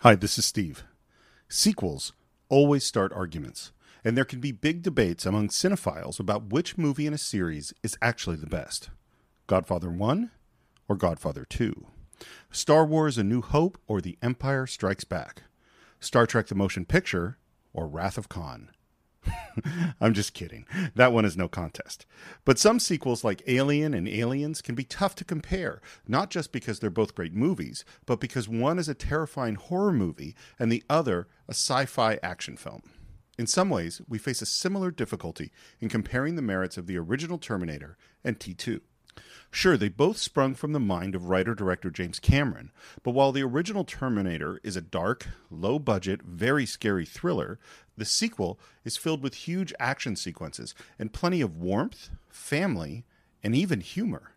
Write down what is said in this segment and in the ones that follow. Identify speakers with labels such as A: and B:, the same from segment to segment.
A: Hi, this is Steve. Sequels always start arguments, and there can be big debates among cinephiles about which movie in a series is actually the best Godfather 1 or Godfather 2, Star Wars A New Hope or The Empire Strikes Back, Star Trek The Motion Picture or Wrath of Khan. I'm just kidding. That one is no contest. But some sequels, like Alien and Aliens, can be tough to compare, not just because they're both great movies, but because one is a terrifying horror movie and the other a sci fi action film. In some ways, we face a similar difficulty in comparing the merits of the original Terminator and T2. Sure, they both sprung from the mind of writer director James Cameron, but while the original Terminator is a dark, low budget, very scary thriller, the sequel is filled with huge action sequences and plenty of warmth, family, and even humor.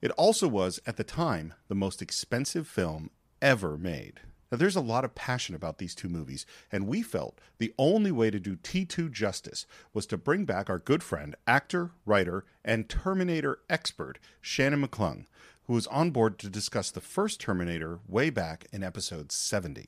A: It also was, at the time, the most expensive film ever made. Now, there's a lot of passion about these two movies, and we felt the only way to do T2 justice was to bring back our good friend, actor, writer, and Terminator expert, Shannon McClung, who was on board to discuss the first Terminator way back in episode 70.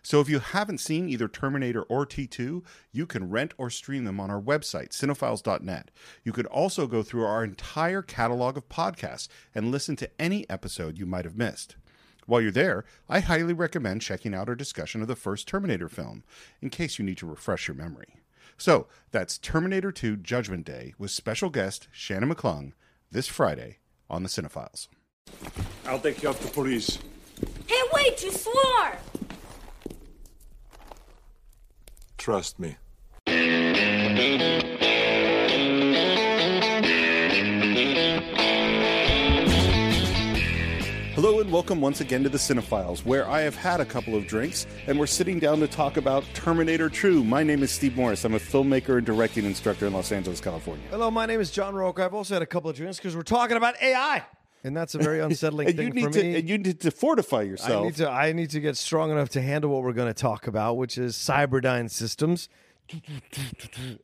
A: So if you haven't seen either Terminator or T2, you can rent or stream them on our website, cinephiles.net. You could also go through our entire catalog of podcasts and listen to any episode you might have missed. While you're there, I highly recommend checking out our discussion of the first Terminator film, in case you need to refresh your memory. So, that's Terminator 2 Judgment Day with special guest Shannon McClung this Friday on The Cinephiles.
B: I'll take you off the police.
C: Hey, wait, you swore!
B: Trust me.
A: Hello and welcome once again to the Cinephiles, where I have had a couple of drinks and we're sitting down to talk about Terminator 2. My name is Steve Morris. I'm a filmmaker and directing instructor in Los Angeles, California.
D: Hello, my name is John Roque. I've also had a couple of drinks because we're talking about AI, and that's a very unsettling
A: And
D: thing
A: you need
D: for
A: to
D: me.
A: and you need to fortify
D: I
A: yourself.
D: need to I need to get strong enough to handle what we're going to talk about, which is Cyberdyne Systems,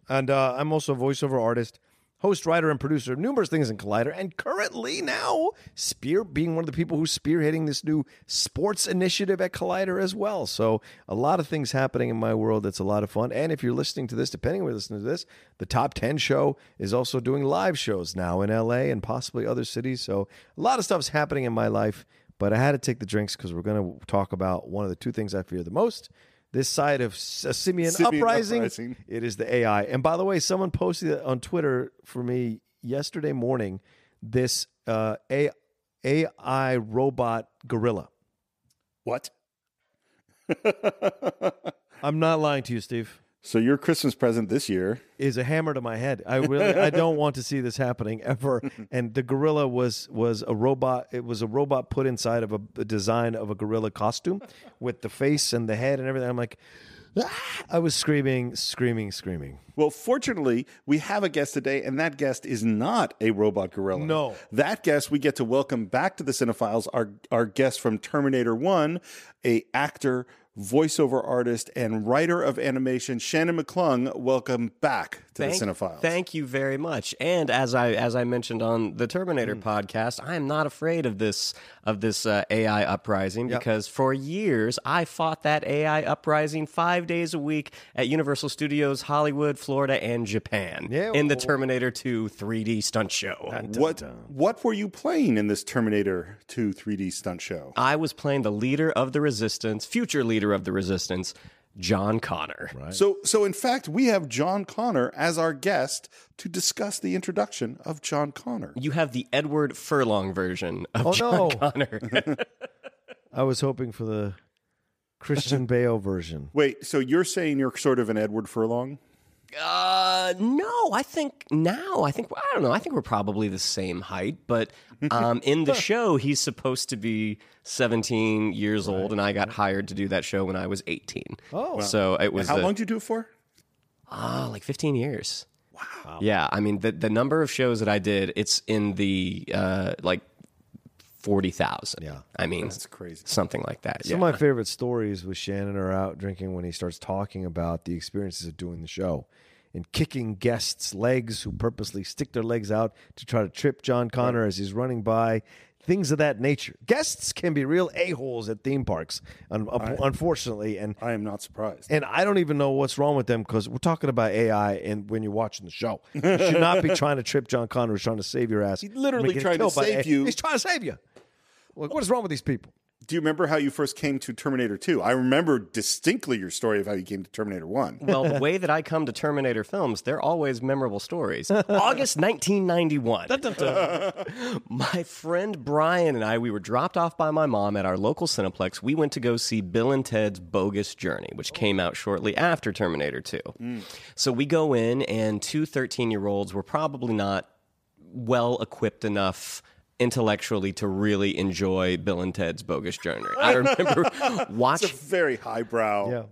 D: and uh, I'm also a voiceover artist, host, writer, and producer of numerous things in Collider, and currently now spear being one of the people who's spearheading this new sports initiative at Collider as well. So a lot of things happening in my world that's a lot of fun. And if you're listening to this, depending on where you listen to this, the Top Ten Show is also doing live shows now in LA and possibly other cities. So a lot of stuff's happening in my life. But I had to take the drinks because we're going to talk about one of the two things I fear the most. This side of S- a Simeon,
A: Simeon
D: uprising,
A: uprising.
D: it is the AI. And by the way, someone posted it on Twitter for me yesterday morning this uh, AI, AI robot gorilla.
A: what?
D: I'm not lying to you, Steve.
A: So your Christmas present this year.
D: Is a hammer to my head. I really, I don't want to see this happening ever. And the gorilla was was a robot. It was a robot put inside of a, a design of a gorilla costume, with the face and the head and everything. I'm like, "Ah!" I was screaming, screaming, screaming.
A: Well, fortunately, we have a guest today, and that guest is not a robot gorilla.
D: No.
A: That guest we get to welcome back to the Cinephiles, our our guest from Terminator One, a actor, voiceover artist, and writer of animation, Shannon McClung. Welcome back to the Cinephiles.
E: Thank you very much. And as I as I mentioned on the
D: Mm.
E: Terminator podcast, I am not afraid of this of this uh, AI uprising because for years I fought that AI uprising five days a week at Universal Studios Hollywood, Florida, and Japan
D: Yeah,
E: in the
D: well-
E: Terminator 2 3D stunt show.
A: What what were you playing in this Terminator 2 3D stunt show?
E: I was playing the leader of the resistance, future leader of the resistance, John Connor.
A: So so in fact, we have John Connor as our guest to discuss the introduction of John Connor.
E: You have the Edward Furlong version of
D: Oh,
E: John
D: no.
E: Connor.
D: I was hoping for the Christian Bale version.
A: Wait, so you're saying you're sort of an Edward Furlong?
E: Uh, no, I think now, I think, I don't know, I think we're probably the same height, but um, in the show, he's supposed to be 17 years old, and I got hired to do that show when I was 18. Oh, so it was
F: How
E: the-
F: long did you do it for?
E: Oh, like 15 years. Wow. Yeah, I mean the the number of shows that I did, it's in the uh like 40,000.
D: Yeah.
E: I mean, that's
F: crazy.
E: Something like that.
D: Some
E: yeah.
D: of my favorite stories with Shannon are out drinking when he starts talking about the experiences of doing the show and kicking guests' legs who purposely stick their legs out to try to trip John Connor as he's running by, things of that nature. Guests can be real a-holes at theme parks, un- unfortunately, and
F: I am not surprised.
D: and I don't even know what's wrong with them because we're talking about AI and when you're watching the show. You should not be trying to trip John Connor who's trying to save your ass. He's
F: literally trying to save you.
D: He's trying to save you. Like, what is wrong with these people?
F: Do you remember how you first came to Terminator 2? I remember distinctly your story of how you came to Terminator 1.
E: well, the way that I come to Terminator films, they're always memorable stories. August 1991. my friend Brian and I, we were dropped off by my mom at our local Cineplex. We went to go see Bill and Ted's Bogus Journey, which came out shortly after Terminator 2. So we go in, and two 13 year olds were probably not well equipped enough intellectually to really enjoy Bill and Ted's Bogus Journey. I remember
F: It's
E: watching.
F: a very highbrow,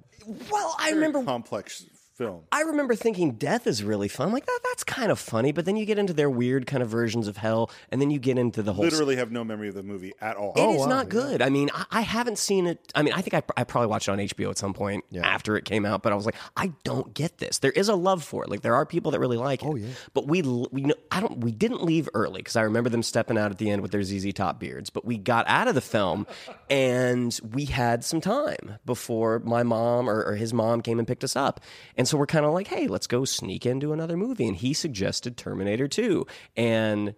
E: Well, I remember
F: complex film.
E: I remember thinking death is really fun. Like that, that's kind of funny. But then you get into their weird kind of versions of hell, and then you get into the whole.
F: Literally have no memory of the movie at all. Oh,
E: It is not good. I mean, I, I haven't seen it. I mean, I think I, I probably watched it on HBO at some point after it came out, but I was like, I don't get this. There is a love for it. Like there are people that really like it. Oh yeah. But we l- we know I don't. We didn't leave early because I remember them stepping out at the end with their ZZ Top beards. But we got out of the film, and we had some time before my mom or, or his mom came and picked us up. And so we're kind of like, hey, let's go sneak into another movie. And he suggested Terminator Two, and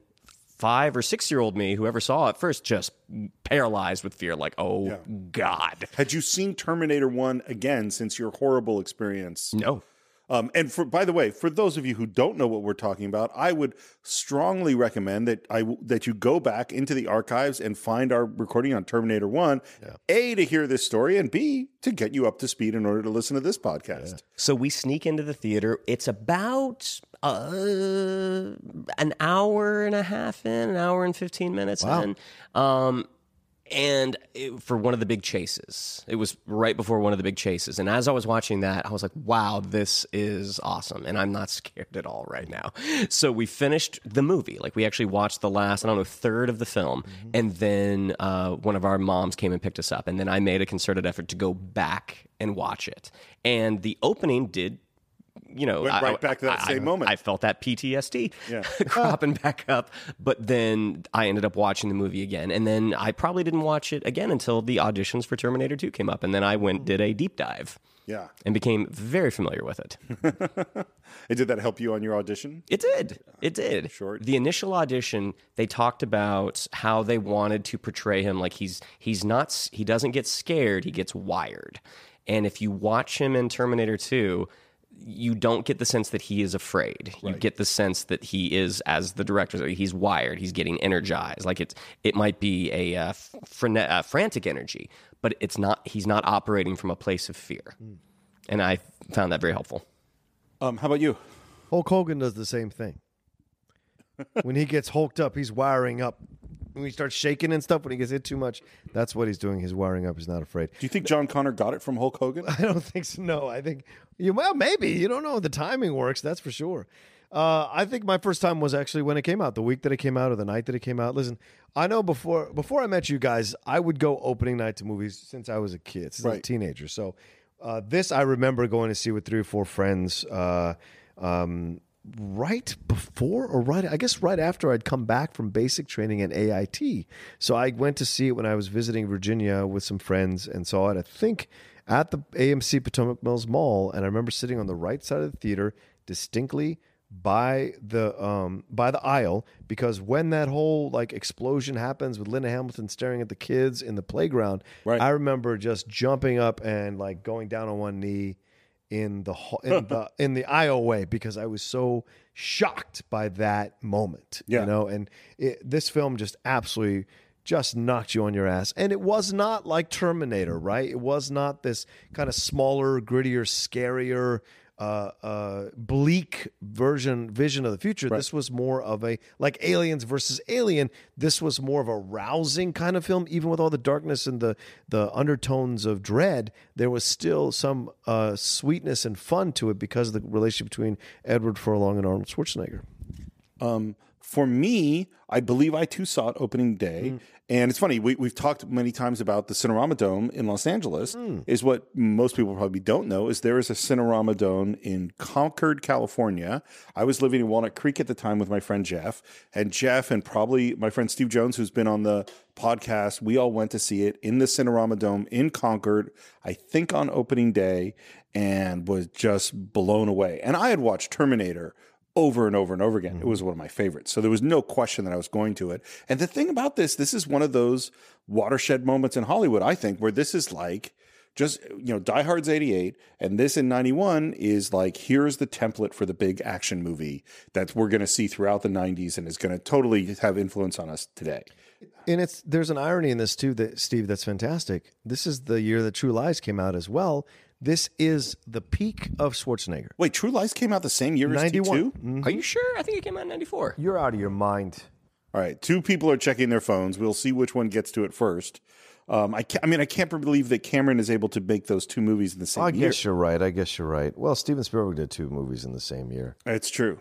E: five or six year old me, whoever saw it first, just paralyzed with fear, like, oh God.
F: Had you seen Terminator 1 again since your horrible experience?
E: No.
F: Um, and for by the way, for those of you who don't know what we're talking about, I would strongly recommend that I that you go back into the archives and find our recording on Terminator One, a to hear this story, and b to get you up to speed in order to listen to this podcast.
E: So we sneak into the theater. It's about uh, an hour and a half in, an hour and 15 minutes in. Um, and it, for one of the big chases. It was right before one of the big chases. And as I was watching that, I was like, wow, this is awesome. And I'm not scared at all right now. So we finished the movie. Like, we actually watched the last, I don't know, third of the film. And then uh, one of our moms came and picked us up. And then I made a concerted effort to go back and watch it. And the opening did you know,
F: Went right back to that same
E: I-
F: moment.
E: I felt that PTSD cropping back up. But then I ended up watching the movie again, and then I probably didn't watch it again until the auditions for Terminator Two came up, and then I
F: Hmm.
E: went did a deep dive
F: Yeah,
E: and became very familiar with it.
F: and did that help you on your audition?
E: It did. It did.
F: Sure.
E: The initial audition, they talked about how they wanted to portray him like he's he's not s- he doesn't get scared, he gets wired. And if you watch him in Terminator 2, you don't get the sense that he is afraid. You get the sense that he is, as the director said, he's wired. He's getting energized. Like it's, it might be a uh, frane- uh, frantic energy, but it's not. He's not operating from a place of fear, and I found that very helpful.
F: Um, how about you?
D: Hulk Hogan does the same thing. when he gets hulked up, he's wiring up. When he starts shaking and stuff, when he gets hit too much, that's what he's doing. He's wiring up. He's not afraid.
F: Do you think John Connor got it from Hulk Hogan?
D: I don't think so. No, I think you. Well, maybe you don't know. The timing works. That's for sure. Uh, I think my first time was actually when it came out, the week that it came out or the night that it came out. Listen, I know before before I met you guys, I would go opening night to movies since I was a kid, since I was a
F: Right.
D: teenager. So uh, this I remember going to see with three or four friends. Uh, um, right before or right i guess right after i'd come back from basic training at ait so i went to see it when i was visiting virginia with some friends and saw it i think at the amc potomac mills mall and i remember sitting on the right side of the theater distinctly by the um by the aisle because when that whole like explosion happens with Linda Hamilton staring at the kids in the playground, right. I remember just jumping up and like going down on one knee in the ho- in the in the aisle way because I was so shocked by that moment.
F: Yeah.
D: You know, and it, this film just absolutely just knocked you on your ass. And it was not like Terminator, right? It was not this kind of smaller, grittier, scarier uh, uh, bleak version vision of the future. This was more of a like Aliens versus Alien. This was more of a rousing kind of film, even with all the darkness and the the undertones of dread. There was still some uh, sweetness and fun to it because of the relationship between Edward Furlong and Arnold Schwarzenegger.
A: for me, I believe I too saw it opening day. And it's funny, we, we've talked many times about the Cinerama Dome in Los Angeles, is what most people probably don't know is there is a Cinerama Dome in Concord, California. I was living in Walnut Creek at the time with my friend Jeff. And Jeff and probably my friend Steve Jones, who's been on the podcast, we all went to see it in the Cinerama Dome in Concord, I think on opening day, and was just blown away. And I had watched Terminator over and over and over
G: Mm-hmm.
A: again. It was one of my favorites. So there was no question that I was going to it. And the thing about this, this is one of those watershed moments in Hollywood, I think, where this is like just, you know, Die Hard's 88 and this in 91 is like, here's the template for the big action movie that we're going to see throughout the 90s and is going to totally have influence on us today.
D: And it's there's an irony in this too that Steve that's fantastic. This is the year that True Lies came out as well. This is the peak of Schwarzenegger.
A: Wait, True Lies came out the same year as
D: 91.
A: T2?
G: Mm-hmm.
E: Are you sure? I think it came out in 94.
D: You're out of your mind.
A: All right, two people are checking their phones. We'll see which one gets to it first. Um, I, ca I mean, I can't believe that Cameron is able to make those two movies in the same
G: I
A: year.
G: guess you're right. I guess you're right. Well, Steven Spielberg did two movies in the same year.
A: It's true.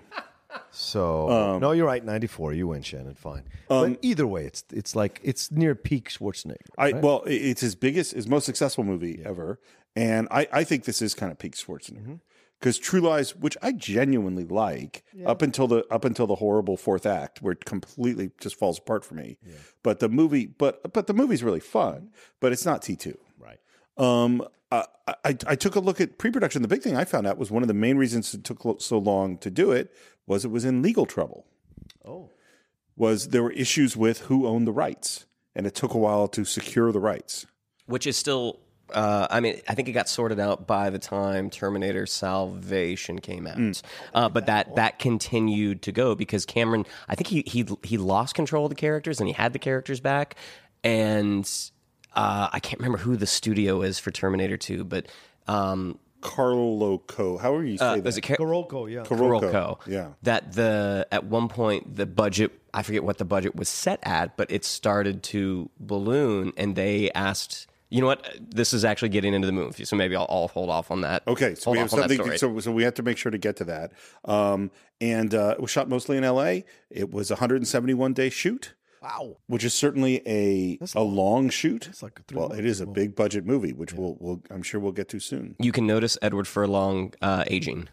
G: So
D: no, you're right. 94. You win, Shannon. Fine. but either way, it's it's like it's near peak Schwarzenegger.
A: I well, i- it's his biggest, his most successful movie ever, and I, I think this is kind of peak Schwarzenegger because True Lies, which I genuinely like, up until the up until the horrible fourth act where it completely just falls apart for me. But the movie, but but the movie's really fun, but it's not T two.
D: Right.
A: Um, I, I I took a look at pre-production. The big thing I found out was one of the main reasons it took lo- so long to do it was it was in legal trouble.
D: Oh.
A: was there were issues with who owned the rights, and it took a while to secure the rights.
E: Which is still, uh, I mean, I think it got sorted out by the time Terminator Salvation came out. Uh, but that, that continued to go because Cameron, I think he, he, he lost control of the characters and he had the characters back. And uh, I can't remember who the studio is for Terminator 2, but. Um,
A: Carlo Co. How are you say
E: uh,
A: that?
E: is it Car-
D: Gorolko, yeah.
A: Kuroko.
E: Kuroko.
A: Yeah.
E: That the at one point the budget I forget what the budget was set at, but it started to balloon, and they asked. You know what? This is actually getting into the movie, so maybe I'll, I'll hold off on that.
A: Okay, so
E: Hold
A: we have
E: off on that
A: something.
E: story.
A: so, so we have to make sure to get to that. Um, and uh, it was shot mostly in L.A. It was a 171 day shoot. Wow, which is certainly a a long shoot. It's
D: like three
A: well, it is a big budget movie, which we'll, we'll I'm sure we'll get to soon.
E: you can notice Edward Furlong uh, aging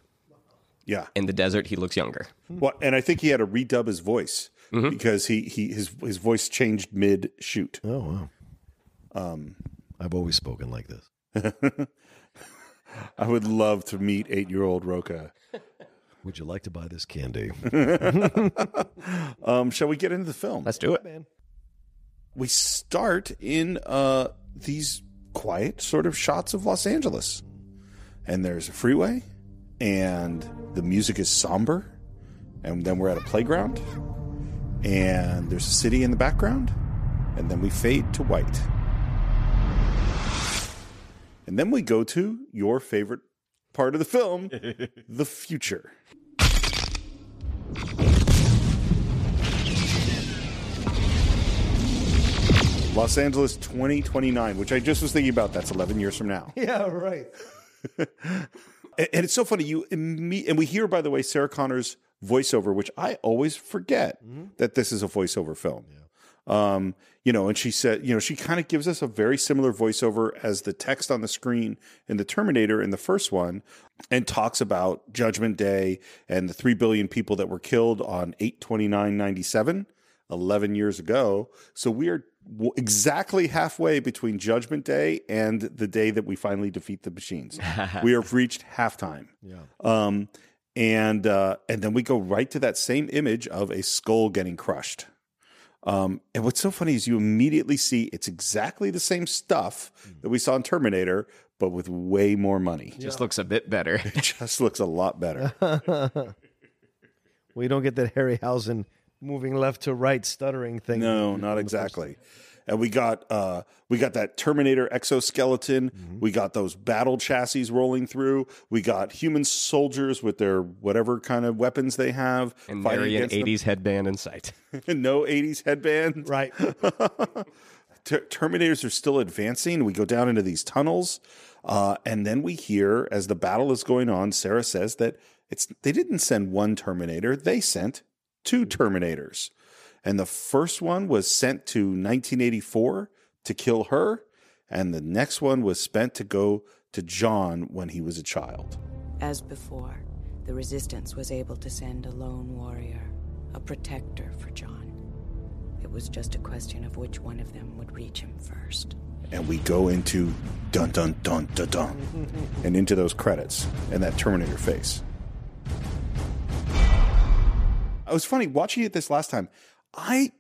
A: Yeah,
E: in the desert; he looks younger.
A: Well, and I think he had to redub his voice
E: Mm-hmm.
A: because he, he his his voice changed mid shoot.
D: Oh wow. Um, I've always spoken like this.
A: I would love to meet eight year old Roca.
D: Would you like to buy this candy?
A: Um, shall we get into the film?
E: Let's do it.
A: we start in uh, these quiet sort of shots of Los Angeles. And there's a freeway, and the music is somber. And then we're at a playground, and there's a city in the background, and then we fade to white. And then we go to your favorite part of the film the future. Los Angeles 2029, which I just was thinking about. That's 11 years from now.
D: yeah, right.
A: And, and it's so funny. You imme- and we hear, by the way, Sarah Connor's voiceover, which I always forget that this is a voiceover film. Um, you know, and she said, you know, she kind of gives us a very similar voiceover as the text on the screen in the Terminator in the first one, and talks about Judgment Day and the three billion people that were killed on eight twenty nine ninety seven. 11 years ago. So we are w- exactly halfway between Judgment Day and the day that we finally defeat the machines. we have reached halftime. Yeah. Um, and uh, and then we go right to that same image of a skull getting crushed. Um, and what's so funny is you immediately see it's exactly the same stuff
E: Hmm.
A: that we saw in Terminator, but with way more money.
E: Just looks a bit better.
A: It just looks a lot better.
D: We don't get that Harryhausen moving left to right stuttering thing.
A: No, not exactly. and we got uh, we got that Terminator exoskeleton.
E: Mm-hmm.
A: We got those battle chassis rolling through. We got human soldiers with their whatever kind of weapons they have.
E: And
A: fighting
E: Marion
A: against them.
E: 80s headband in sight.
A: no 80s headband.
D: Right.
A: Ter- Terminators are still advancing. We go down into these tunnels, uh, and then we hear as the battle is going on. Sarah says that it's they didn't send one Terminator; they sent two Terminators, and the first one was sent to 1984 to kill her, and the next one was spent to go to John when he was a child.
H: As before, the Resistance was able to send a lone warrior, a protector for John. It was just a question of which one of them would reach him first.
A: and we go into dun dun dun dun dun and into those credits and that Terminator face. It was funny watching it this last time. I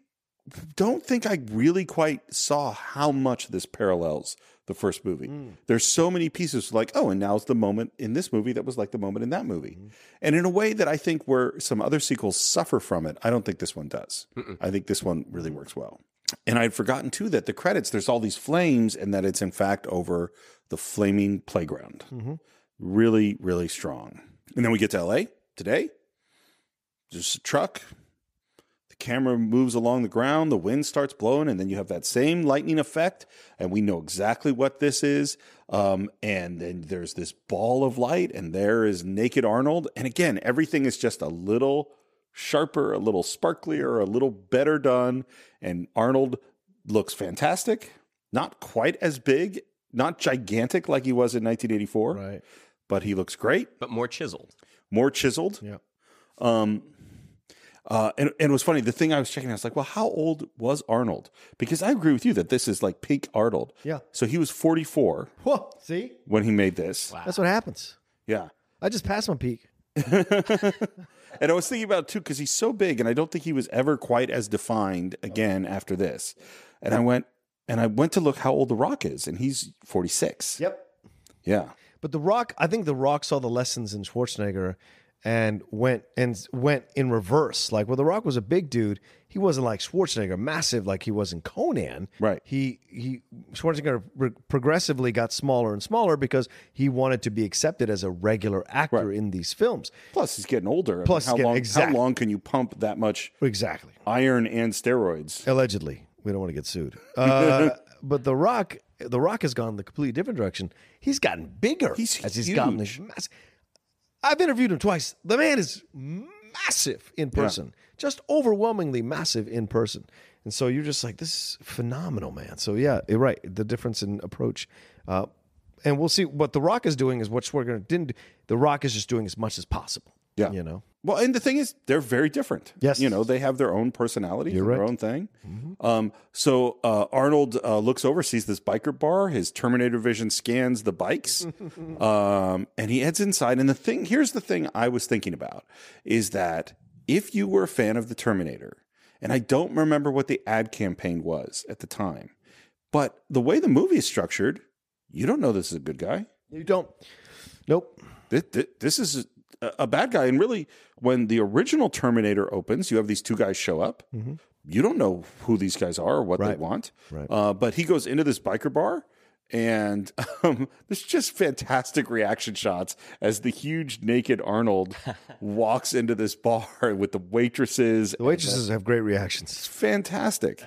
A: don't think I really quite saw how much this parallels the first movie. There's so many pieces like, oh, and now's the moment in this movie that was like the moment in that movie. And in a way that I think where some other sequels suffer from it, I don't think this one does. I think this one really works well. And I'd forgotten too that the credits, there's all these flames and that it's in fact over the flaming playground. Really, really strong. And then we get to LA today. There's a truck, the camera moves along the ground, the wind starts blowing, and then you have that same lightning effect, and we know exactly what this is. Um, and then there's this ball of light, and there is naked Arnold. And again, everything is just a little sharper, a little sparklier, a little better done. And Arnold looks fantastic, not quite as big, not gigantic like he was in 1984,
D: Right.
A: but he looks great
E: But more chiseled.
A: more chiseled.
D: Yeah.
A: Um, uh, and, and it was funny. The thing I was checking, I was like, well, how old was Arnold? Because I agree with you that this is like peak Arnold.
D: Yeah.
A: So he was 44
D: Whoa. See?
A: when he made this.
D: That's what happens.
A: Yeah.
D: I just passed my peak.
A: And I was thinking about it too, because he's so big and I don't think he was ever quite as defined again after this. And I went, and I went to look how old The Rock is, and he's 46.
D: Yep.
A: Yeah.
D: But The Rock, I think The Rock saw the lessons in Schwarzenegger and went and went in reverse. Like, well, The Rock was a big dude. He wasn't like Schwarzenegger, massive like he was in Conan.
A: Right.
D: He he Schwarzenegger pro- progressively got smaller and smaller because he wanted to be accepted as a regular actor
A: Right.
D: in these films.
A: Plus, he's getting older. I
D: Plus,
A: mean, how,
D: yeah,
A: long,
D: exactly.
A: how long can you pump that much
D: Exactly.
A: iron and steroids?
D: Allegedly, we don't want to get sued. Uh, but The Rock, The Rock has gone the completely different direction. He's gotten bigger
A: He's
D: as he's gotten this mass- I've interviewed him twice. The man is massive in person, just overwhelmingly massive in person. And so you're just like, this is phenomenal, man. So yeah, you're right. The difference in approach. Uh, and we'll see what The Rock is doing is what Schwarzenegger didn't. do. The Rock is just doing as much as possible.
A: Yeah.
D: you know.
A: Well, and the thing is, they're very different.
D: Yes.
A: you know, they have their own personalities,
D: You're
A: and their
D: right. Mm-hmm.
A: own thing. Um, so uh, Arnold uh, looks over, sees this biker bar. His Terminator vision scans the bikes, um, and he heads inside. And the thing here's the thing I was thinking about is that if you were a fan of the Terminator, and I don't remember what the ad campaign was at the time, but the way the movie is structured, you don't know this is a good guy
D: You don't. Nope.
A: this, this is a, a bad guy. And really, when the original Terminator opens, you have these two guys show up. You don't know who these guys are or what they
D: Right.
A: want.
D: Right.
A: Uh, but he goes into this biker bar. And um, there's just fantastic reaction shots as the huge naked Arnold walks into this bar with the waitresses.
D: The waitresses have great reactions.
A: Fantastic.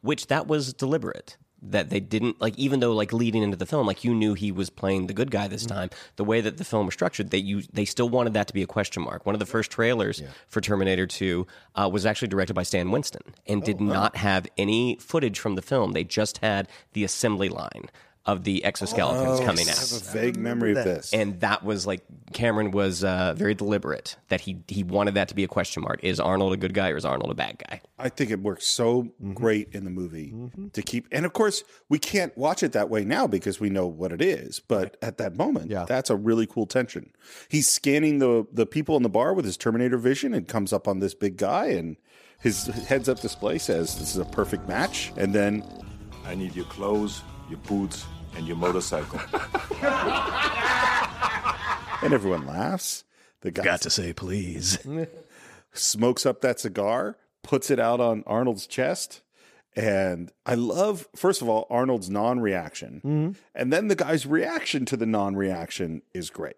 E: Which that was deliberate. That they didn't like, even though like leading into the film, like you knew he was playing the good guy this time. The way that the film was structured, that you they still wanted that to be a question mark. One of the first trailers for Terminator Two uh, was actually directed by Stan Winston and did not have any footage from the film. They just had the assembly line of the exoskeletons coming out.
A: I have a vague memory of this.
E: and that was like Cameron was uh, very deliberate that he he wanted that to be a question mark. Is Arnold a good guy or is Arnold a bad guy?
A: I think it works so great in the movie to keep. And of course, we can't watch it that way now because we know what it is. But at that moment,
D: Yeah.
A: that's a really cool tension. He's scanning the the people in the bar with his Terminator vision and comes up on this big guy, and his heads up display says this is a perfect match. And then
B: I need your clothes, your boots, and your motorcycle.
A: and everyone laughs. The guy
I: to say please.
A: smokes up that cigar, puts it out on Arnold's chest, And I love, first of all, Arnold's non reaction.
I: Mm-hmm.
A: And then the guy's reaction to the non reaction is great.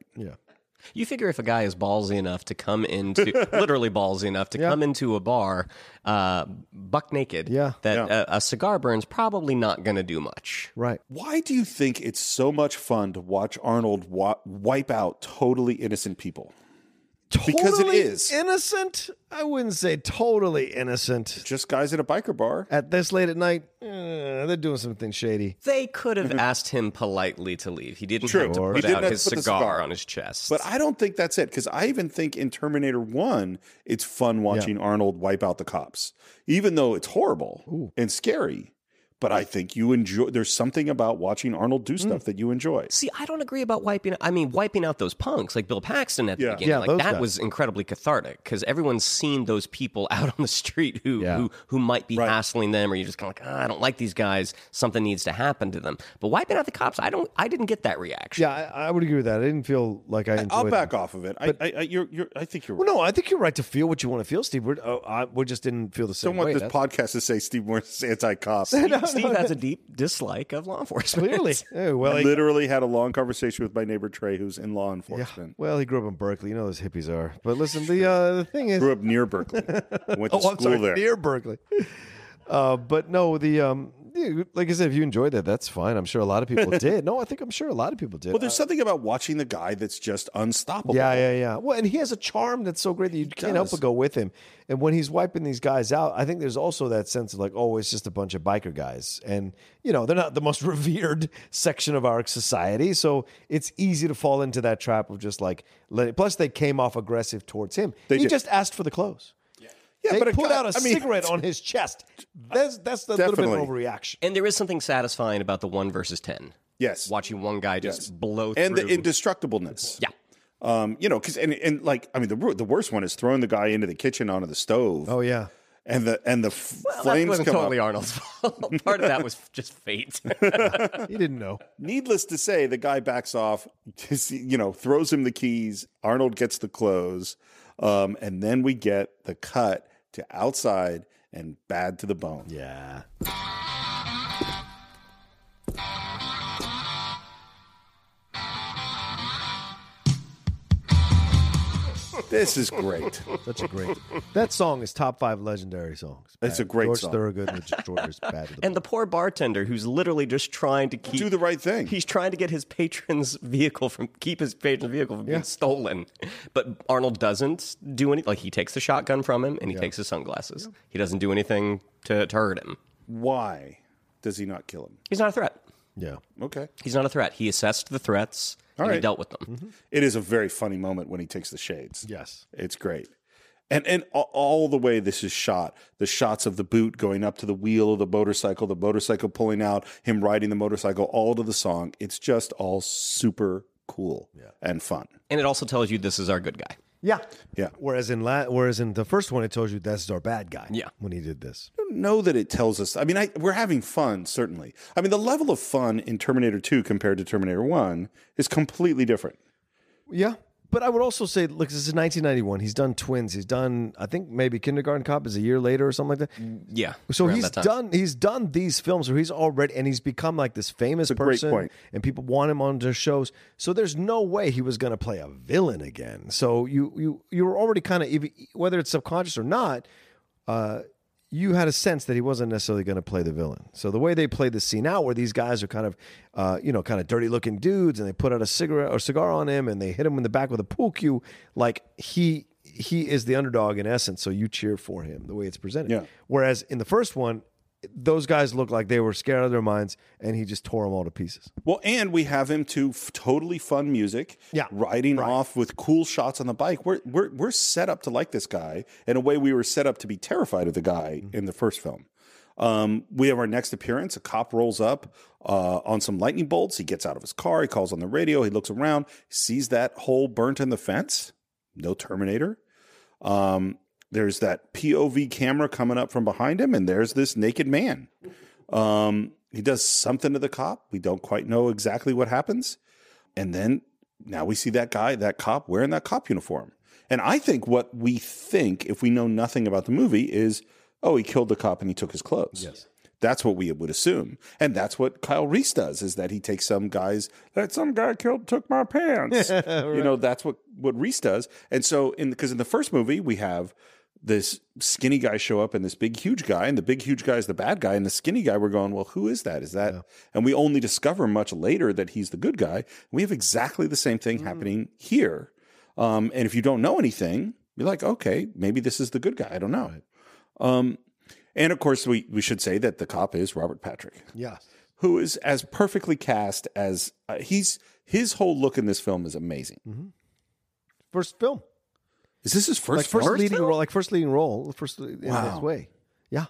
E: You figure if a guy is ballsy enough to come into, literally ballsy enough to come into a bar, uh, buck naked,
D: Yeah.
E: that A, a cigar burn's probably not going to do much.
D: Right.
A: Why do you think it's so much fun to watch Arnold wa- wipe out totally innocent people? Because it
D: Totally
A: is.
D: innocent. I wouldn't say totally innocent.
A: Just guys at a biker bar.
D: At this late at night, eh, they're doing something shady.
E: They could have asked him politely to leave. He didn't
A: Mm-hmm. True.
E: have to
A: Or-
E: put
A: He didn't
E: out
A: have
E: his
A: to put the
E: cigar,
A: cigar.
E: on his chest.
A: But I don't think that's it because I even think in Terminator 1, it's fun watching Arnold wipe out the cops, even though it's horrible and scary. But I think you enjoy, there's something about watching Arnold do
D: Hmm.
A: stuff that you enjoy.
E: See, I don't agree about wiping. I mean, wiping out those punks like Bill Paxton at the
A: Yeah.
E: beginning.
D: Yeah,
E: like
D: those
E: that
D: guys.
E: was incredibly cathartic because everyone's seen those people out on the street who who, who might be hassling them, or you're just kind of like, "Ah, I don't like these guys. Something needs to happen to them. But wiping out the cops, I don't. I didn't get that reaction.
D: Yeah, I, I would agree with that. I didn't feel like I enjoyed
A: I'll
D: it.
A: back off of it. I, I, I, you're, you're, I think you're right.
D: Well, no, I think you're right to feel what you want to feel, Steve. We're, oh, I, we just didn't feel the same
A: don't want
D: way.
A: this
D: That's
A: podcast to say Steve Morris is anti cop.
E: Steve has a deep dislike of law enforcement.
D: clearly. Yeah, well,
A: I
D: he,
A: literally had a long conversation with my neighbor Trey, who's in law enforcement.
D: well, he grew up in Berkeley. You know those hippies are. But listen, the uh, the thing is,
A: Grew up near Berkeley. Went to
D: oh,
A: school
D: I'm sorry,
A: there.
D: near Berkeley. Uh, but no, the um, yeah, like I said, if you enjoyed that, that's fine. I'm sure a lot of people did. No, I think I'm sure a lot of people did.
A: well, there's something about watching the guy that's just unstoppable.
D: Yeah, yeah, yeah. Well, and he has a charm that's so great that you can't help but go with him. And when he's wiping these guys out, I think there's also that sense of like, oh, it's just a bunch of biker guys, and you know they're not the most revered section of our society, so it's easy to fall into that trap of just like. Let Plus, they came off aggressive towards him. he
A: did.
D: just asked for the clothes. Yeah,
A: Yeah,
D: they
A: but a
D: put
A: guy-
D: out a
A: I mean-
D: cigarette on his chest. That's that's a little bit of an
A: Definitely.
D: overreaction.
E: And there is something satisfying about the one versus ten.
A: Yes.
E: Watching one guy just
A: Yes.
E: blow
A: and
E: through.
A: the indestructibleness.
E: yeah.
A: Um, you know, because and and like I mean, the wor- the worst one is throwing the guy into the kitchen onto the stove.
D: Oh yeah.
A: and the and the f-
E: Well, that
A: flames
E: wasn't
A: come
E: totally
A: up.
E: Arnold's fault. Part of that was just fate.
D: He didn't know.
A: Needless to say, the guy backs off. Just, you know, throws him the keys. Arnold gets the clothes, um, and then we get the cut to outside and bad to the bone.
D: Yeah.
A: This is great.
D: Such a great. That song is top five legendary songs.
A: It's
D: Bad-
A: a great
D: George
A: song.
D: Thorogood and the Destroyers. Bad to the
E: And the poor bartender who's literally just trying to keep
A: Do the right thing.
E: He's trying to get his patron's vehicle from keep his patron's vehicle from being stolen. But Arnold doesn't do any like he takes the shotgun from him and he takes his sunglasses. He doesn't do anything to, to hurt him.
A: Why does he not kill him?
E: He's not a threat.
D: yeah.
A: Okay,
E: He's not a threat. He assessed the threats and he
A: right. Mm-hmm.
E: dealt with them.
A: it is a very funny moment when he takes the shades.
D: Yes.
A: It's great. And and a- all the way this is shot. The shots of the boot going up to the wheel of the motorcycle, the motorcycle pulling out, him riding the motorcycle, all to the song. It's just all super cool and fun.
E: And it also tells you this is our good guy.
D: Yeah.
A: Yeah.
D: Whereas in la- whereas in the first one, it tells you that's our bad guy.
E: Yeah.
D: When he did this.
A: I don't know that it tells us. I mean, I, we're having fun, certainly. I mean, the level of fun in Terminator 2 compared to Terminator 1 is completely different.
D: Yeah. But I would also say, look, this is 1991. He's done Twins. He's done, I think maybe Kindergarten Cop is a year later or something like that.
E: Yeah.
D: So
E: around
D: he's
E: that time.
D: done. He's done these films where he's already and he's become like this famous
A: great
D: person,
A: point.
D: and people want him on their shows. So there's no way he was going to play a villain again. So you you you were already kind of whether it's subconscious or not, uh, you had a sense that he wasn't necessarily going to play the villain. So the way they played the scene out, where these guys are kind of uh, you know kind of dirty looking dudes, and they put out a cigarette or cigar on him, and they hit him in the back with a pool cue, like he. He is the underdog in essence, so you cheer for him the way it's presented.
A: Yeah.
D: Whereas in the first one, those guys looked like they were scared out of their minds, and he just tore them all to pieces.
A: Well, and we have him to f- totally fun music,
D: Yeah,
A: riding off with cool shots on the bike. We're, we're we're set up to like this guy in a way we were set up to be terrified of the guy in the first film. Um, we have our next appearance. A cop rolls up uh, on some lightning bolts. He gets out of his car. He calls on the radio. He looks around, sees that hole burnt in the fence. No Terminator. Um, there's that POV camera coming up from behind him, and there's this naked man. Um, he does something to the cop. We don't quite know exactly what happens. And then now we see that guy, that cop, wearing that cop uniform. And I think what we think, if we know nothing about the movie, is oh, he killed the cop and he took his clothes. Yes. That's what we would assume, and that's what Kyle Reese does: is that he takes some guys that some guy killed took my pants. You know, that's what what Reese does. And so, in because in the first movie we have this skinny guy show up and this big huge guy and the big huge guy is the bad guy and the skinny guy we're going well who is that is that and we only discover much later that he's the good guy we have exactly the same thing happening here um, and if you don't know anything you're like okay maybe this is the good guy i don't know um, and of course we, we should say that the cop is robert patrick
D: Yes.
A: who is as perfectly cast as uh, he's his whole look in this film is amazing
D: First film.
A: is this his first
D: Mm-hmm. like first,
A: first
D: leading
A: film?
D: role, like first leading role, first in
A: Wow.
D: this way. Yeah.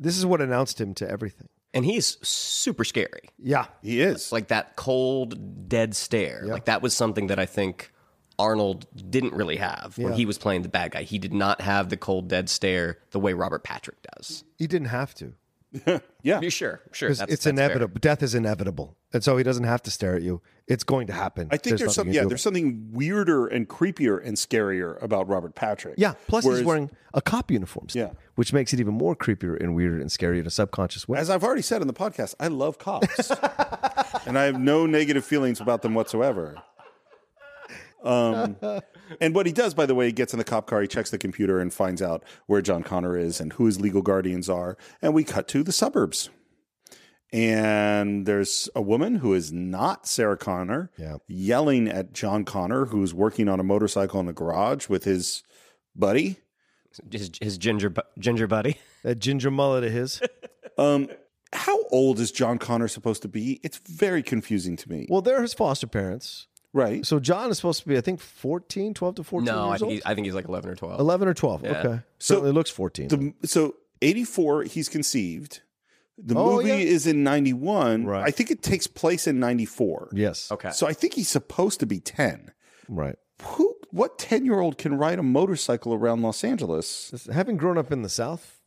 D: This is what announced him to everything.
E: And he's super scary.
D: Yeah.
A: he is
E: Like that cold, dead stare. Like that was something that I think Arnold didn't really have when
D: Yeah.
E: he was playing the bad guy. He did not have the cold, dead stare the way Robert Patrick does.
D: He didn't have to.
A: yeah
E: You sure? Sure.
D: Because
E: that's-
D: it's
E: that's fair.
D: inevitable. Death is inevitable. And so he doesn't have to stare at you. It's going to happen.
A: I think there's,
D: nothing
A: some
D: you
A: yeah,
D: can do
A: there's
D: about
A: something weirder and creepier and scarier about Robert Patrick.
D: it. Yeah. Plus,
A: Whereas-
D: he's wearing a cop uniform, Steve,
A: Yeah.
D: which makes it even more creepier and weirder and scary in a subconscious way.
A: As I've already said on the podcast, I love cops, and I have no negative feelings about them whatsoever. Um, and what he does, by the way, he gets in the cop car, he checks the computer, and finds out where John Connor is and who his legal guardians are. And we cut to the suburbs, and there's a woman who is not Sarah Connor,
D: Yeah.
A: yelling at John Connor, who's working on a motorcycle in a garage with his buddy.
E: his, his ginger bu- ginger buddy.
D: that ginger mullet of his.
A: Um, how old is John Connor supposed to be? It's very confusing to me.
D: well, they're his foster parents.
A: right.
D: So John is supposed to be, I think, 14, 12 to 14
E: No, I
D: years
E: think,
D: old.
E: he's, I think he's like eleven or twelve.
D: 11 or 12. Okay. So it looks 14.
A: The, so 84, he's conceived. The
D: Oh,
A: movie
D: yeah.
A: is in 91.
D: Right.
A: I think it takes place in 94.
D: yes.
E: Okay.
A: So I think he's supposed to be 10.
D: Right.
A: Who, what 10 year old can ride a motorcycle around Los Angeles?
D: Just having grown up in the South,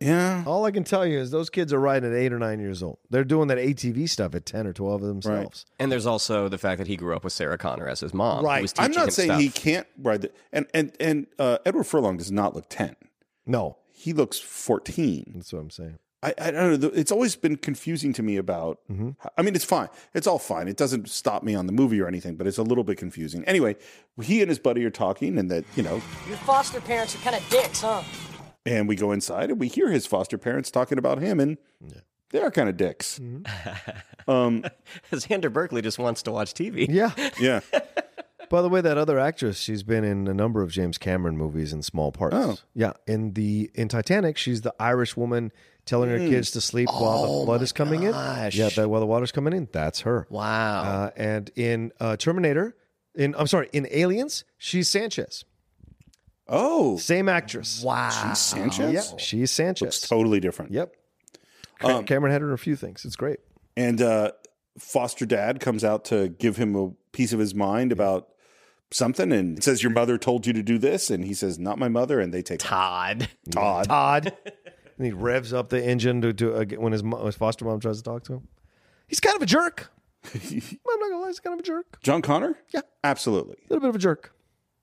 A: Yeah.
D: all I can tell you is those kids are riding at eight or nine years old. They're doing that ATV stuff at 10 or 12 of themselves.
E: And there's also the fact that he grew up with Sarah Connor as his mom. who
D: Right.
E: was
A: I'm
E: teaching him
A: not saying
E: stuff.
A: he can't ride the, and, and, and, uh, Edward Furlong does not look 10.
D: No,
A: He looks 14.
D: that's what I'm saying.
A: I, I don't know. It's always been confusing to me about.
D: Mm-hmm.
A: I mean, it's fine. It's all fine. It doesn't stop me on the movie or anything, but it's a little bit confusing. Anyway, he and his buddy are talking, and that you know,
I: Your foster parents are kind of dicks, huh?
A: and we go inside and we hear his foster parents talking about him, and they are kind of dicks.
D: Mm-hmm.
A: um,
E: Xander Berkeley just wants to watch TV.
D: Yeah.
A: yeah.
D: By the way, that other actress, she's been in a number of James Cameron movies in small parts.
A: Oh.
D: Yeah. In the in Titanic, she's the Irish woman telling her kids to sleep while
E: Mm.
D: the blood
E: Oh
D: is coming in. Yeah, that while the water's coming in, that's her.
E: Wow.
D: Uh, and in uh, Terminator, in I'm sorry, in Aliens, she's Sanchez.
A: Oh,
D: Same actress.
E: wow.
A: she's Sanchez.
D: Yep, she's Sanchez.
A: Totally different.
D: Yep. Ca-
E: Um,
D: Cameron had her in a few things. It's great.
A: And uh, foster dad comes out to give him a piece of his mind about something, and says, "Your mother told you to do this," and he says, "Not my mother," and they take
E: Todd.
A: Todd.
D: Todd. and he revs up the engine to, to uh, get- when his, mo- his foster mom tries to talk to him. He's kind of a jerk. I'm not gonna lie, he's kind of a jerk.
A: John Connor?
D: Yeah.
A: Absolutely.
D: A little bit of a jerk.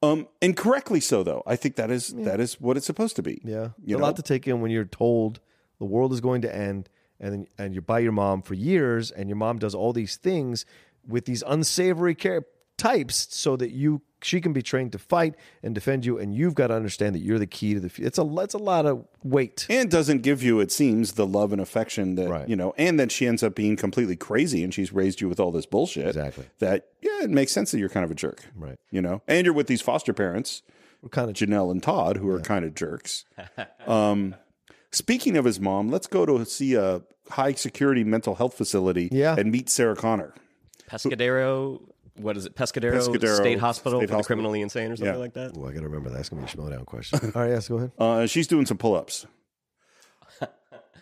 A: Um, and correctly so though. I think that is that is what it's supposed to be.
D: Yeah,
A: You
D: a
A: know?
D: lot to take in when you're told the world is going to end, and then and you're by your mom for years, and your mom does all these things with these unsavory care types, so that you she can be trained to fight and defend you, and you've got to understand that you're the key to the. fu- It's a it's a lot of weight.
A: and doesn't give you, it seems, the love and affection that
D: Right.
A: you know, and then she ends up being completely crazy and she's raised you with all this bullshit.
D: Exactly.
A: That yeah, it makes sense that you're kind of a jerk.
D: Right.
A: You know? And you're with these foster parents,
D: We're kind of
A: Janelle and Todd, who are kind of jerks. um speaking of his mom, let's go to see a high security mental health facility
D: Yeah.
A: and meet Sarah Connor.
E: Pescadero. What is it? Pescadero,
A: Pescadero
E: State Hospital
A: State
E: for the
A: Hospital.
E: criminally insane or something
A: Yeah.
E: like that.
D: Oh, I gotta remember that. That's gonna be a down question. All right, yes, go ahead.
A: Uh, she's doing some pull ups.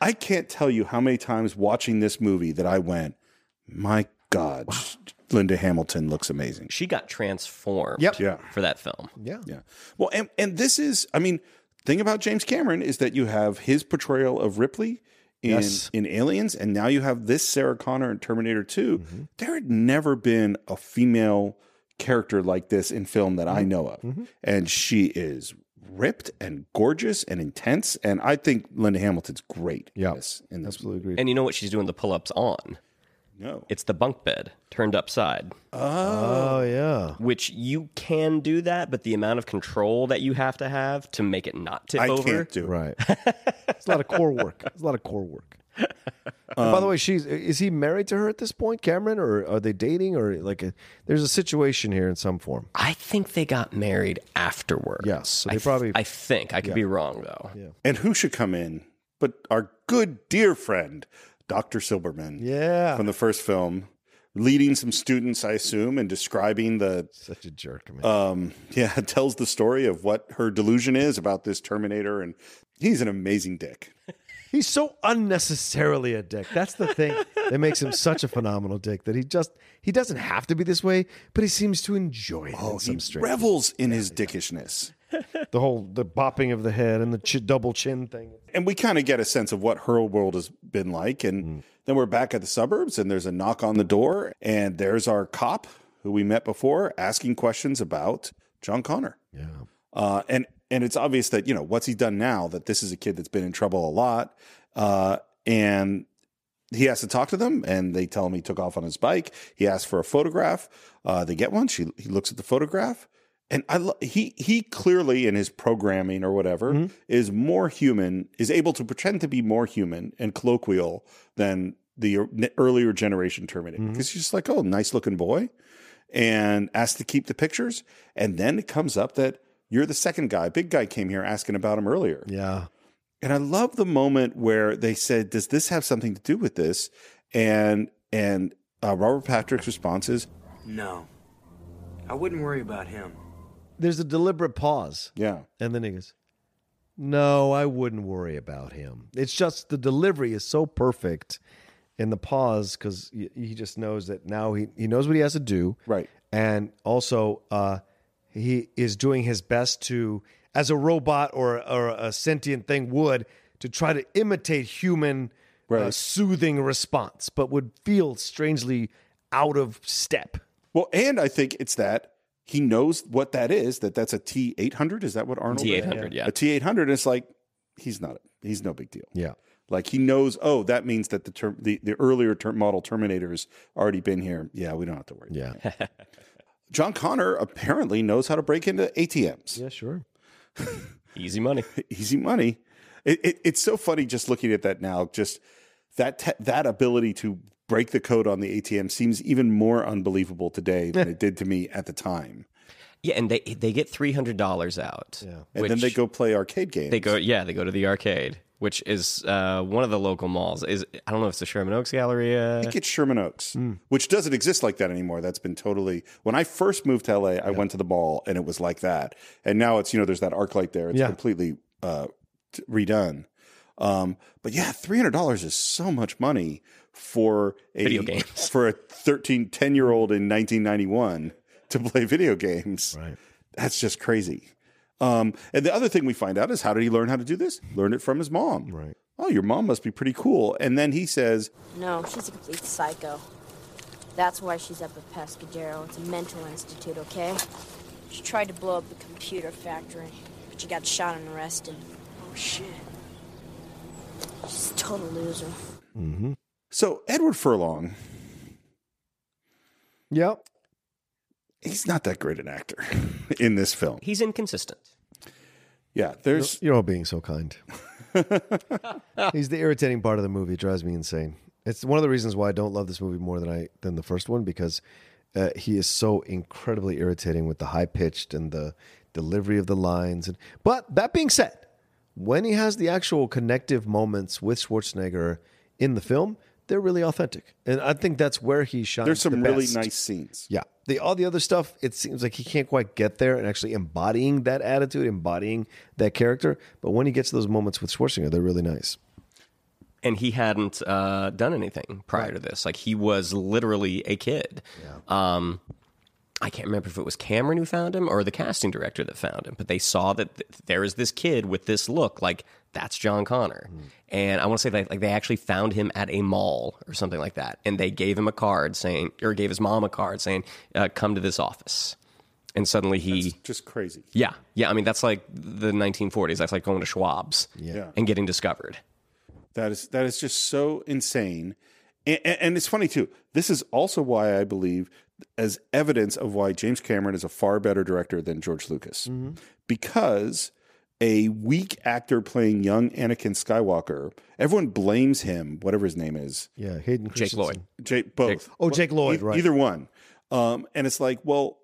A: I can't tell you how many times watching this movie that I went, my God, Linda Hamilton looks amazing.
E: She got transformed
D: Yep.
A: Yeah.
E: for that film.
D: Yeah,
A: Yeah. Well, and, and this is, I mean, thing about James Cameron is that you have his portrayal of Ripley in,
D: Yes.
A: in Aliens, and now you have this Sarah Connor in Terminator 2. There had never been a female character like this in film that I know of. And she is ripped and gorgeous and intense. And I think Linda Hamilton's great.
J: Yeah.
A: Yes. In this
J: Absolutely agree.
E: And you know what she's doing the pull ups on?
A: No.
E: It's the bunk bed turned upside,
D: Oh yeah.
E: which you can do that, but the amount of control that you have to have to make it not tip
A: I
E: over.
A: can't do it.
J: Right.
D: It's a lot of core work. It's a lot of core work. And by the way, she's is he married to her at this point, Cameron, or are they dating, or like a, there's a situation here in some form?
E: I think they got married afterwards.
D: Yes, so they
E: I th-
D: probably-
E: I think I could be wrong though.
A: And who should come in but our good dear friend, Dr. Silberman.
D: Yeah.
A: From the first film, leading some students, I assume, and describing the
D: Such a jerk, man.
A: um yeah, tells the story of what her delusion is about this Terminator and he's an amazing dick.
D: He's so unnecessarily a dick. That's the thing that makes him such a phenomenal dick that he just he doesn't have to be this way, but he seems to enjoy it in some
A: He
D: strange.
A: revels in his dickishness.
D: the whole the bopping of the head and the ch- double chin thing.
A: and we kind of get a sense of what her world has been like. And then we're back at the suburbs, and there's a knock on the door, and there's our cop who we met before asking questions about John Connor. Yeah. Uh, and and it's obvious that you know what's he done now that this is a kid that's been in trouble a lot, uh, and he has to talk to them, and they tell him he took off on his bike. He asks for a photograph. Uh, they get one. She he looks at the photograph, and I lo- he he clearly in his programming or whatever is more human, is able to pretend to be more human and colloquial than the er- earlier generation Terminator because he's just like, oh, nice looking boy, and asks to keep the pictures, and then it comes up that. You're the second guy. Big guy came here asking about him earlier.
D: Yeah,
A: And I love the moment where they said, "Does this have something to do with this?" And and uh, Robert Patrick's response is,
K: No. I wouldn't worry about him.
D: there's a deliberate pause,
A: "Yeah,
D: and then he goes, "No, I wouldn't worry about him. It's just the delivery is so perfect, and the pause because he just knows that now he he knows what he has to do,
A: Right.
D: And also, uh, he is doing his best to, as a robot or or a sentient thing would, to try to imitate human uh,
A: Right.
D: soothing response, but would feel strangely out of step.
A: well." And I think it's that he knows what that is. That that's a T eight hundred. Is that what Arnold? is?
E: T800, yeah.
A: A T eight hundred. It's like he's not. He's no big deal.
D: Yeah.
A: Like he knows. Oh, that means that the term the, the earlier term model Terminators already been here. Yeah, we don't have to worry.
D: Yeah.
A: John Connor apparently knows how to break into ATMs.
D: yeah. Sure.
E: Easy money.
A: easy money. It, it, it's so funny just looking at that now. Just that te- that ability to break the code on the ATM seems even more unbelievable today than it did to me at the time.
E: Yeah, and they they get three hundred dollars out. Yeah,
A: And then they go play arcade games.
E: They go, yeah, they go to the arcade, which is uh, one of the local malls. Is I don't know if it's the Sherman Oaks uh, Galleria.
A: I think it's Sherman Oaks, which doesn't exist like that anymore. That's been totally. When I first moved to LA, I went to the mall and it was like that. And now it's, you know, there's that arc light there. It's
D: Yeah.
A: completely uh, t- redone. Um, but yeah, $300 is so much money for a,
E: Video games.
A: for a 13, 10 year old in 1991 to play video games. Right. That's just crazy. Um, and the other thing we find out is how did he learn how to do this? Learned it from his mom. Right. Oh, your mom must be pretty cool. And then he says,
C: No, she's a complete psycho. That's why she's up at Pescadero. It's a mental institute, okay? She tried to blow up the computer factory, but she got shot and arrested. Oh, shit. She's a total loser.
A: So Edward Furlong,
D: Yep.
A: he's not that great an actor in this film.
E: He's inconsistent.
A: Yeah, there's
D: You're all being so kind. He's the irritating part of the movie. It drives me insane. It's one of the reasons why I don't love this movie more than I than the first one because uh, he is so incredibly irritating with the high pitched and the delivery of the lines. And but that being said, when he has the actual connective moments with Schwarzenegger in the film, they're really authentic, and I think that's where he shines.
A: there's some
D: the
A: really
D: best.
A: nice scenes.
D: Yeah. The all the other stuff, it seems like he can't quite get there and actually embodying that attitude, embodying that character. But when he gets to those moments with Schwarzenegger, they're really nice.
E: and he hadn't uh, done anything prior to this. Like he was literally a kid. Um, I can't remember if it was Cameron who found him or the casting director that found him, but they saw that th- there is this kid with this look. Like that's John
A: Hmm.
E: Connor, and I want to say that like they actually found him at a mall or something like that, and they gave him a card saying, or gave his mom a card saying, uh, "Come to this office." and suddenly he
A: just crazy.
E: Yeah, yeah. I mean, that's like the 1940s. That's like going to Schwab's
A: Yeah.
E: and getting discovered.
A: That is that is just so insane, and, and, and it's funny too. This is also why I believe, as evidence of why James Cameron is a far better director than George Lucas,
D: Mm-hmm.
A: because a weak actor playing young Anakin Skywalker, everyone blames him, whatever his name is,
D: Yeah, Hayden
E: Jake
D: Christensen.
E: Lloyd.
A: Jake both.
D: Oh, Jake Lloyd,
A: E-
D: right.
A: Either one. Um, and it's like, well,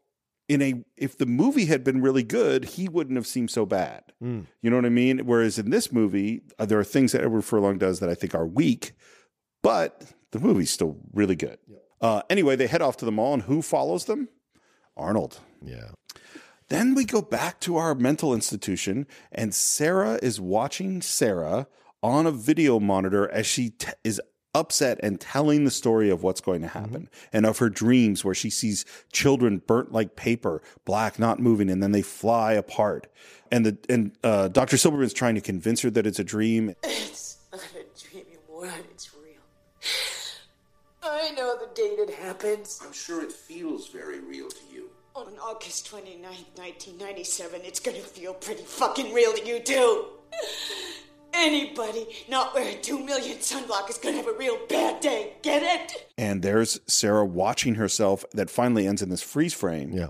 A: in a if the movie had been really good, he wouldn't have seemed so bad.
D: Hmm.
A: You know what I mean? Whereas in this movie, uh, there are things that Edward Furlong does that I think are weak, but the movie's still really good. Uh, anyway, they head off to the mall, and who follows them? Arnold.
D: Yeah.
A: Then we go back to our mental institution, and Sarah is watching Sarah on a video monitor as she t- is upset and telling the story of what's going to happen and of her dreams, where she sees children burnt like paper, black, not moving, and then they fly apart. And the and uh, Dr. Silberman's trying to convince her that it's a dream.
I: It's not a dream anymore. It's real. I know the date it happens.
L: I'm sure it feels very real to you.
I: On August 29th, 1997, it's gonna feel pretty fucking real to you too. Anybody not wearing two million sunblock is gonna have a real bad day. Get it?
A: And there's Sarah watching herself that finally ends in this freeze frame. Yeah.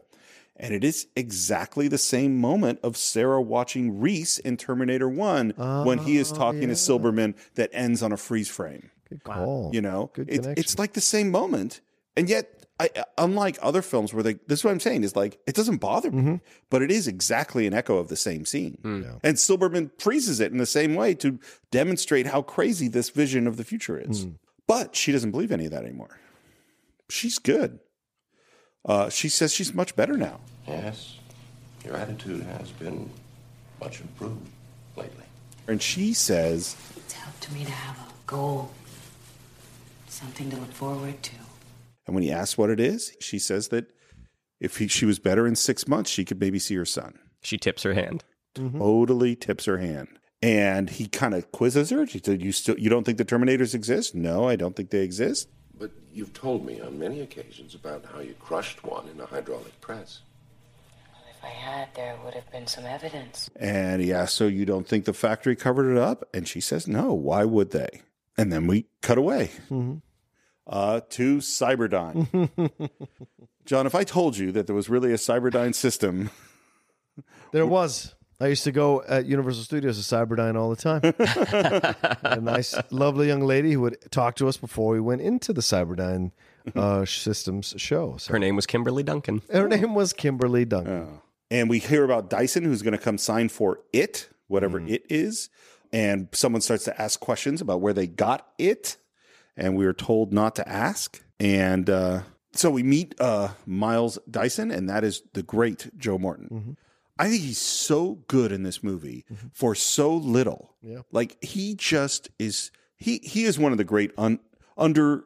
A: And it is exactly the same moment of Sarah watching Reese in Terminator 1 when he is talking to Silberman that ends on a freeze frame.
D: Oh, Good call.
A: You know,
D: Good
A: It-
D: connection.
A: it's like the same moment. And yet, I, unlike other films where they, this is what I'm saying is like, it doesn't bother me,
D: Mm-hmm.
A: but it is exactly an echo of the same scene. And Silberman freezes it in the same way to demonstrate how crazy this vision of the future is.
D: Hmm.
A: But she doesn't believe any of that anymore. She's good. Uh, she says she's much better now.
L: Yes, your attitude has been much improved lately.
A: And she says,
H: It's helped me to have a goal, something to look forward to.
A: and when he asks what it is, she says that if he, she was better in six months, she could maybe see her son.
E: She tips her hand.
A: totally tips her hand. And he kind of quizzes her. She said, "You still you don't think the Terminators exist? No, I don't think they exist.
L: But you've told me on many occasions about how you crushed one in a hydraulic press.
H: If I had, there would have been some evidence.
A: And he asks, "So you don't think the factory covered it up?" And she says, "No. Why would they?" And then we cut away uh, to Cyberdyne. John, if I told you that there was really a Cyberdyne system,
D: There was. I used to go at Universal Studios to Cyberdyne all the time. a nice, lovely young lady who would talk to us before we went into the Cyberdyne
E: Mm-hmm.
D: uh, systems show. So
E: Her name was Kimberly Duncan.
D: her name was Kimberly
E: Oh.
D: Duncan.
A: and we hear about Dyson, who's going to come sign for it, whatever it is, and someone starts to ask questions about where they got it, and we are told not to ask, and uh, so we meet uh, Miles Dyson, and that is the great Joe Morton. I think he's so good in this movie for so little.
D: Yeah.
A: Like he just is. He he is one of the great un, underused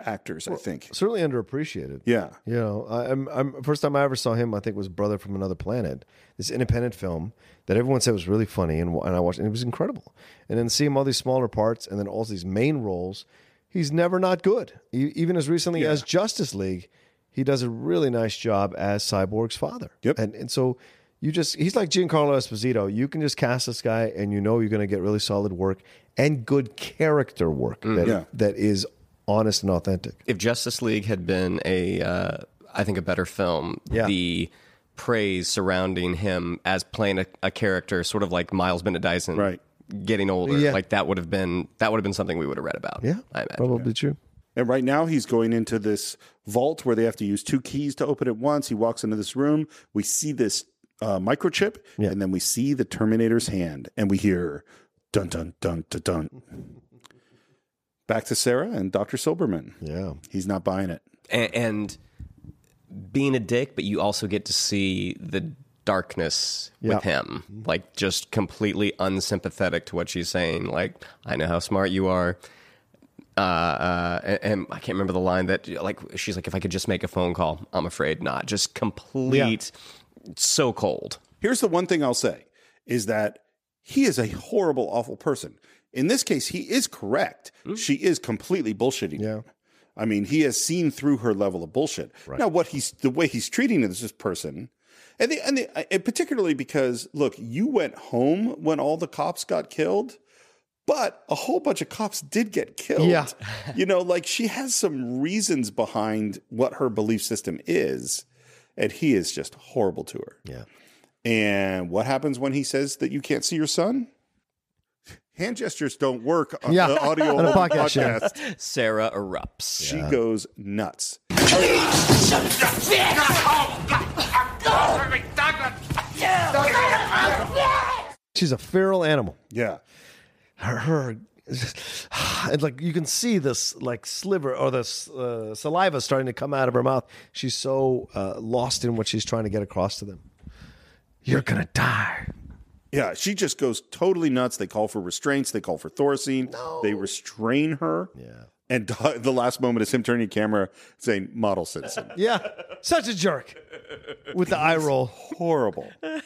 A: actors. I think.
D: Certainly underappreciated.
A: Yeah.
D: You know, I, I'm, I'm first time I ever saw him. I think was Brother from Another Planet, this independent film that everyone said was really funny, and and I watched, and it was incredible. And then see him all these smaller parts, and then all these main roles. He's never not good. E- even as recently as Justice League, he does a really nice job as Cyborg's father. Yep. And and so you just he's like Giancarlo Esposito. You can just cast this guy, and you know you're going to get really solid work and good character work that
A: Yeah.
D: that is honest and authentic.
E: If Justice League had been a, uh, I think a better film,
D: Yeah.
E: the praise surrounding him as playing a, a character, sort of like Miles Bennett Dyson,
A: Right.
E: getting older,
D: Yeah.
E: like that would have been that would have been something we would have read about.
D: Yeah,
E: I imagine.
D: probably true.
A: And right now he's going into this vault where they have to use two keys to open it once. He walks into this room. We see this uh, microchip,
D: Yeah.
A: and then we see the Terminator's hand, and we hear dun dun dun dun dun. Back to Sarah and Doctor Silberman.
D: Yeah.
A: He's not buying it.
E: and, and being a dick, but you also get to see the darkness
D: Yeah.
E: with him,
A: Mm-hmm.
E: like just completely unsympathetic to what she's saying. Like, I know how smart you are. Uh, uh, and, and I can't remember the line that like she's like, if I could just make a phone call, I'm afraid not. Just complete, so cold.
A: Here's the one thing I'll say is that he is a horrible, awful person. In this case, he is correct. She is completely bullshitting.
D: Hmm. Yeah.
A: him. I mean, he has seen through her level of bullshit. Now, what he's the way he's treating this person And the, and, the, uh, and particularly because look, you went home when all the cops got killed, but a whole bunch of cops did get killed.
D: Yeah.
A: you know, like she has some reasons behind what her belief system is, and he is just horrible to her.
D: Yeah.
A: And what happens when he says that you can't see your son? Hand gestures don't work on
E: Yeah.
A: the audio
E: On a
A: podcast.
E: podcast show. Sarah erupts.
A: She
E: Yeah.
A: goes nuts.
D: She's a feral animal.
A: Yeah.
D: Her, her and like you can see this like sliver or this uh, saliva starting to come out of her mouth. She's so uh, lost in what she's trying to get across to them. You're gonna die.
A: Yeah, she just goes totally nuts. They call for restraints. They call for Thorazine. They restrain her.
D: Yeah.
A: And the last moment is him turning to camera saying, model citizen.
D: Yeah, such a jerk with the eye roll.
A: Horrible.
D: I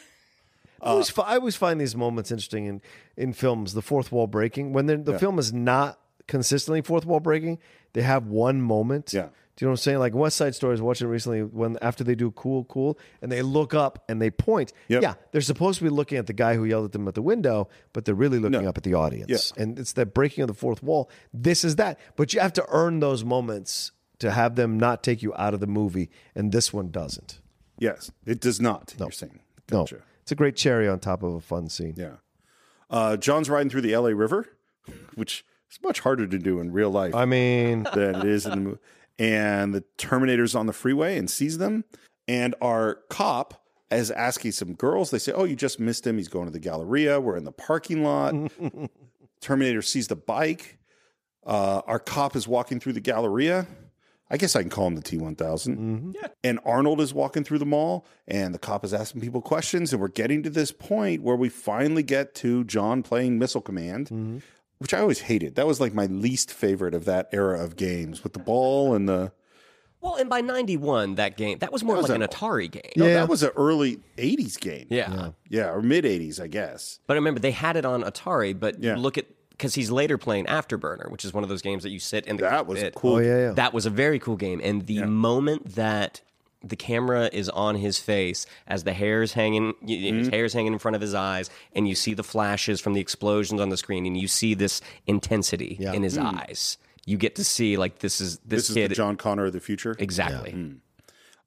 D: always,
A: Uh,
D: fi- I always find these moments interesting in, in films, the fourth wall breaking. When they're- the
A: Yeah.
D: film is not consistently fourth wall breaking, they have one moment. Yeah. Do you know what I'm saying? Like West Side Story, I was watching it recently when after they do cool, cool, and they look up and they point. Yeah, they're supposed to be looking at the guy who yelled at them at the window, but they're really looking up at the audience. And it's that breaking of the fourth wall. This is that. But you have to earn those moments to have them not take you out of the movie, and this one doesn't.
A: Yes, it does not. You're saying.
D: No. It's a great cherry on top of a fun scene.
A: Yeah. Uh, John's riding through the LA River, which is much harder to do in real life.
D: I mean,
A: than it is in the movie. And the Terminator's on the freeway and sees them. And our cop is asking some girls. They say, "Oh, you just missed him. He's going to the Galleria. We're in the parking lot." Terminator sees the bike. Uh, our cop is walking through the Galleria. I guess I can call him the T1000. And Arnold is walking through the mall, and the cop is asking people questions. And we're getting to this point where we finally get to John playing Missile Command, which I always hated. That was like my least favorite of that era of games with the ball and the.
E: Well, and by 91, that game, that was more
A: That was
E: like
A: a-
E: an Atari game.
A: No, that was an early 80s game.
E: Yeah.
A: Yeah, or mid 80s, I guess.
E: But remember, they had it on Atari, but you look at, because he's later playing Afterburner, which is one of those games that you sit in the That
A: was cool. Oh,
D: yeah, yeah.
E: That was a very cool game. And the moment that the camera is on his face as the hair's hanging y- y-
A: Mm-hmm.
E: his hair's hanging in front of his eyes and you see the flashes from the explosions on the screen and you see this intensity in his
A: Mm.
E: eyes you get to see like this is this,
A: This is the Mm.
E: kid
A: John Connor of the future
E: exactly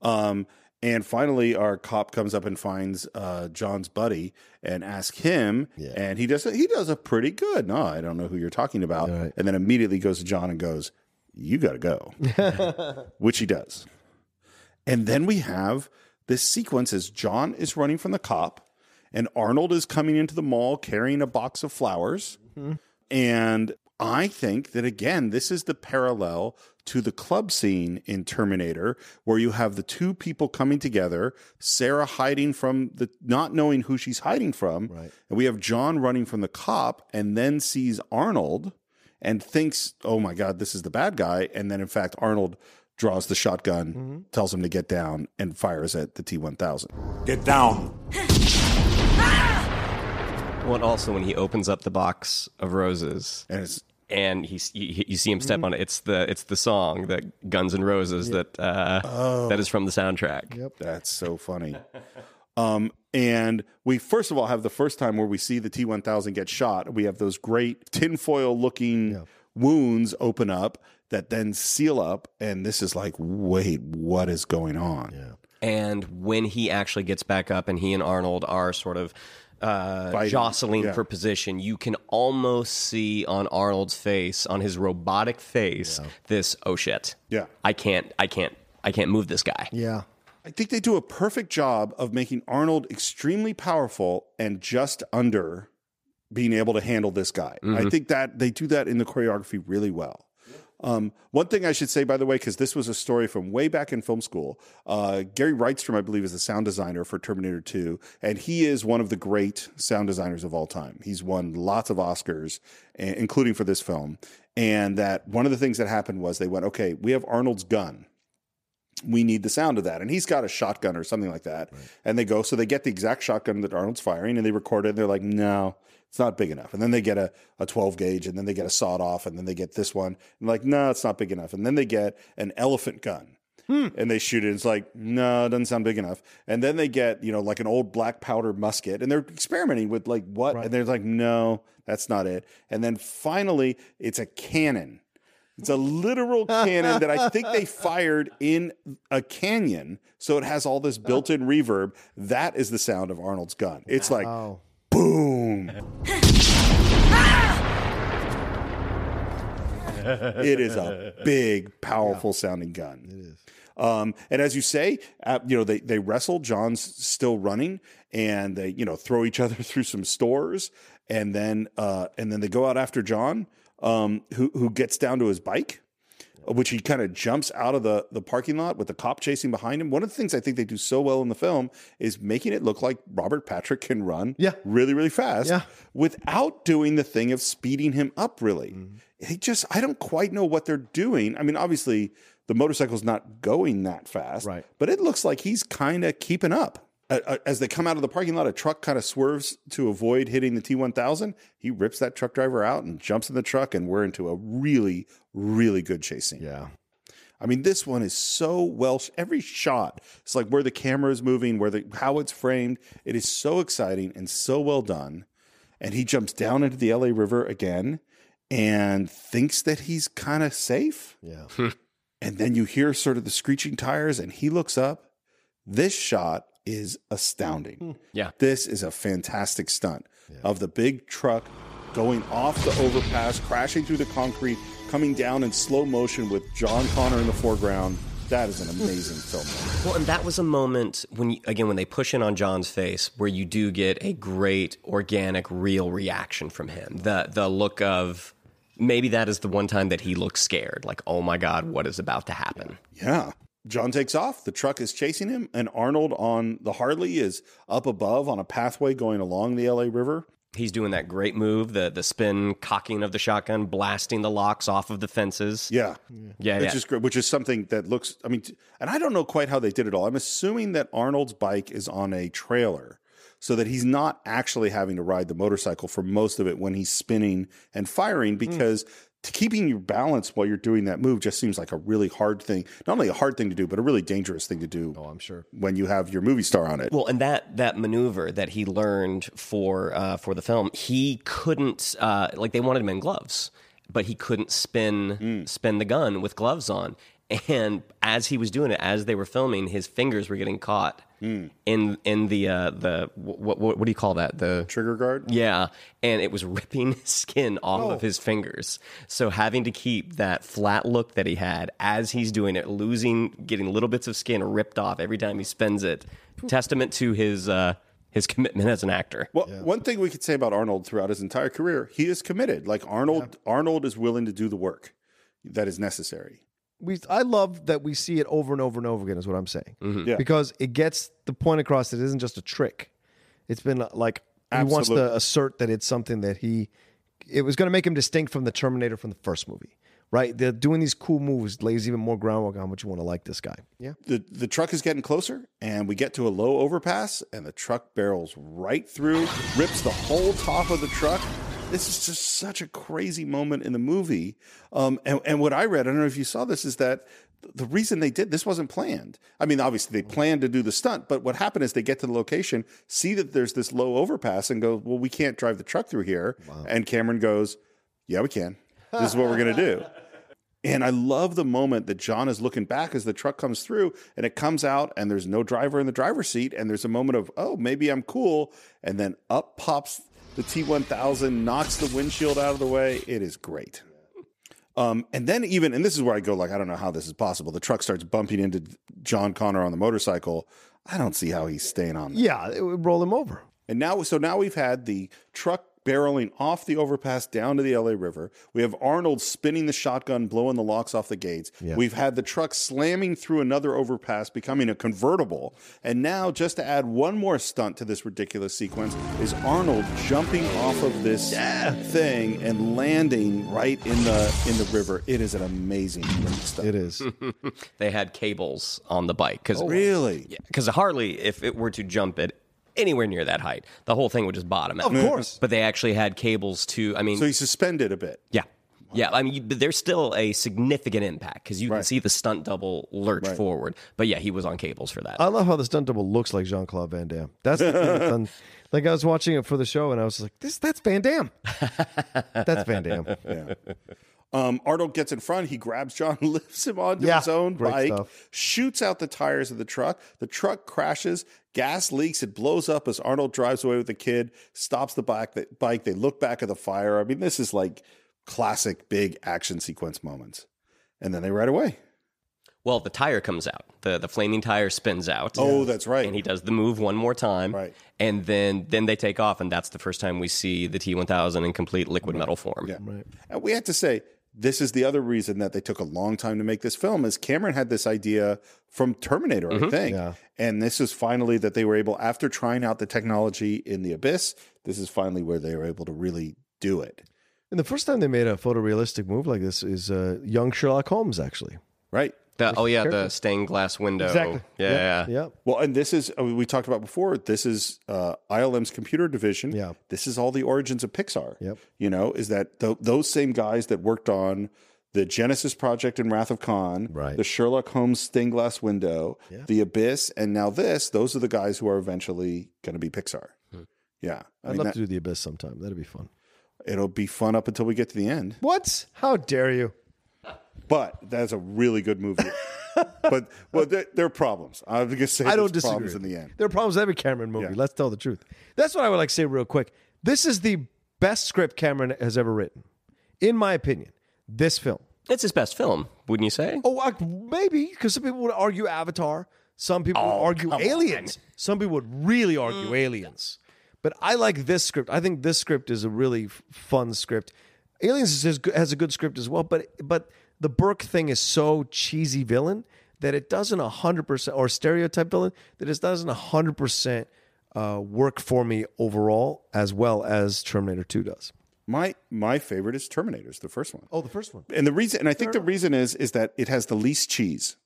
A: Um, and finally, our cop comes up and finds uh, John's buddy and asks him, and he does he does a pretty good. No, I don't know who you're talking about. And then immediately goes to John and goes, "You got to go," which he does. And then we have this sequence as John is running from the cop, and Arnold is coming into the mall carrying a box of flowers. And I think that again, this is the parallel to the club scene in Terminator, where you have the two people coming together, Sarah hiding from the not knowing who she's hiding from. Right. And we have John running from the cop and then sees Arnold and thinks, oh my God, this is the bad guy. And then in fact, Arnold draws the shotgun, tells him to get down, and fires at the T 1000.
B: Get down.
E: Well, and also when he opens up the box of roses,
A: and it's
E: and he, you, you see him
A: Mm-hmm.
E: step on it. It's the it's the song that Guns N' Roses that uh,
A: Oh.
E: that is from the soundtrack.
D: Yep,
A: that's so funny. Um, and we first of all have the first time where we see the T one thousand get shot. We have those great tinfoil looking wounds open up that then seal up, and this is like, wait, what is going on? Yeah.
E: And when he actually gets back up, and he and Arnold are sort of uh,
A: Fighting.
E: jostling
A: Yeah.
E: for position, you can almost see on Arnold's face, on his robotic face, this oh shit,
A: Yeah.
E: I can't, I can't, I can't move this guy.
D: Yeah.
A: I think they do a perfect job of making Arnold extremely powerful and just under being able to handle this guy. I
M: Mhm.
A: think that they do that in the choreography really well. Um, one thing I should say, by the way, because this was a story from way back in film school. Uh, Gary Reitstrom, I believe, is the sound designer for Terminator 2, and he is one of the great sound designers of all time. He's won lots of Oscars, a- including for this film. And that one of the things that happened was they went, okay, we have Arnold's gun we need the sound of that. And he's got a shotgun or something like that. And they go, so they get the exact shotgun that Arnold's firing and they record it. And they're like, no, it's not big enough. And then they get a, a 12 gauge and then they get a sawed off and then they get this one. And like, no, it's not big enough. And then they get an elephant gun. and they shoot it. It's like, no, it doesn't sound big enough. And then they get, you know, like an old black powder musket and they're experimenting with like what? And they're like, no, that's not it. And then finally, it's a cannon. It's a literal cannon that I think they fired in a canyon. So it has all this built in reverb. That is the sound of Arnold's gun. It's like, boom. it is a big, powerful sounding gun. It is. Um, and as you say, uh, you know they they wrestle. John's still running, and they you know throw each other through some stores, and then uh, and then they go out after John, um, who who gets down to his bike, which he kind of jumps out of the the parking lot with the cop chasing behind him. One of the things I think they do so well in the film is making it look like Robert Patrick can run, yeah. really really fast,
D: Yeah.
A: without doing the thing of speeding him up really they just i don't quite know what they're doing i mean obviously the motorcycle's not going that fast right but it looks like he's kind of keeping up Uh, uh, as they come out of the parking lot a truck kind of swerves to avoid hitting the t1000 he rips that truck driver out and jumps in the truck and we're into a really really good chase scene yeah I mean, this one is so well. Every shot, it's like where the camera is moving, where the how it's framed. It is so exciting and so well done. And he jumps down into the LA River again, and thinks that he's kind of safe.
D: Yeah.
A: and then you hear sort of the screeching tires, and he looks up. This shot is astounding.
E: Yeah.
A: This is a fantastic stunt of the big truck going off the overpass, crashing through the concrete, coming down in slow motion with John Connor in the foreground. That is an amazing film.
E: Well, and that was a moment when, you, again, when they push in on John's face, where you do get a great, organic, real reaction from him. The the look of maybe that is the one time that he looks scared, like, oh my god, what is about to happen?
A: Yeah. John takes off. The truck is chasing him, and Arnold on the Harley is up above on a pathway going along the LA River.
E: He's doing that great move, the the spin cocking of the shotgun, blasting the locks off of the fences.
A: Yeah,
E: yeah,
A: which
E: yeah.
A: is great. Which is something that looks. I mean, t- and I don't know quite how they did it all. I'm assuming that Arnold's bike is on a trailer, so that he's not actually having to ride the motorcycle for most of it when he's spinning and firing, because t- keeping your balance while you're doing that move just seems like a really hard thing. Not only a hard thing to do, but a really dangerous thing to do. Oh, I'm sure when you have your movie star on it.
E: Well, and that that maneuver that he learned for uh, for the film, he couldn't uh, like they wanted him in gloves, but he couldn't spin spin the gun with gloves on. And as he was doing it, as they were filming, his fingers were getting caught in in the uh, the what, what what do you call that the
A: trigger guard?
E: Yeah, and it was ripping his skin off
A: Oh.
E: of his fingers. So having to keep that flat look that he had as he's doing it, losing, getting little bits of skin ripped off every time he spends it. Testament to his uh, his commitment as an actor.
A: Well, one thing we could say about Arnold throughout his entire career, he is committed. Like Arnold, Arnold is willing to do the work that is necessary.
D: we I love that we see it over and over and over again is what I'm saying.
A: Mhm. Yeah.
D: Because it gets the point across that it isn't just a trick. It's been uh, like he wants to
A: Absolutely.
D: assert that it's something that he it was going to make him distinct from the Terminator from the first movie. Right? They're doing these cool moves lays even more groundwork on how much you want to like this guy. Yeah.
A: The the truck is getting closer, and we get to a low overpass, and the truck barrels right through, rips the whole top of the truck. This is just such a crazy moment in the movie. Um, and, and what I read, I don't know if you saw this, is that the reason they did this wasn't planned. I mean, obviously they planned to do the stunt, but what happened is they get to the location, see that there's this low overpass, and go, "Well, we can't drive the truck through here." And Cameron goes, "Yeah, we can. This is what we're gonna do." And I love the moment that John is looking back as the truck comes through and it comes out and there's no driver in the driver's seat. And there's a moment of, oh, maybe I'm cool. And then up pops the T1000, knocks the windshield out of the way. It is great. Um, and then even, and this is where I go, like, I don't know how this is possible. The truck starts bumping into John Connor on the motorcycle. I don't see how he's staying on
D: Yeah, it would roll him over.
A: and now, so now we've had the truck barreling off the overpass down to the LA River. We have Arnold spinning the shotgun, blowing the locks off the gates.
D: Yeah.
A: We've had the truck slamming through another overpass, becoming a convertible. And now, just to add one more stunt to this ridiculous sequence, is Arnold jumping off of this thing and landing right in the in the river. It is an amazing stunt. It
D: is.
E: they had cables on the bike because
A: Oh, really?
E: because Harley, if it were to jump it anywhere near that height, the whole thing would just bottom out.
A: Of course.
E: but they actually had cables to. I mean,
A: So he's suspended a bit.
E: yeah. Yeah, I mean, you- but there's still a significant impact because you can see the stunt double lurch
D: Right. Uh
E: forward. But yeah, he was on cables for that.
D: I love how the stunt double looks like Jean Claude Van Damme. That's the thing that's un- like I was watching it for the show and I was like, this that's Van Damme. that's Van Damme.
A: Yeah. Um, Arnold gets in front. He grabs John, lifts him onto
D: Yeah,
A: his own
D: great
A: bike,
D: stuff.
A: shoots out the tires of the truck. The truck crashes. Gas leaks. It blows up as Arnold drives away with the kid. Stops the bike. The bike. They look back at the fire. I mean, this is like classic big action sequence moments. And then they ride away.
E: Well, the tire comes out. The the flaming tire spins out.
A: Oh, that's right.
E: And he does the move one more time. Right. And then then they take off, and that's the first time we see the T one thousand in complete liquid metal form.
A: Yeah. And we have to say, this is the other reason that they took a long time to make this film is Cameron had this idea from Terminator, I
E: Mhm.
A: think.
E: Yeah.
A: And this is finally that they were able, after trying out the technology in the abyss, this is finally where they were able to really do it.
D: And the first time they made a photorealistic move like this is uh, young Sherlock Holmes, actually.
A: Right.
E: The, oh yeah,
D: Character.
E: the stained glass window.
D: Exactly.
E: Yeah.
D: Yep.
E: yeah.
D: Yep.
A: Well, and this is I mean, we talked about before. This is uh, ILM's computer division. Yeah, this is all the origins of Pixar. Yep. You know, is that th- those same guys that worked on the Genesis project and Wrath of Khan, right. the Sherlock Holmes stained glass window, the Abyss, and now this. Those are the guys who are eventually going to be Pixar. Yeah,
D: Hmm. I'd love to do the abyss sometime. That'd be fun.
A: It'll be fun up until we get to the end.
D: What? How dare you?
A: But that's a really good movie. but well, there, there are problems. I'm going to say
D: I don't
A: there's
D: disagree.
A: problems in the end.
D: There are problems in every Cameron movie. Let's tell the truth. That's what I would like to say real quick. This is the best script Cameron has ever written, in my opinion. This film.
E: It's his best film, wouldn't you say?
D: Oh, I, maybe because some people would argue Avatar. Some people would argue Aliens. Some people would really argue Aliens. But I like this script. I think this script is a really f- fun script. Aliens is, is, has a good script as well, but but the Burke thing is so cheesy villain that it doesn't hundred percent or stereotype villain that it doesn't hundred percent uh, work for me overall as well as Terminator Two does.
A: My my favorite is Terminator's the first one.
D: Oh, the first one.
A: And the reason and I think the reason is is that it has the least cheese.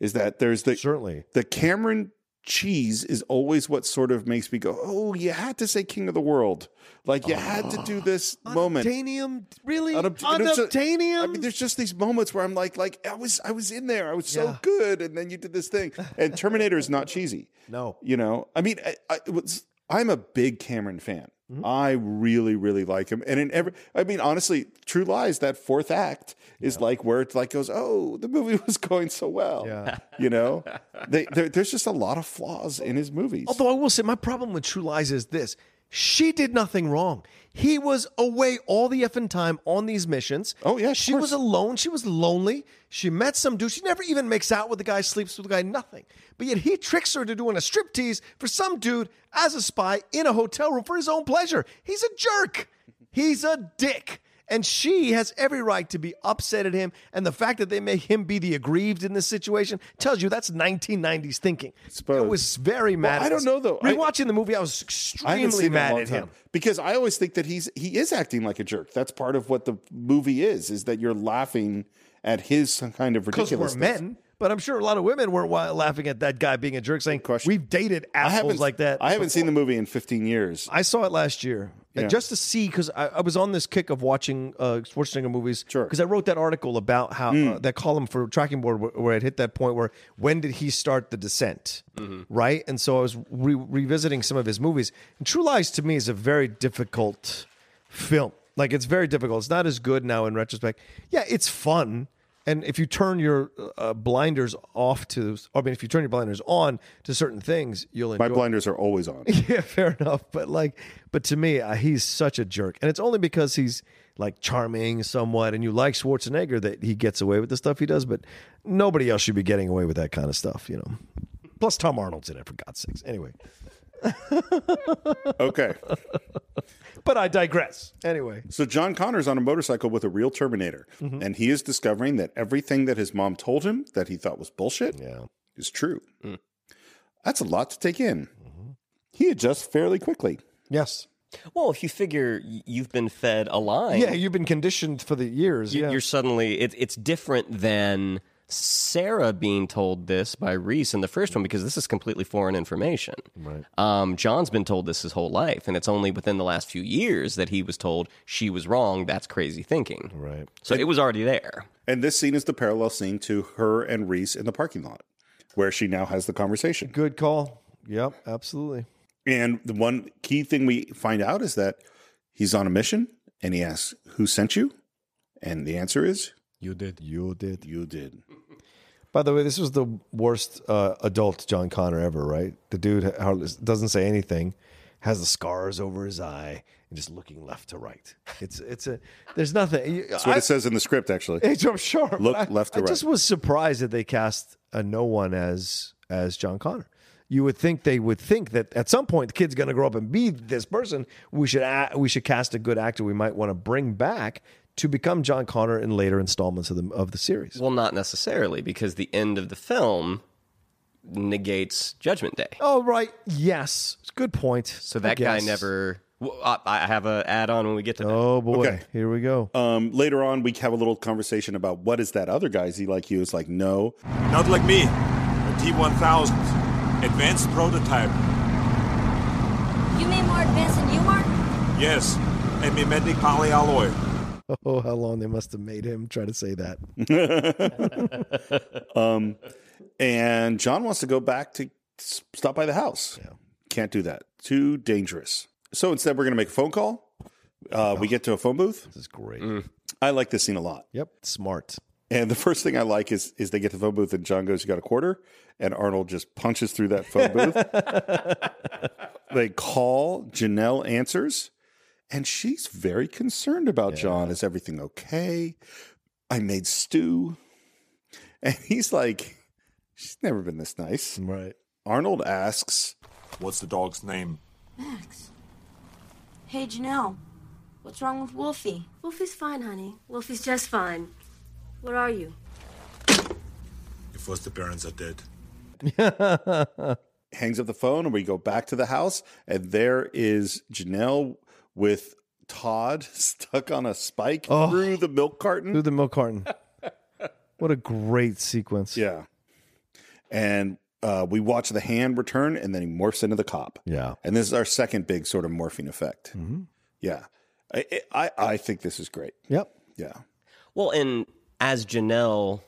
A: Is that there's the
D: certainly
A: the Cameron cheese is always what sort of makes me go, Oh, you had to say King of the World. Like you had to do this
D: Ah.
A: moment.
D: Unobtainium, really?
A: Unob- and it's just- I mean, there's just these moments where I'm like, like I was I was in there. I was so good, and then you did this thing. And Terminator is not cheesy.
D: No.
A: You know, I mean, I, I was, I'm a big Cameron fan.
D: Mm-hmm.
A: I really, really like him. And in every, I mean, honestly, True Lies, that fourth act is like where it's like goes, oh, the movie was going so well.
D: Yeah.
A: You know, they, there, there's just a lot of flaws in his movies.
D: Although I will say, my problem with True Lies is this: she did nothing wrong. He was away all the effing time on these missions. Oh yeah, she was alone. She was lonely. She met some dude. She never even makes out with the guy, sleeps with the guy, nothing. But yet he tricks her to doing a striptease for some dude as a spy in a hotel room for his own pleasure. He's a jerk. He's a dick. And she has every right to be upset at him. And the fact that they make him be the aggrieved in this situation tells you that's 1990s thinking. I was very mad.
A: Well,
D: at
A: I don't
D: us.
A: know, though. I-
D: Rewatching the movie, I was
A: I haven't
D: extremely
A: seen that in a
D: mad
A: long
D: at
A: time.
D: him.
A: because I always think that he's he is acting like a jerk. That's part of what the movie is: is that you're laughing at his kind of
D: Because we're
A: ridiculous.
D: men, but I'm sure a lot of women were wa- laughing at that guy being a jerk, saying we've dated
A: I
D: assholes
A: haven't
D: like that.
A: I haven't seen the movie in 15 years.
D: I saw it last year
A: Yeah.
D: And just to see because I, I was on this kick of watching uh, Schwarzenegger movies. Sure. Because I wrote that article about how
A: Hmm.
D: uh, that column for Tracking Board where, where it hit that point where when did he start the descent,
A: Mm-hmm.
D: right? And so I was re- revisiting some of his movies. And True Lies to me is a very difficult film. Like it's very difficult. It's not as good now in retrospect. Yeah, it's fun. And if you turn your uh, blinders off to, I mean, if you turn your blinders on to certain things, you'll enjoy.
A: My blinders are always on.
D: Yeah, fair enough. But like, but to me, uh, he's such a jerk, and it's only because he's like charming somewhat, and you like Schwarzenegger that he gets away with the stuff he does. But nobody else should be getting away with that kind of stuff, you know. Plus, Tom Arnold's in it for God's sakes. Anyway,
A: Okay.
D: but I digress. Anyway,
A: So John Connor's on a motorcycle with a real Terminator,
D: Mhm.
A: and he is discovering that everything that his mom told him that he thought was bullshit is true. That's a lot to take in. He adjusts fairly quickly.
D: yes,
E: Well, if you figure y- you've been fed a line,
D: yeah, you've been conditioned for the years.
E: you-
D: yeah,
E: you're suddenly it, it's different than Sarah being told this by Reese in the first one because this is completely foreign information.
J: Right.
E: Um, John's been told this his whole life, and it's only within the last few years that he was told she was wrong. That's crazy thinking.
J: Right.
E: So it was already there.
A: And this scene is the parallel scene to her and Reese in the parking lot, where she now has the conversation.
D: Good call. Yep, absolutely.
A: And the one key thing we find out is that he's on a mission and he asks, Who sent you? And the answer is,
J: You did. You did.
A: You did.
D: By the way, this was the worst uh, adult John Connor ever, right? The dude ha- hardly- doesn't say anything, has the scars over his eye, and just looking left to right. It's it's a there's nothing. you-
A: That's what
D: I-
A: it says in the script, actually.
D: It's- I'm sure. but
A: Look
D: I-
A: left to
D: I
A: right.
D: just was surprised that they cast a no one as as John Connor. You would think they would think that at some point the kid's going to grow up and be this person. We should a- we should cast a good actor we might want to bring back to become John Connor in later installments of the of the series.
E: Well, not necessarily because the end of the film negates Judgment Day.
D: Oh right, yes, good point.
E: So that guy never. Well, I I have a add on when we get to that.
D: Oh boy, here we go.
A: Um, later on, we have a little conversation about what is that other guy? Is he like you? It's like, no.
B: Not like me. A T1000. Advanced prototype.
C: You mean more advanced than you are?
B: Yes. A mimetic polyalloy.
D: Oh, how long they must have made him try to say that.
A: um, and John wants to go back to s- stop by the house. Can't do that. Too dangerous. So instead, we're going to make a phone call. Uh, we get to a phone booth. This
D: is great.
A: I like this scene a lot.
D: Yep. Smart.
A: And the first thing I like is is they get the phone booth and John goes, "You got a quarter," and Arnold just punches through that phone booth. they call. Janelle answers, and she's very concerned about John. Is everything okay? I made stew, and he's like, "She's never been this nice."
D: Right.
A: Arnold asks,
B: "What's the dog's name?"
M: Max.
C: Hey, Janelle. What's wrong with Wolfie?
M: Wolfie's fine, honey. Wolfie's just fine. What are you?
B: If first the parents are dead.
A: hangs up the phone and we go back to the house and there is Janelle with Todd stuck on a spike
D: Oh.
A: through the milk carton.
D: Through the milk carton. what a great sequence.
A: Yeah. And uh, we watch the hand return and then he morphs into the cop.
D: Yeah. Mm-hmm.
A: And this is our second big sort of morphine effect. Yeah. I, I I think this is great.
D: Yep.
A: Yeah.
E: Well, and as Janelle,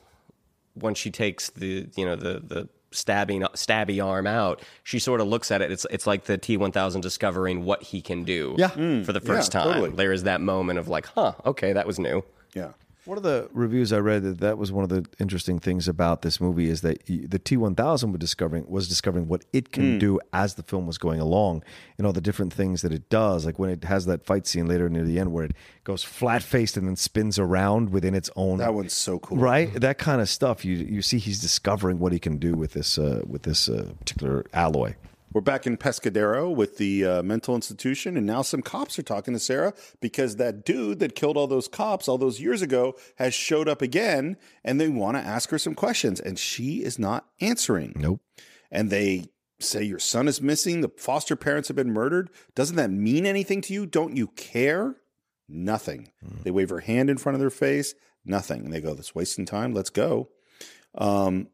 E: when she takes the you know the the stabbing stabby arm out, she sort of looks at it. It's it's like the T one thousand discovering what he can do.
D: Yeah.
E: for the
D: Mm,
E: first
D: yeah,
E: time,
D: totally.
E: there is that moment of like, huh, okay, that was new.
A: Yeah.
D: One of the reviews I read that that was one of the interesting things about this movie is that y- the T1000 was discovering was discovering what it can
J: Hmm.
D: do as the film was going along and all the different things that it does. Like when it has that fight scene later near the end where it goes flat faced and then spins around within its own.
A: That one's so cool.
D: right? That kind of stuff. You you see he's discovering what he can do with this uh, with this uh, particular alloy.
A: We're back in Pescadero with the uh, mental institution, and now some cops are talking to Sarah because that dude that killed all those cops all those years ago has showed up again, and they want to ask her some questions, and she is not answering.
D: Nope.
A: And they say your son is missing. The foster parents have been murdered. Doesn't that mean anything to you? Don't you care? Nothing. They wave her hand in front of their face. Nothing. And they go, "That's wasting time. Let's go." Um,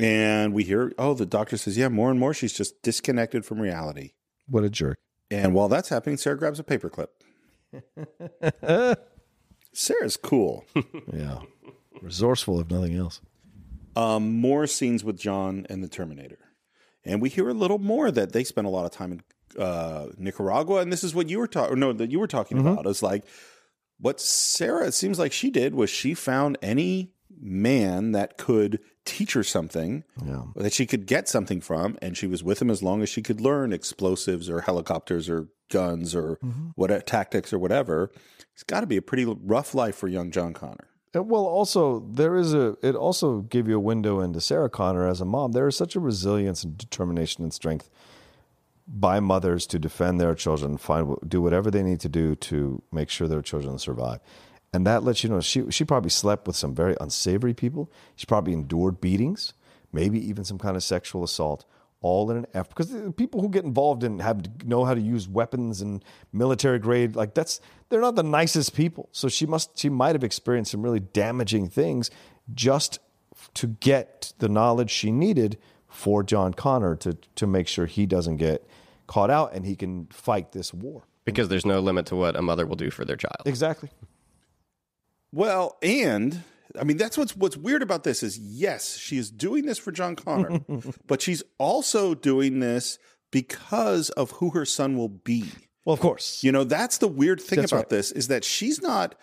A: and we hear, oh, the doctor says, yeah, more and more she's just disconnected from reality.
D: What a jerk!
A: And while that's happening, Sarah grabs a paperclip. Sarah's cool.
D: yeah, resourceful if nothing else.
A: Um, more scenes with John and the Terminator, and we hear a little more that they spent a lot of time in uh, Nicaragua, and this is what you were talking. No, that you were talking
D: Mhm.
A: about. It's like what Sarah. It seems like she did was she found any man that could teach her something that she could get something from, and she was with him as long as she could learn explosives or helicopters or guns or
D: Mhm.
A: what tactics or whatever. It's got to be a pretty rough life for young John Connor.
D: And Uh, well, also there is a. It also gave you a window into Sarah Connor as a mom. There is such a resilience and determination and strength by mothers to defend their children, find do whatever they need to do to make sure their children survive. And that lets you know she she probably slept with some very unsavory people. She probably endured beatings, maybe even some kind of sexual assault, all in an effort. Because the people who get involved and have know how to use weapons and military grade, like that's they're not the nicest people. So she must she might have experienced some really damaging things just
J: to get the knowledge she needed for John Connor to to make sure he doesn't get caught out and he can fight this war.
E: Because there's no limit to what a mother will do for their child.
J: Exactly.
A: Well, and I mean that's what's what's weird about this is yes, she is doing this for John Connor, but she's also doing this because of who her son will be.
D: Well, of course.
A: You know, that's the weird thing
D: That's
A: about
D: right.
A: this is that she's not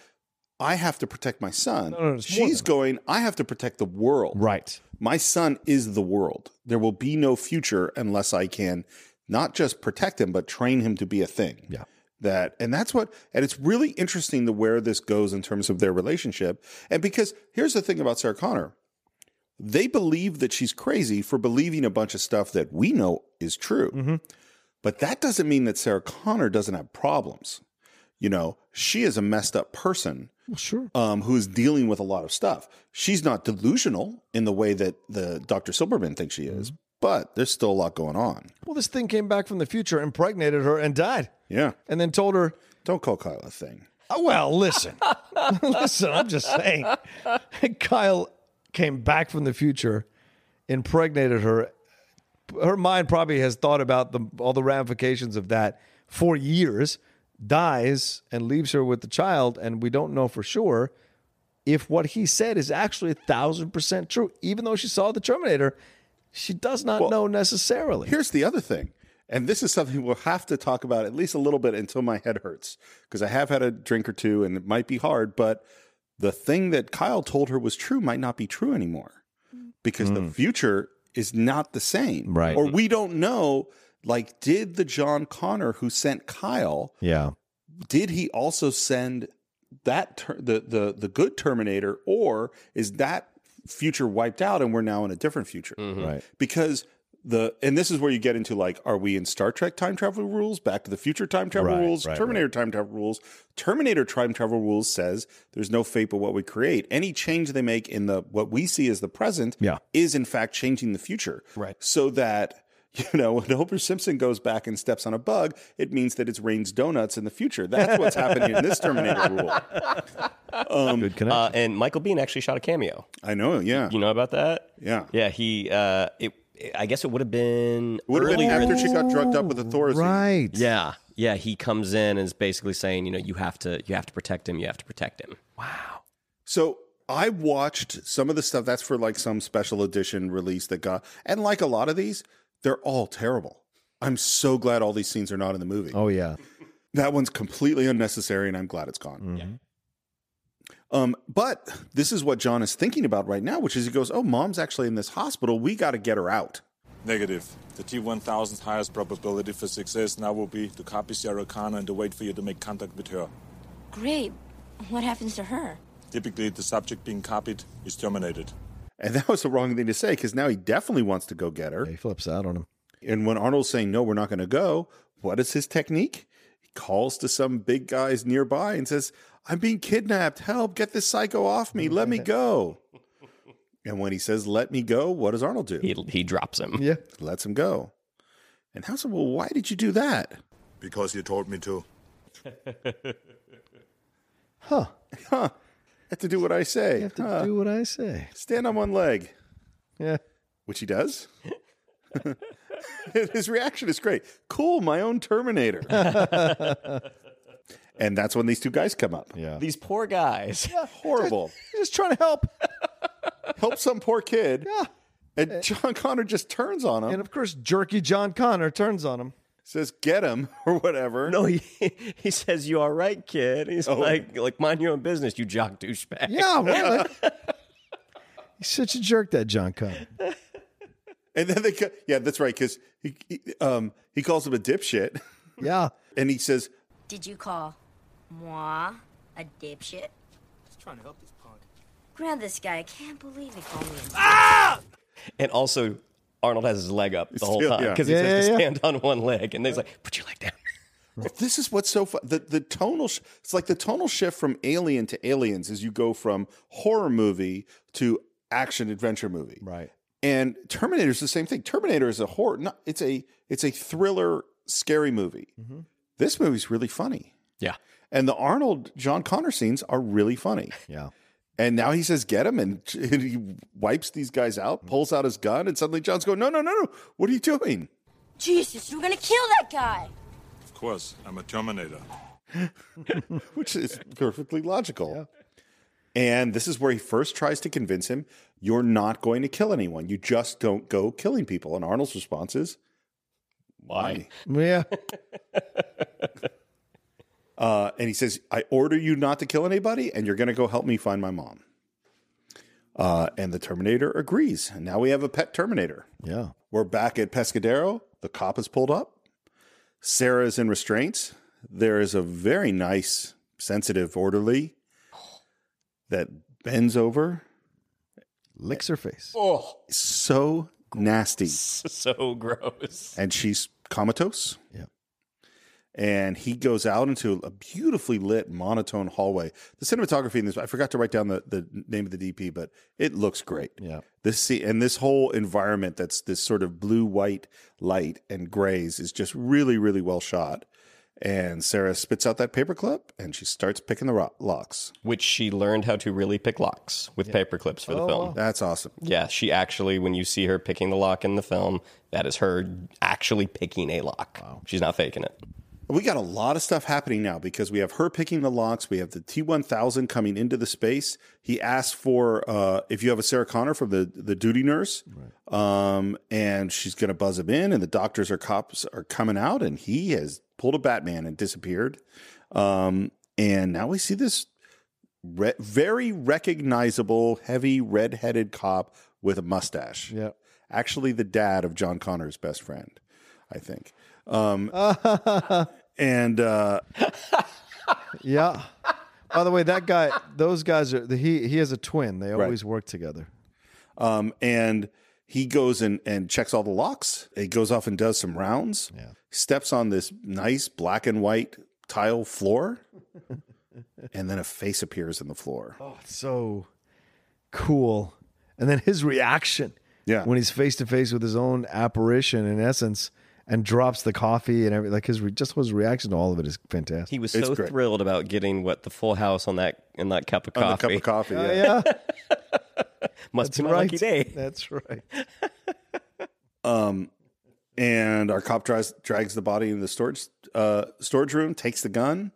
A: I have to protect my son.
D: No, no, it's more
A: she's going I have to protect the world.
D: Right.
A: My son is the world. There will be no future unless I can not just protect him but train him to be a thing.
J: Yeah.
A: That and that's what and it's really interesting to where this goes in terms of their relationship. And because here's the thing about Sarah Connor they believe that she's crazy for believing a bunch of stuff that we know is true. But that doesn't mean that Sarah Connor doesn't have problems. You know, she is a messed up person.
D: sure.
A: Um, who is dealing with a lot of stuff. She's not delusional in the way that the Dr. Silberman thinks she is, but there's still a lot going on.
D: Well, this thing came back from the future, impregnated her, and died.
A: Yeah.
D: And then told her,
A: Don't call Kyle a thing.
D: Oh, well, listen. listen, I'm just saying. Kyle came back from the future, impregnated her. Her mind probably has thought about the, all the ramifications of that for years, dies, and leaves her with the child. And we don't know for sure if what he said is actually a thousand percent true. Even though she saw the Terminator, she does not know necessarily.
A: Here's the other thing, and this is something we'll have to talk about at least a little bit until my head hurts because I have had a drink or two and it might be hard, but the thing that Kyle told her was true might not be true anymore because the future is not the same.
J: Right.
A: Or we don't know like did the John Connor who sent Kyle
J: Yeah.
A: did he also send that ter- the the the good terminator or is that future wiped out and we're now in a different future
J: Right.
A: because the and this is where you get into like are we in star trek time travel rules back to the future time travel
J: Right,
A: rules
J: right,
A: terminator time travel rules terminator time travel rules says there's no fate but what we create any change they make in the what we see as the present
J: Yeah.
A: is in fact changing the future
D: Right.
A: so that you know when homer simpson goes back and steps on a bug it means that it's rain's donuts in the future that's what's happening in this terminator rule
J: Good connection.
E: Uh, and Michael Bean actually shot a cameo.
A: i know yeah
E: You know about that?
A: yeah
E: Yeah, he. Uh, it. I guess it would have been.
A: would have been
E: earlier
A: after
E: in-
A: she got drugged up with authority
D: Right.
E: Yeah, yeah. He comes in and is basically saying, you know, you have to, you have to protect him. You have to protect him.
A: So I watched some of the stuff that's for like some special edition release that got, and like a lot of these, they're all terrible. I'm so glad all these scenes are not in the movie.
J: Oh yeah.
A: That one's completely unnecessary, and I'm glad it's gone. Um, but this is what John is thinking about right now, which is he goes, "Oh, mom's actually in this hospital. We got to get her out."
B: Negative. The T-1000's highest probability for success now will be to copy Sarah Connor and to wait for you to make contact with her.
C: Great. What happens to her?
B: Typically, the subject being copied is terminated.
A: And that was the wrong thing to say because now he definitely wants to go get her.
J: He flips out on him.
A: And when Arnold's saying, no, we're not going to go, what is his technique? He calls to some big guys nearby and says, I'm being kidnapped. Help, get this psycho off me. Let me go. And when he says, let me go, what does Arnold do?
E: He he drops him.
D: Yeah.
A: Lets him go. And House said, well, why did you do that?
B: Because you told me to.
A: I have to do what I say.
D: You have to
A: Huh.
D: do what I say.
A: Stand on one leg,
D: Yeah.
A: which he does. his reaction is great. Cool, my own Terminator. and that's when these two guys come up.
J: Yeah.
E: These poor guys.
A: Horrible.
D: You're just trying to help.
A: help some poor kid.
D: Yeah.
A: And John Connor just turns on him,
D: And of course, jerky John Connor turns on him.
A: says, "Get him" or whatever.
E: No, he he says you all right, kid. He's
A: Oh.
E: like like mind your own business, you jock douchebag.
D: Yeah, really. He's such a jerk, that John Connor.
A: And then they, ca- yeah, that's right, because he, he, um, he calls him a dipshit,
D: Yeah.
A: and he says,
C: Did you call moi a dipshit? Just trying to help this punk. Grab this guy. I can't believe he called me. a-
E: And also, Arnold has his leg up the whole
A: Still,
E: time
A: yeah.
E: because
D: Yeah,
E: he has
D: yeah,
E: to
D: yeah.
E: stand on one leg, and then he's like, "Put your leg down."
A: "This is what's so fun." The the tonal, sh- it's like the tonal shift from Alien to Aliens as you go from horror movie to action adventure movie,
J: Right.
A: And Terminator is the same thing. Terminator is a horror. No, it's a it's a thriller, scary movie.
J: Mm-hmm.
A: This movie's really funny,
E: Yeah,
A: and the Arnold John Connor scenes are really funny.
J: Yeah.
A: And now he says, "Get him!" and he wipes these guys
J: Mm-hmm.
A: out, pulls out his gun, and suddenly John's going, "No, no, no, no! What are you doing?"
C: Jesus, you're gonna kill that guy!
B: Of course, I'm a Terminator.
A: Which is perfectly logical. And this is where he first tries to convince him, "You're not going to kill anyone. You just don't go killing people." And Arnold's response is, "Why?"
D: Yeah.
A: Uh, and he says, I order you not to kill anybody, and you're going to go help me find my mom. Uh, and the Terminator agrees. And now we have a pet Terminator.
J: Yeah.
A: We're back at Pescadero. The cop is pulled up. Sarah is in restraints. There is a very nice, sensitive orderly that bends over,
D: licks her face.
E: Oh,
A: So nasty.
E: so gross.
A: and she's comatose.
D: Yeah.
A: And he goes out into a beautifully lit monotone hallway. The cinematography in this, I forgot to write down the, the name of the DP, but it looks great.
J: Yeah.
A: This se- and this whole environment that's this sort of blue white light and grays is just really really well shot. And Sarah spits out that paperclip and she starts picking the ro- locks.
E: Which she learned how to really pick locks with paper clips for the film.
A: That's awesome.
E: Yeah, she actually, when you see her picking the lock in the film, that is her actually picking a lock. She's not faking it.
A: We got a lot of stuff happening now because we have her picking the locks. We have the T1000 coming into the space. He asks for uh, if you have a Sarah Connor from the the duty nurse, um, and she's going to buzz him in. And the doctors or cops are coming out, and he has pulled a Batman and disappeared. Um, and now we see this re- very recognizable, heavy red-headed cop with a mustache.
D: Yeah.
A: actually, the dad of John Connor's best friend, I think. Um, and uh,
D: Yeah. By the way, that guy, those guys are he. He has a twin. They always work together.
A: um, and he goes and and checks all the locks. He goes off and does some rounds. Yeah. Steps on this nice black and white tile floor, and then a face appears in the floor.
D: So cool. And then his reaction.
A: Yeah.
D: When he's face to face with his own apparition, in essence, and drops the coffee and everything. Like his re- just his reaction to all of it is fantastic.
E: He was
D: It's
E: so
D: great.
E: thrilled about getting what the full house on that in that cup of
A: On the
E: coffee.
A: cup of coffee,
D: Oh,
A: yeah.
D: yeah.
E: Must be my lucky day.
D: That's right.
A: Um, and our cop drives, drags the body into the storage uh, storage room, takes the gun.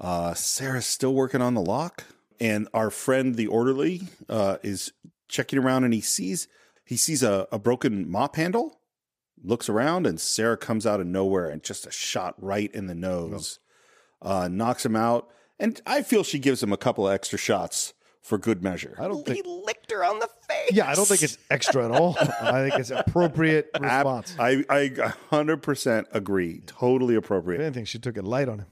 A: Uh, Sarah's still working on the lock, and our friend, the orderly, uh, is checking around, and he sees he sees a, a broken mop handle. Looks around, and Sarah comes out of nowhere and just a shot right in the nose,
D: Oh.
A: uh, knocks him out. And I feel she gives him a couple of extra shots for good measure.
D: I don't think.
E: licked her on the face.
D: Yeah, I don't think it's extra at all. I think it's appropriate response.
A: I, I 100% agree. Totally appropriate.
D: If anything, she took it light on him.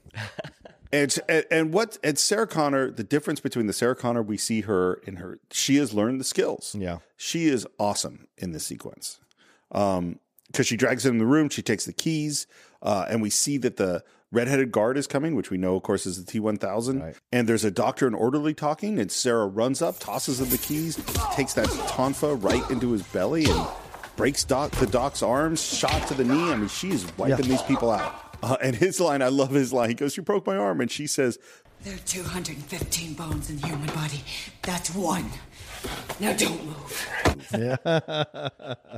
A: And, and and what and Sarah Connor, the difference between the Sarah Connor we see her in her, she has learned the skills.
D: Yeah.
A: she is awesome in this sequence. Um, because she drags him in the room, she takes the keys, uh, and we see that the redheaded guard is coming, which we know, of course, is the T one thousand. And there's a doctor and orderly talking, and Sarah runs up, tosses him the keys, takes that tonfa right into his belly, and breaks doc the doc's arms, shot to the knee. I mean, she is wiping these people out. Uh, and his line, I love his line. He goes, "You broke my arm," and she says,
I: There are 215 bones in the human body. That's one. Now don't move.
D: Yeah.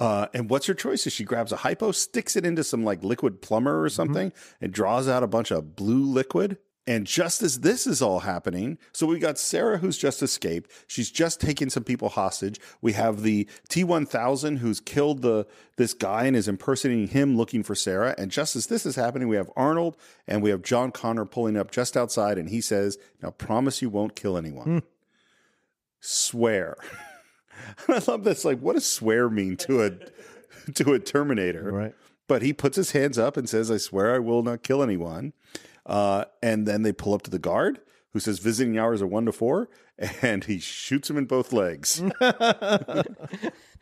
A: Uh, and what's her choice? Is she grabs a hypo, sticks it into some like liquid plumber or something, and draws out a bunch of blue liquid. And just as this is all happening, so we got Sarah who's just escaped. She's just taken some people hostage. We have the T1000 who's killed the this guy and is impersonating him looking for Sarah. And just as this is happening, we have Arnold and we have John Connor pulling up just outside and he says, "Now promise you won't kill anyone." Swear. I love this. Like, what does swear mean to a to a Terminator?
D: Right.
A: But he puts his hands up and says, "I swear I will not kill anyone." Uh, and then they pull up to the guard, who says visiting hours are one to four, and he shoots him in both legs.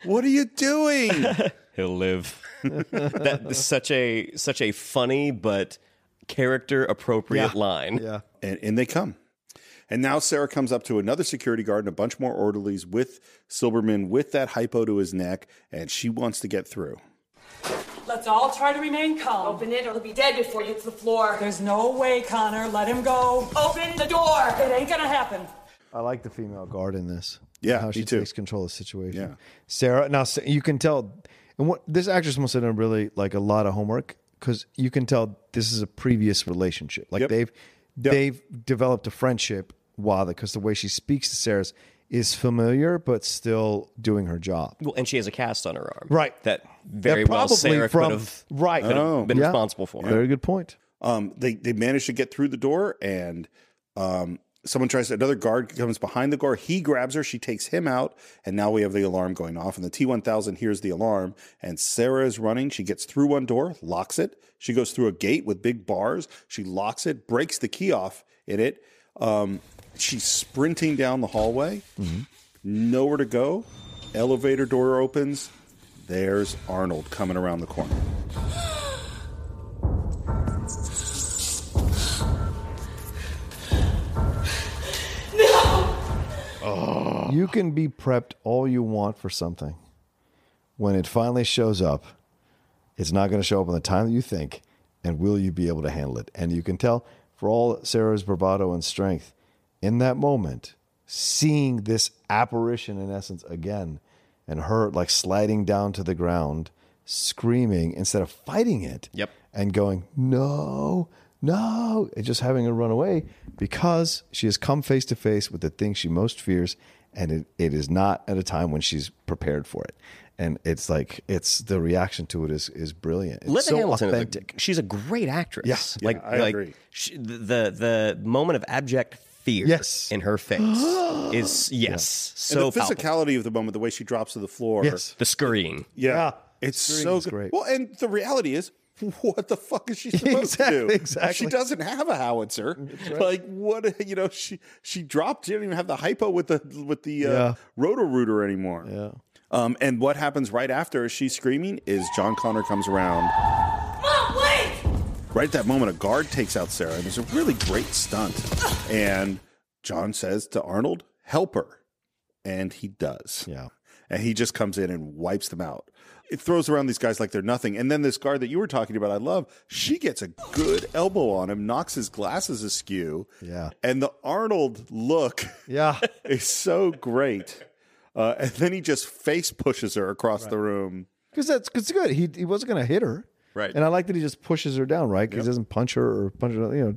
A: what are you doing?
E: He'll live. that is such a such a funny but character appropriate line.
D: Yeah.
A: and, and they come. And now Sarah comes up to another security guard and a bunch more orderlies with Silberman with that hypo to his neck, and she wants to get through.
N: Let's all try to remain calm.
O: Open it or he'll be dead before he hits the floor.
N: There's no way, Connor. Let him go.
O: Open the door.
N: It ain't gonna happen.
D: I like the female guard in this.
A: Yeah,
D: how she
A: me too.
D: takes control of the situation.
A: Yeah.
D: Sarah. Now Sa- you can tell, and what this actress must have done really like a lot of homework because you can tell this is a previous relationship. Like they've they've developed a friendship while because the way she speaks to Sarah's is familiar but still doing her job.
E: Well, and she has a cast on her arm.
D: Right.
E: That very
D: That
E: well
D: probably
E: Sarah
D: from-
E: could have
D: right.
E: could have
D: Oh.
E: been
D: Yeah.
E: responsible for.
D: Very good point.
A: Um, they they manage to get through the door, and um, someone tries. Another guard comes behind the guard. He grabs her. She takes him out, and now we have the alarm going off. And the T one thousand hears the alarm, and Sarah is running. She gets through one door, locks it. She goes through a gate with big bars. She locks it, breaks the key off in it. Um, she's sprinting down the hallway, nowhere to go. Elevator door opens. There's Arnold coming around the corner.
D: You can be prepped all you want for something. When it finally shows up, it's not going to show up in the time that you think. And will you be able to handle it? And you can tell for all Sarah's bravado and strength, in that moment, seeing this apparition in essence again and her like sliding down to the ground, screaming instead of fighting it. Yep. And going, no, no, and just having her run away because she has come face to face with the thing she most fears, and it, it is not at a time when she's prepared for it. And it's like it's the reaction to it is is brilliant. It's
E: Linda
D: so
E: Hamilton is a-
D: authentic.
E: she's a great actress.
D: Yeah.
E: like
D: Yeah, I
E: like
D: agree.
E: She, the the moment of abject fear
D: Yes.
E: in her face is yes so
A: and the physicality
E: palpable.
A: of the moment, the way she drops to the floor.
E: the scurrying.
A: Yeah. It's so good. Well, and the reality is, what the fuck is she supposed to do?
D: Exactly, exactly.
A: She doesn't have a howitzer. Like what you know, she she dropped. She didn't even have the hypo with the with the
D: Yeah.
A: uh, rotor rooter anymore.
D: Yeah.
A: Um, and what happens right after as she's screaming is John Connor comes around.
I: Mom, wait!
A: Right at that moment, a guard takes out Sarah, and it's a really great stunt.
D: Ah.
A: And John says to Arnold, "Help her," and he does.
D: Yeah,
A: and he just comes in and wipes them out. It throws around these guys like they're nothing. And then this guard that you were talking about, I love. She gets a good elbow on him, knocks his glasses askew.
D: Yeah.
A: And the Arnold look,
D: yeah,
A: is so great. Uh, and then he just face pushes her across the room.
D: Because that's cause it's good. He he wasn't going to hit her.
A: Right.
D: And I like that he just pushes her down, right? 'Cause He doesn't punch her or punch her. You know,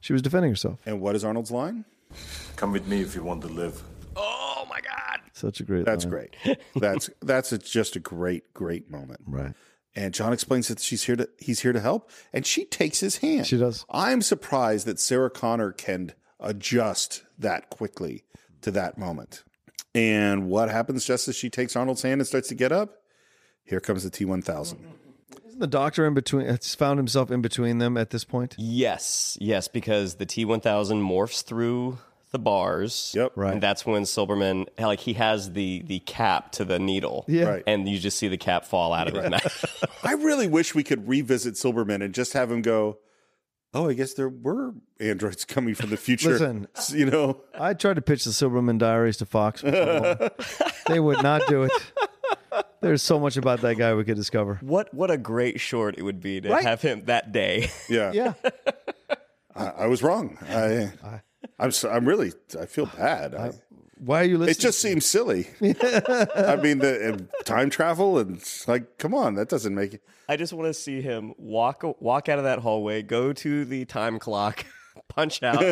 D: she was defending herself.
A: And what is Arnold's line?
B: Come with me if you want to live.
D: Such a great.
A: That's
D: line.
A: great. That's that's a, just a great great moment.
D: Right.
A: And John explains that she's here to he's here to help, and she takes his hand. She
D: does.
A: I'm surprised that Sarah Connor can adjust that quickly to that moment. And what happens just as she takes Arnold's hand and starts to get up? Here comes the T1000.
D: Isn't the doctor in between? Has found himself in between them at this point.
E: Yes, yes, because the T one thousand morphs through the bars. Yep,
D: Right.
E: And that's when Silberman, like, he has the the cap to the needle.
A: Yeah. Right.
E: and you just see the cap fall out of his mouth.
A: I really wish we could revisit Silberman and just have him go, "Oh, I guess there were androids coming from the future."
D: Listen.
A: you know,
D: I tried to pitch the Silverman Diaries to Fox. for so long. they would not do it. There's so much about that guy we could discover.
E: what what a great short it would be to
D: Right.
E: have him that day.
A: Yeah.
D: Yeah.
A: I, I was wrong. I, I'm so, I'm really I feel bad. I,
D: Why are you listening?
A: it just seems silly. I mean, the and time travel and it's like, come on, that doesn't make it.
E: I just want to see him walk walk out of that hallway, go to the time clock, punch out.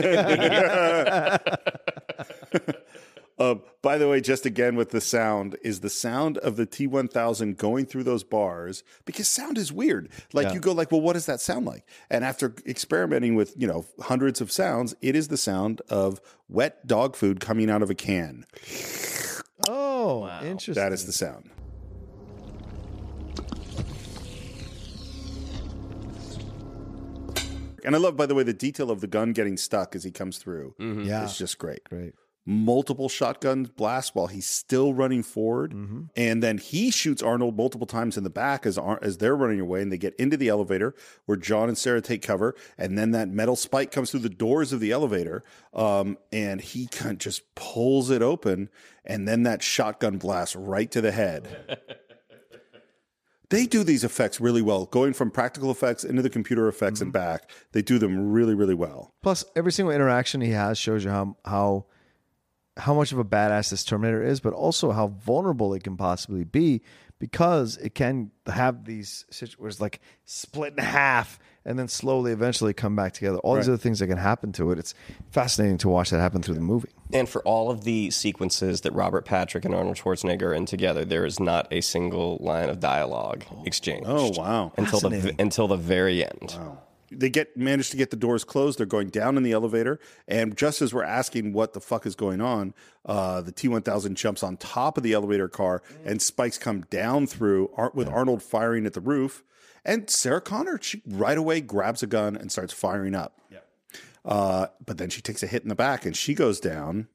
A: Uh, by the way, just again with the sound is the sound of the T1000 going through those bars because sound is weird. Like
D: Yeah.
A: you go like, well, what does that sound like? And after experimenting with you know hundreds of sounds, it is the sound of wet dog food coming out of a can.
D: Oh, interesting.
A: That is the sound. And I love, by the way, the detail of the gun getting stuck as he comes through.
D: Mm-hmm. Yeah.
A: It's just great.
D: Great.
A: Multiple shotgun blasts while he's still running forward. And then he shoots Arnold multiple times in the back as, Ar- as they're running away and they get into the elevator where John and Sarah take cover. And then that metal spike comes through the doors of the elevator. Um, and he kind of just pulls it open. And then that shotgun blast right to the head. They do these effects really well, going from practical effects into the computer effects and back. They do them really, really well.
D: Plus, every single interaction he has shows you how how how much of a badass this Terminator is, but also how vulnerable it can possibly be because it can have these situations where it's like split in half and then slowly, eventually come back together. All these
E: Right.
D: other things that can happen to it. It's fascinating to watch that happen through the movie.
E: And for all of the sequences that Robert Patrick and Arnold Schwarzenegger are in together, there is not a single line of dialogue exchanged. Oh
A: wow!
E: Until the
A: Fascinating.
E: until the very end.
A: They get manage to get the doors closed. They're going down in the elevator, and just as we're asking what the fuck is going on, uh, the T one thousand jumps on top of the elevator car, and spikes come down through Ar- with Arnold firing at the roof, and Sarah Connor she right away grabs a gun and starts firing up. Uh, but then she takes a hit in the back and she goes down.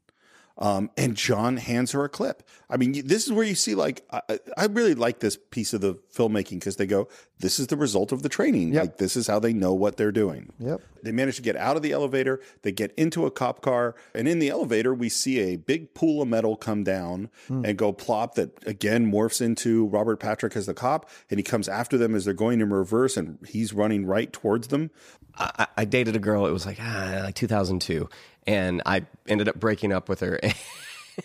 A: Um, and John hands her a clip. I mean, you- this is where you see like I, I- I really like this piece of the filmmaking because they go, "This is the result of the training. Like this is how they know what they're doing."
D: Yep.
A: They manage to get out of the elevator. They get into a cop car, and in the elevator, we see a big pool of metal come down
D: Hmm.
A: and go plop. That again morphs into Robert Patrick as the cop, and he comes after them as they're going in reverse, and he's running right towards them.
E: I, I dated a girl. It was like ah, like 2002, and I ended up breaking up with her.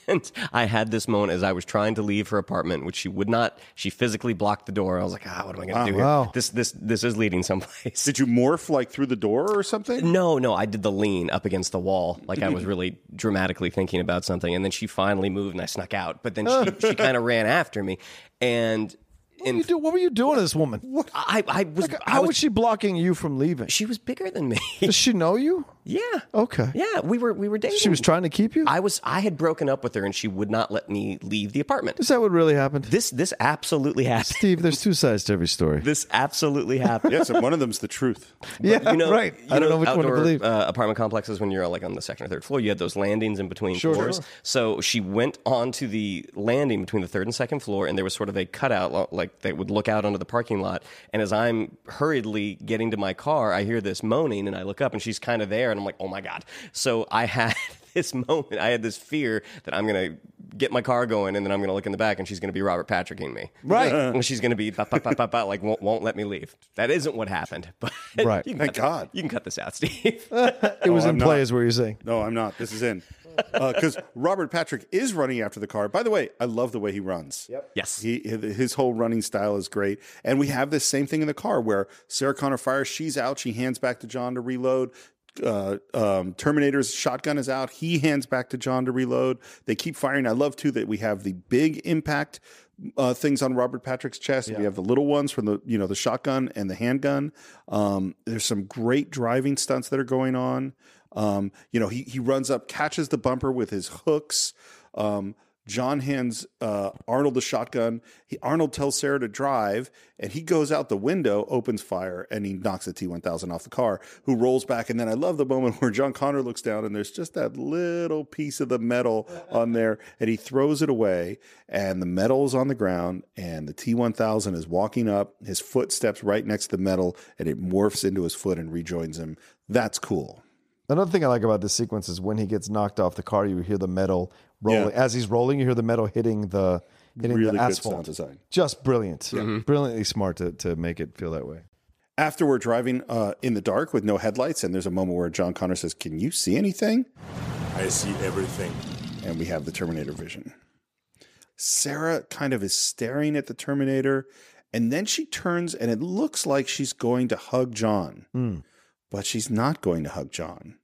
E: And I had this moment as I was trying to leave her apartment, which she would not. She physically blocked the door. I was like, "Ah, what am I going to
A: Wow.
E: do here?
A: Wow.
E: This, this, this is leading someplace." Did
A: you morph like through the door or
D: Mm.
A: something?
E: No, no. I did the lean up against the wall, like I was really dramatically thinking about something. And then she finally moved, and I snuck out. But then she, she kind of ran after me, and
D: What, were you do- what were you doing to this woman?
E: I, I was.
D: how was, she blocking you from leaving?
E: She was bigger than me.
D: Does she know you?
E: Yeah.
D: Okay.
E: Yeah, we were we were dating.
D: She was trying to keep you.
E: I was I had broken up with her and she would not let me leave the apartment.
D: Is that what really happened?
E: This this absolutely happened.
D: Steve, there's two sides to every story.
E: This absolutely happened.
A: Yes, and one of them's the truth.
D: Yeah, right. I don't know which one to
E: outdoor,
D: believe.
E: Uh, apartment complexes when you're like on the second or third floor, you had those landings in between
D: Sure,
E: floors.
D: sure.
E: So she went onto the landing between the third and second floor, and there was sort of a cutout, lo- like they would look out onto the parking lot. And as I'm hurriedly getting to my car, I hear this moaning, and I look up, and she's kind of there, and I'm like, oh my god. So I had. This moment, I had this fear that I'm gonna get my car going, and then I'm gonna look in the back, and she's gonna be Robert Patricking me.
D: Right.
E: and she's gonna be bah, bah, bah, bah, bah, like won't, won't let me leave. That isn't what happened, but
D: Right.
E: you can
D: Thank
E: cut-
A: God.
E: You can cut this out, Steve.
D: It was
A: Oh,
D: in
A: I'm
D: play,
A: not.
D: is what you're saying.
A: No, I'm not. This is in. Because Robert Patrick is running after the car. By the way, I love the way he runs. Yep.
E: Yes.
A: He, his whole running style is great. And we have this same thing in the car where Sarah Connor fires, she's out, she hands back to John to reload. Uh, um, Terminator's shotgun is out. He hands back to John to reload. They keep firing. I love too that we have the big impact uh, things on Robert Patrick's chest. We have the little ones from the you know the shotgun and the handgun. Um, there's some great driving stunts that are going on. Um, you know, he he runs up, catches the bumper with his hooks. Um, John hands uh, Arnold the shotgun. He, Arnold tells Sarah to drive, and he goes out the window, opens fire, and he knocks the T1000 off the car, who rolls back. And then I love the moment where John Connor looks down, and there's just that little piece of the metal on there, and he throws it away, and the metal is on the ground, and the T1000 is walking up. His foot steps right next to the metal, and it morphs into his foot and rejoins him. That's cool.
J: Another thing I like about this sequence is when he gets knocked off the car, you hear the metal rolling.
A: Yeah.
J: As he's rolling, you hear the metal hitting the hitting
A: Really
J: the
A: good
J: asphalt.
A: sound design.
J: Just brilliant,
A: Yeah. Mhm.
J: brilliantly smart to, to make it feel that way.
A: after we're driving uh, in the dark with no headlights, and there's a moment where John Connor says, "Can you see anything?"
B: I see everything.
A: And we have the Terminator vision. Sarah kind of is staring at the Terminator, and then she turns, and it looks like she's going to hug John, but she's not going to hug John.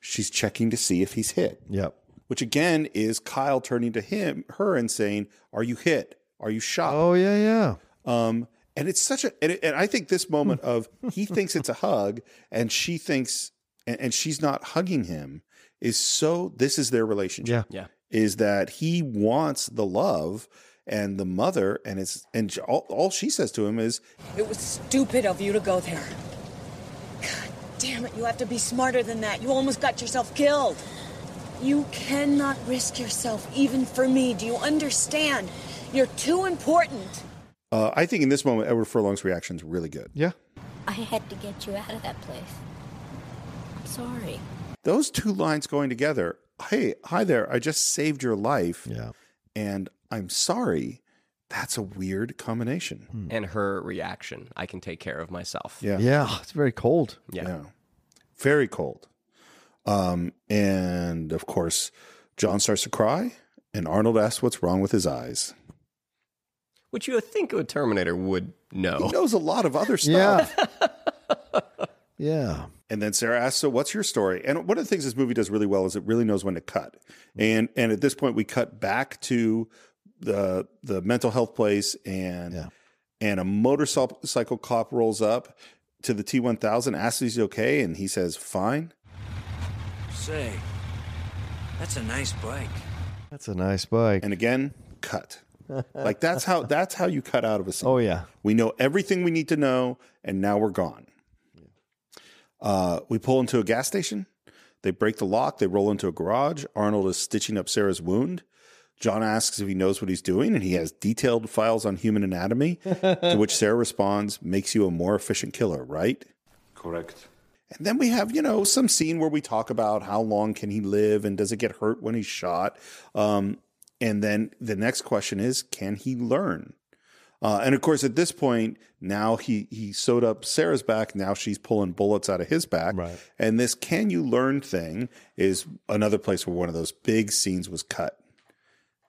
A: She's checking to see if he's hit.
J: Yep.
A: Which again is Kyle turning to him, her, and saying, "Are you hit? Are you
D: Ah.
A: shot?"
J: Oh yeah, yeah.
A: Um, and it's such a and, it, and I think this moment of he thinks it's a hug and she thinks and, and she's not hugging him is so this is their relationship.
E: Yeah.
A: Is that he wants the love and the mother and it's and all, all she says to him is
P: It was stupid of you to go there. God damn it, you have to be smarter than that. You almost got yourself killed. You cannot risk yourself, even for me. Do you understand? You're too important.
A: uh, I think in this moment Edward Furlong's reaction is really good.
J: Yeah.
Q: I had to get you out of that place. I'm sorry.
A: Those two lines going together, hey, hi there, I just saved your life. Yeah. And I'm sorry That's a weird combination.
E: and her reaction. I can take care of myself.
A: Hmm. Yeah.
D: Yeah. Oh, It's very cold.
E: Yeah.
A: Very cold. Um, and of course, John starts to cry, and Arnold asks what's wrong with his eyes.
E: Which you would think a Terminator would know.
A: He knows a lot of other stuff.
D: Yeah.
A: And then Sarah asks, "So what's your story?" And one of the things this movie does really well is it really knows when to cut. And and at this point, we cut back to the the mental health place, and and a motorcycle cop rolls up to the T one thousand, asks if he's okay, and he says, "Fine."
K: Say, that's a nice bike.
D: That's a nice bike.
A: And again, cut. like that's how that's how you cut out of a scene.
D: Oh yeah.
A: We know everything we need to know, and now we're gone. Uh, we pull into a gas station. They break the lock. They roll into a garage. Arnold is stitching up Sarah's wound. John asks if he knows what he's doing, and he has detailed files on human anatomy, to which Sarah responds, makes you a more efficient killer, right?
L: Correct.
A: And then we have, you know, some scene where we talk about how long can he live and does it get hurt when he's shot? Um, and then the next question is, can he learn? Uh, and of course, at this point, now he he sewed up Sarah's back. Now she's pulling bullets out of his back. Right. And this "can you learn" thing is another place where one of those big scenes was cut.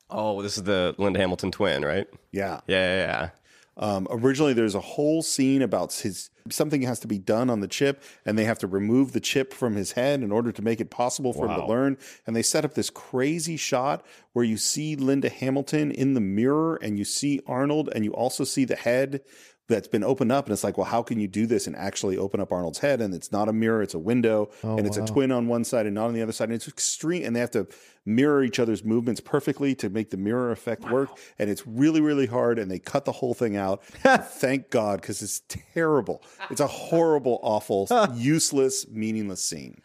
E: Oh, this is the Linda Hamilton twin, right?
A: Yeah.
E: Yeah, yeah, yeah.
A: Um, originally, there's a whole scene about his something has to be done on the chip, and they have to remove the chip from his head in order to make it possible for him to
L: Wow.
A: learn. And they set up this crazy shot where you see Linda Hamilton in the mirror, and you see Arnold, and you also see the head that's been opened up. And it's like, well, how can you do this and actually open up Arnold's head? And it's not a mirror; it's a window,
D: Oh,
A: and it's
D: wow.
A: a twin on one side and not on the other side. And it's extreme, and they have to mirror each other's movements perfectly to make the mirror effect work. And it's really, really hard. And they cut the whole thing out. And Thank God, because it's terrible. It's a horrible, awful, useless, meaningless scene.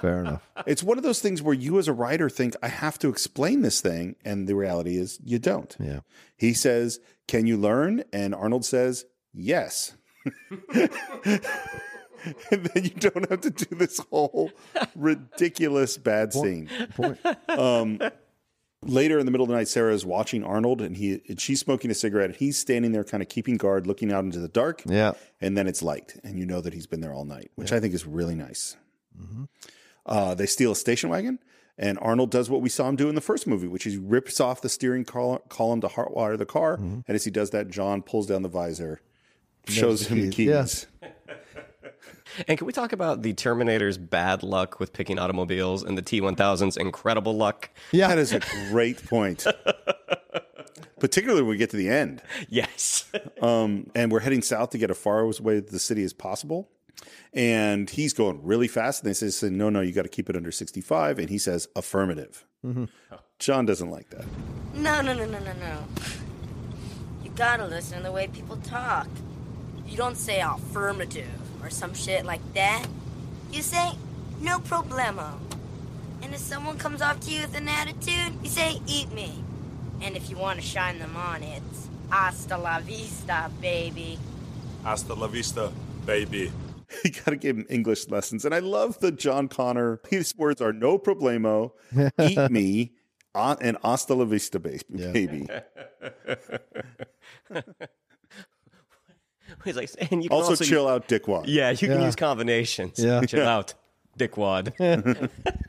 D: Fair enough.
A: It's one of those things where you, as a writer, think, I have to explain this thing. And the reality is, you don't.
D: Yeah.
A: He says, Can you learn? And Arnold says, Yes. and then you don't have to do this whole ridiculous bad scene. Um, later in the middle of the night, Sarah is watching Arnold, and he and she's smoking a cigarette, and he's standing there, kind of keeping guard, looking out into the dark.
D: Yeah.
A: And then it's light, and you know that he's been there all night, which I think is really nice.
D: Mhm.
A: Uh, they steal a station wagon, and Arnold does what we saw him do in the first movie, which is he rips off the steering col- column to hotwire the car.
D: Mm-hmm.
A: And as he does that, John pulls down the visor, shows him the keys.
E: And can we talk about the Terminator's bad luck with picking automobiles and the T1000's incredible luck?
D: Yeah.
A: That is a great point. Particularly when we get to the end.
E: Yes.
A: um, and we're heading south to get as far away to the city as possible. And he's going really fast. And they say, No, no, you got to keep it under 65. And he says, Affirmative. John doesn't like that.
C: No, no, no, no, no, no. You gotta listen to the way people talk. You don't say affirmative or some shit like that. You say no problemo. And if someone comes off to you with an attitude, you say eat me. And if you want to shine them on, it's hasta la vista, baby.
B: Hasta la vista, baby.
A: you got to give him English lessons. And I love the John Connor, his words are no problemo, eat me, ah, and hasta la vista, ba- baby.
E: He's like, and you can
A: Also,
E: also,
A: chill out, dickwad.
E: Yeah, you can
A: Yeah.
E: use combinations.
A: Yeah.
E: Chill
A: Yeah.
E: out, dickwad.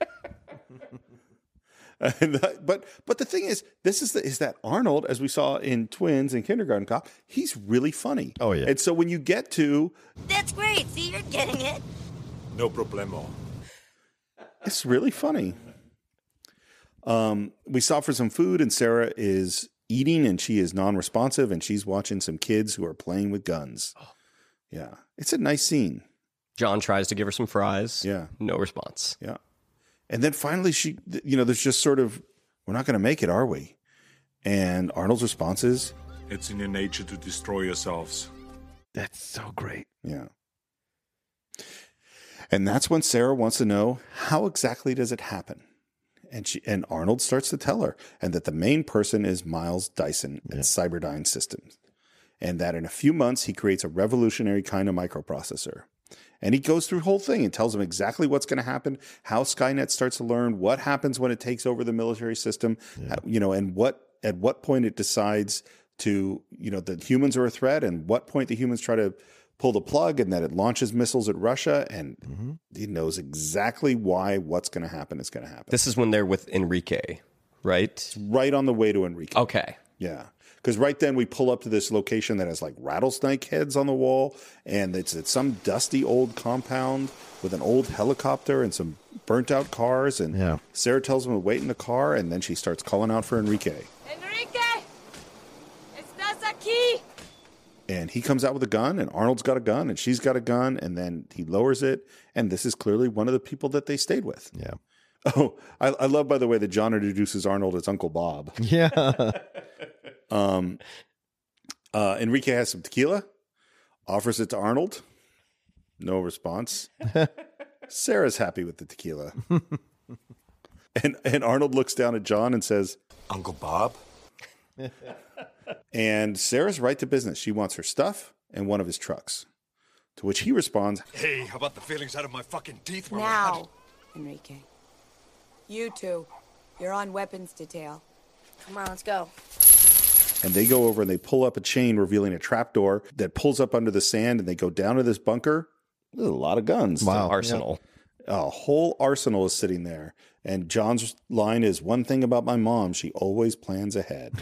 A: And that- but but the thing is, this is the, is that Arnold, as we saw in Twins and Kindergarten Cop, he's really funny. Oh yeah. And so when you get to
C: That's great. See, you're getting it.
B: No problemo.
A: It's really funny. Um, we stop for some food, and Sarah is eating, and she is non-responsive, and she's watching some kids who are playing with guns. Yeah, it's a nice scene.
E: John tries to give her some fries.
A: Yeah.
E: No response.
A: Yeah, and then finally she, th- you know, there's just sort of, we're not going to make it, are we? And Arnold's response is,
B: It's in your nature to destroy yourselves.
D: That's so great.
A: yeah. And that's when Sarah wants to know how exactly does it happen? And she and Arnold starts to tell her, and that the main person is Miles Dyson at Cyberdyne Systems, and that in a few months he creates a revolutionary kind of microprocessor. And he goes through the whole thing and tells him exactly what's going to happen, how Skynet starts to learn, what happens when it takes over the military system, how- you know, and what at what point it decides to you know the humans are a threat and what point the humans try to pull the plug and that it launches missiles at Russia and he knows exactly why what's going to happen is going to happen.
E: This is when they're with Enrique, right? It's
A: right on the way to Enrique.
E: Okay.
A: Yeah. Because right then we pull up to this location that has like rattlesnake heads on the wall, and it's at some dusty old compound with an old helicopter and some burnt out cars. And
D: Yeah.
A: Sarah tells him to wait in the car, and then she starts calling out for Enrique.
R: Enrique! Estás aquí!
A: And he comes out with a gun, and Arnold's got a gun, and she's got a gun, and then he lowers it. And this is clearly one of the people that they stayed with.
D: Yeah.
A: Oh, I, I love, by the way, that John introduces Arnold as Uncle Bob.
D: Yeah.
A: Um, uh, Enrique has some tequila, offers it to Arnold. No response. Sarah's happy with the tequila. and, and Arnold looks down at John and says, Uncle Bob? and Sarah's right to business. She wants her stuff and one of his trucks. To which he responds,
S: Hey, how about the feelings out of my fucking teeth? when we're hunting?
H: Now, Enrique. You two, you're on weapons detail.
C: Come on, let's go.
A: And they go over and they pull up a chain revealing a trapdoor that pulls up under the sand and they go down to this bunker. There's a lot of guns.
E: Wow. Arsenal.
A: A whole arsenal is sitting there. And John's line is one thing about my mom, she always plans ahead.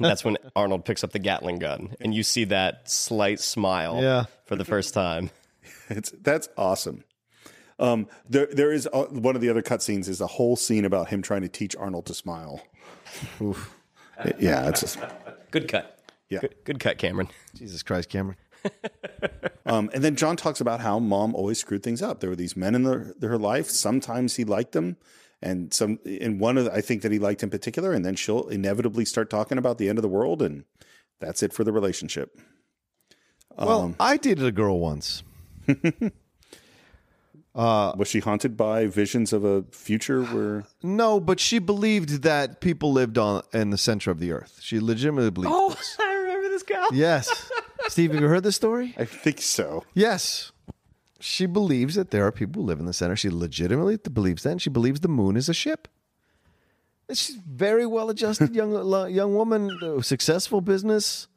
E: That's when Arnold picks up the Gatling gun, and you see that slight smile
A: Yeah.
E: for the first time.
A: it's that's awesome. Um, there there is uh, one of the other cutscenes is a whole scene about him trying to teach Arnold to smile. Oof. Yeah, it's just,
E: Good cut.
A: Yeah.
E: Good, good cut, Cameron.
D: Jesus Christ, Cameron.
A: Um, and then John talks about how mom always screwed things up. There were these men in their, her life. Sometimes he liked them, and some and one of the, I think that he liked in particular. And then she'll inevitably start talking about the end of the world, and that's it for the relationship.
D: Well, Um, I dated a girl once.
A: uh, was she haunted by visions of a future where?
D: No, but she believed that people lived on in the center of the earth. She legitimately believed.
E: Oh, I remember this guy.
D: Yes. Steve, have you heard this story?
A: I think so.
D: Yes. She believes that there are people who live in the center. She legitimately believes that, and she believes the moon is a ship. And She's a very well-adjusted young lo- young woman, uh, successful business,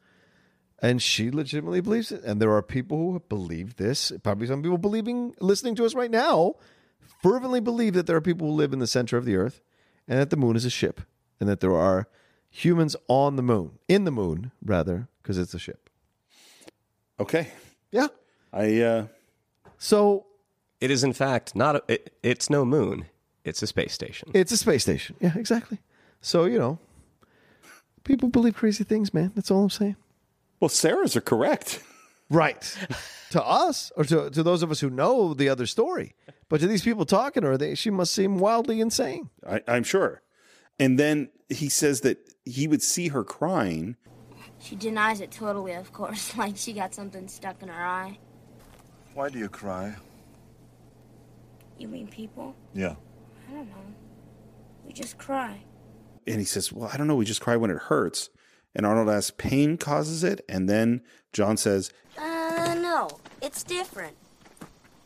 D: and she legitimately believes it. And there are people who believe this. Probably some people believing, listening to us right now, fervently believe that there are people who live in the center of the earth, and that the moon is a ship, and that there are humans on the moon, in the moon rather, because it's a ship.
A: Okay.
D: Yeah.
A: I. uh
D: So
E: It is, in fact, not. A, it, it's no moon. It's a space station.
D: It's a space station. Yeah, exactly. So, you know, people believe crazy things, man. That's all I'm saying.
A: Well, Sarah's are correct.
D: Right. to us, or to, to those of us who know the other story. But to these people talking to her, they, she must seem wildly insane.
A: I, I'm sure. And then he says that he would see her crying.
R: She denies it totally, of course, like she got something stuck in her eye.
S: Why do you cry?
R: You mean people?
A: Yeah.
R: I don't know. We just cry.
A: And he says, Well, I don't know. We just cry when it hurts. And Arnold asks, Pain causes it. And then John says,
R: Uh, no. It's different.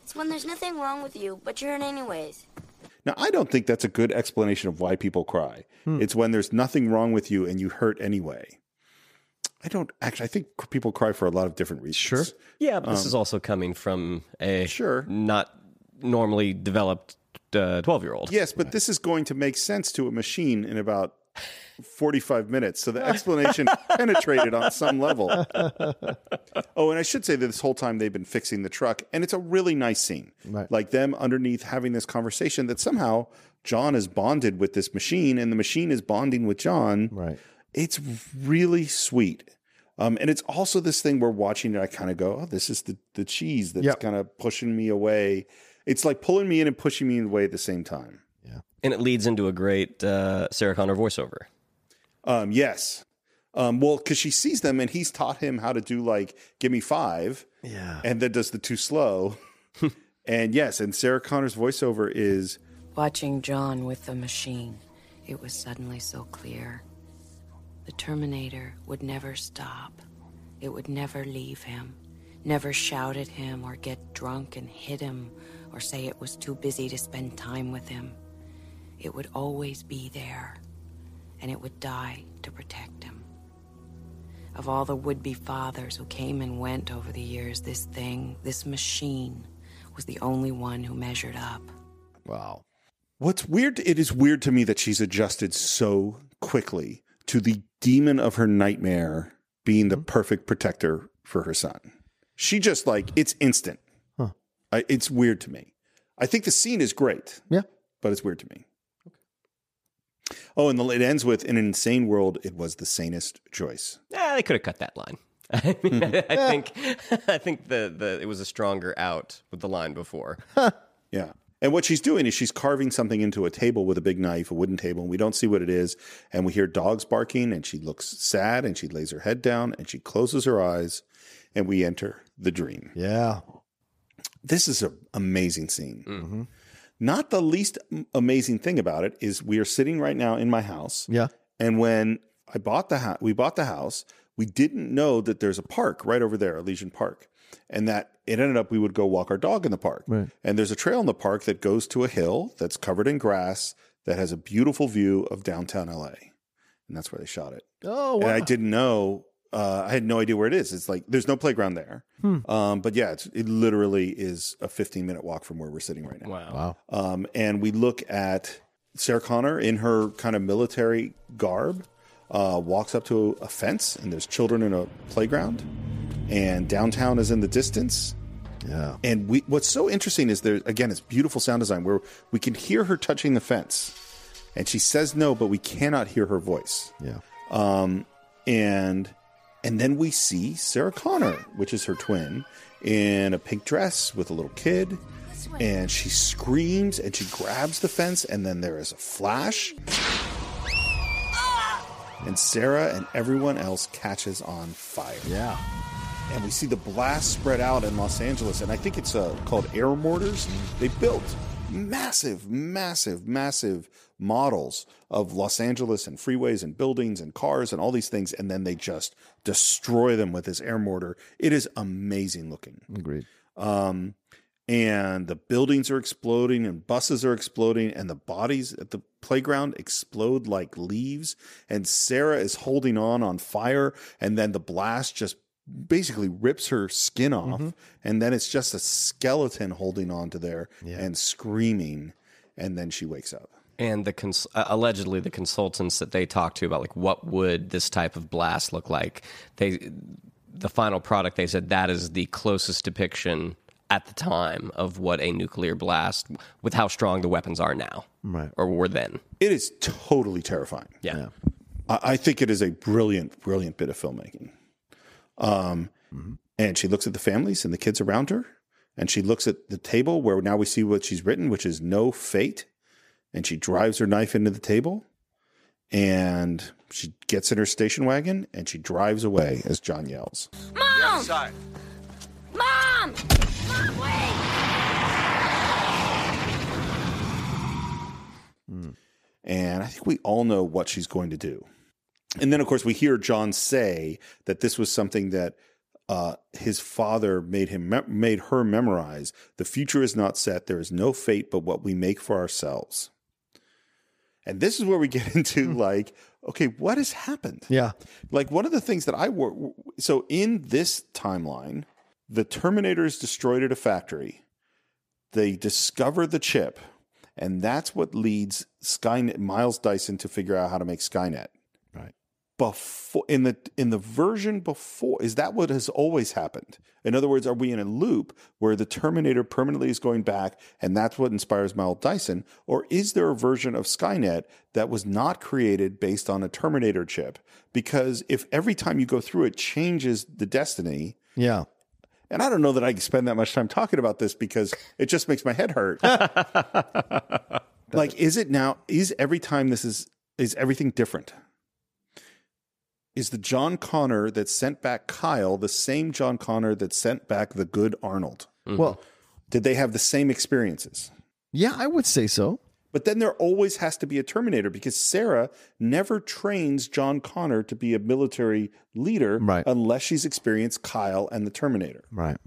R: It's when there's nothing wrong with you, but you're in anyways.
A: Now, I don't think that's a good explanation of why people cry.
R: Hmm.
A: It's when there's nothing wrong with you and you hurt anyway. I don't actually, I think people cry for a lot of different reasons. Sure.
E: Yeah, but this
A: Um,
E: is also coming from a sure not normally developed uh, twelve year old.
A: Yes, but this is going to make sense to a machine in about 45 minutes. So the explanation penetrated on some level. Oh, and I should say that this whole time they've been fixing the truck, and it's a really nice scene.
D: Right.
A: Like them underneath having this conversation that somehow John is bonded with this machine and the machine is bonding with John.
D: Right.
A: It's really sweet. Um, and it's also this thing where watching it, I kind of go, oh, this is the, the cheese that's kind of pushing me away. It's like pulling me in and pushing me away at the same time.
E: and it leads into a great uh, Sarah Connor voiceover.
A: Um, yes. Um, well, because she sees them and he's taught him how to do like give me five.
D: Yeah.
A: And then does the too slow. and yes, and Sarah Connor's voiceover is
H: Watching John with the machine, it was suddenly so clear. The Terminator would never stop, it would never leave him, never shout at him or get drunk and hit him or say it was too busy to spend time with him. It would always be there, and it would die to protect him. Of all the would be fathers who came and went over the years, this thing, this machine, was the only one who measured up.
D: Wow.
A: What's weird, it is weird to me that she's adjusted so quickly to the demon of her nightmare being
D: Mm-hmm.
A: the perfect protector for her son. She just like, it's instant.
D: Huh.
A: I, it's weird to me. I think the scene is great.
D: Yeah.
A: But it's weird to me. Oh, and the, it ends with In an insane world, it was the sanest choice.
E: Yeah, they could have cut that line. I, mean, I, I
A: Mm-hmm.
E: think I think the, the it was a stronger out with the line before.
A: Yeah. And what she's doing is she's carving something into a table with a big knife, a wooden table, and we don't see what it is. And we hear dogs barking, and she looks sad, and she lays her head down, and she closes her eyes, and we enter the dream.
D: Yeah.
A: This is an amazing scene. Not the least am- amazing thing about it is we are sitting right now in my house.
D: Yeah.
A: And when I bought the house, we bought the house. We didn't know that there's a park right over there, Elysian Park, and that it ended up we would go walk our dog in the park.
D: Right.
A: And there's a trail in the park that goes to a hill that's covered in grass that has a beautiful view of downtown LA, and that's where they shot it.
D: Oh,
A: And
D: wow.
A: I didn't know. Uh, I had no idea where it is. It's like there's no playground there.
D: Hmm.
A: Um, but yeah, it's, it literally is a 15 minute walk from where we're sitting right now.
E: Wow.
D: Wow.
A: Um, and we look at Sarah Connor in her kind of military garb, uh, walks up to a fence, and there's children in a playground, and downtown is in the distance.
D: Yeah.
A: And we, what's so interesting is there again, it's beautiful sound design where we can hear her touching the fence, and she says no, but we cannot hear her voice
D: Yeah.
A: um, and and then we see Sarah Connor, which is her twin, in a pink dress with a little kid, and she screams and she grabs the fence, and then there is a flash, and Sarah and everyone else catches on fire.
D: Yeah.
A: And we see the blast spread out in Los Angeles, and I think it's uh, called air mortars. They built massive, massive, massive models of Los Angeles and freeways and buildings and cars and all these things, and then they just destroy them with this air mortar. It is amazing looking.
D: Agreed.
A: Um, and the buildings are exploding, and buses are exploding, and the bodies at the playground explode like leaves. And Sarah is holding on on fire, and then the blast just basically rips her skin off, and then it's just a skeleton holding on to there and screaming, and then she wakes up.
E: And the cons- uh, allegedly the consultants that they talked to about like what would this type of blast look like? They the final product they said that is the closest depiction at the time of what a nuclear blast with how strong the weapons are now
D: Right.
E: or were then.
A: It is totally terrifying.
E: Yeah.
A: I, I think it is a brilliant, brilliant bit of filmmaking. Um, And she looks at the families and the kids around her, and she looks at the table where now we see what she's written, which is no fate. And she drives her knife into the table, and she gets in her station wagon and she drives away as John yells.
S: The other side.
R: Mom! Mom, wait!
A: And I think we all know what she's going to do. And then, of course, we hear John say that this was something that uh, his father made him me- made her memorize. The future is not set. There is no fate but what we make for ourselves. And this is where we get into like, okay, what has happened?
D: Yeah.
A: Like one of the things that I wor- so in this timeline, the Terminator is destroyed at a factory. They discover the chip, and that's what leads Skynet Miles Dyson to figure out how to make Skynet.
D: Right.
A: Before in the in the version before is that what has always happened? In other words, are we in a loop where the Terminator permanently is going back, and that's what inspires Miles Dyson, or is there a version of Skynet that was not created based on a Terminator chip? Because if every time you go through it changes the destiny,
D: Yeah.
A: and I don't know that I can spend that much time talking about this because it just makes my head hurt. like, is it now? Is every time this is is everything different? Is the John Connor that sent back Kyle the same John Connor that sent back the good Arnold?
D: Well,
A: Did they have the same experiences?
D: yeah, I would say so.
A: But then there always has to be a Terminator because Sarah never trains John Connor to be a military leader
D: Right.
A: unless she's experienced Kyle and the Terminator.
D: Right.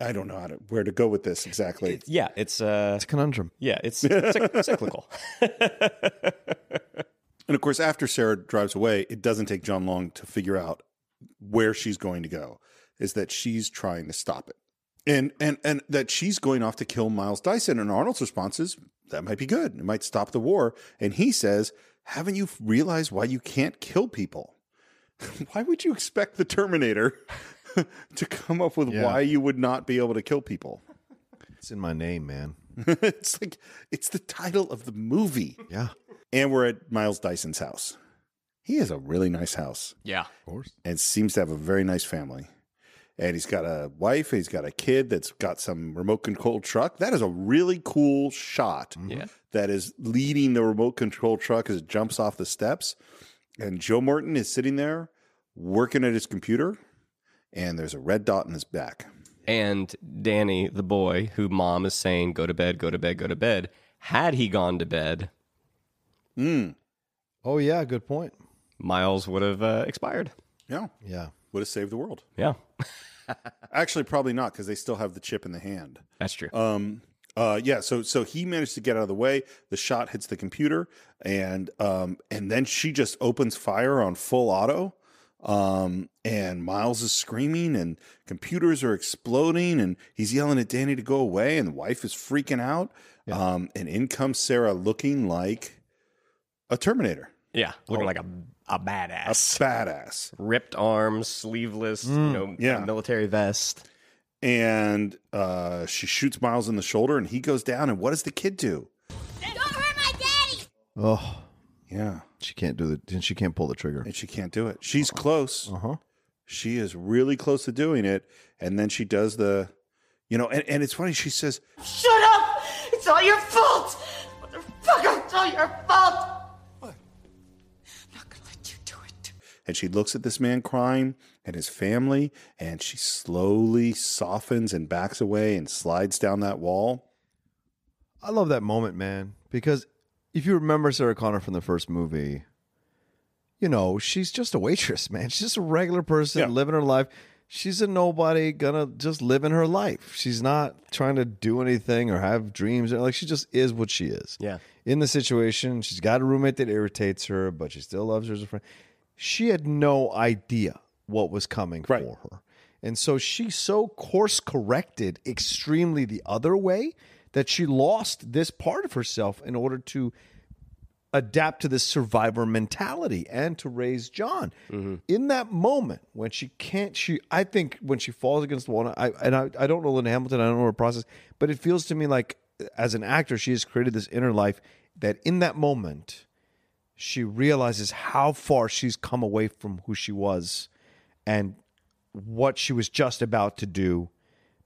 A: I don't know how to, where to go with this exactly.
E: Yeah, it's uh
D: It's a conundrum.
E: yeah, it's cyc- cyclical.
A: And of course, after Sarah drives away, it doesn't take John long to figure out where she's going to go. Is that she's trying to stop it, and and and that she's going off to kill Miles Dyson. And Arnold's response is that might be good. It might stop the war. And he says, "Haven't you realized why you can't kill people? why would you expect the Terminator to come up with
D: Yeah.
A: why you would not be able to kill people?"
D: It's in my name, man.
A: it's like it's the title of the movie.
D: Yeah.
A: And we're at Miles Dyson's house. He has a really nice house.
E: Yeah.
D: Of course.
A: And seems to have a very nice family. And he's got a wife, he's got a kid that's got some remote control truck. That is a really cool shot.
E: Yeah.
A: That is leading the remote control truck as it jumps off the steps. And Joe Morton is sitting there working at his computer, and there's a red dot in his back.
E: And Danny, the boy who mom is saying, go to bed, go to bed, go to bed, had he gone to bed,
D: Oh yeah, good point.
E: Miles would have uh, expired.
A: Yeah.
D: Yeah.
A: Would have saved the world.
E: Yeah.
A: Actually, probably not because they still have the chip in the hand.
E: That's true.
A: Um, uh, yeah. So so he managed to get out of the way. The shot hits the computer, and um, and then she just opens fire on full auto. Um, and Miles is screaming, and computers are exploding, and he's yelling at Danny to go away, and the wife is freaking out. Um, and in comes Sarah looking like a Terminator,
E: Yeah. Looking like a, a badass.
A: a badass.
E: Ripped arms, sleeveless, you know,
A: Mm, yeah.
E: military vest.
A: And uh, she shoots Miles in the shoulder, and he goes down. And what does the kid do?
D: Oh,
A: yeah.
D: She can't do the. She can't pull the trigger.
A: and she can't do it. She's close. She is really close to doing it, and then she does the, you know, and, and it's funny. She says,
I: Shut up! It's all your fault! Motherfucker, it's all your fault!
A: and she looks at this man crying and his family, and she slowly softens and backs away and slides down that wall.
D: I love that moment, man, because if you remember Sarah Connor from the first movie, you know, she's just a waitress, man. She's just a regular person living her life. She's a nobody gonna just living her life. She's not trying to do anything or have dreams. Like she just is what she is.
E: Yeah.
D: In the situation, she's got a roommate that irritates her, but she still loves her as a friend. She had no idea what was coming for her. And so she so course corrected extremely the other way that she lost this part of herself in order to adapt to this survivor mentality and to raise John. In that moment when she can't, she I think when she falls against the wall, and I and I, I don't know Lynn Hamilton, I don't know her process, but it feels to me like as an actor, she has created this inner life that in that moment she realizes how far she's come away from who she was and what she was just about to do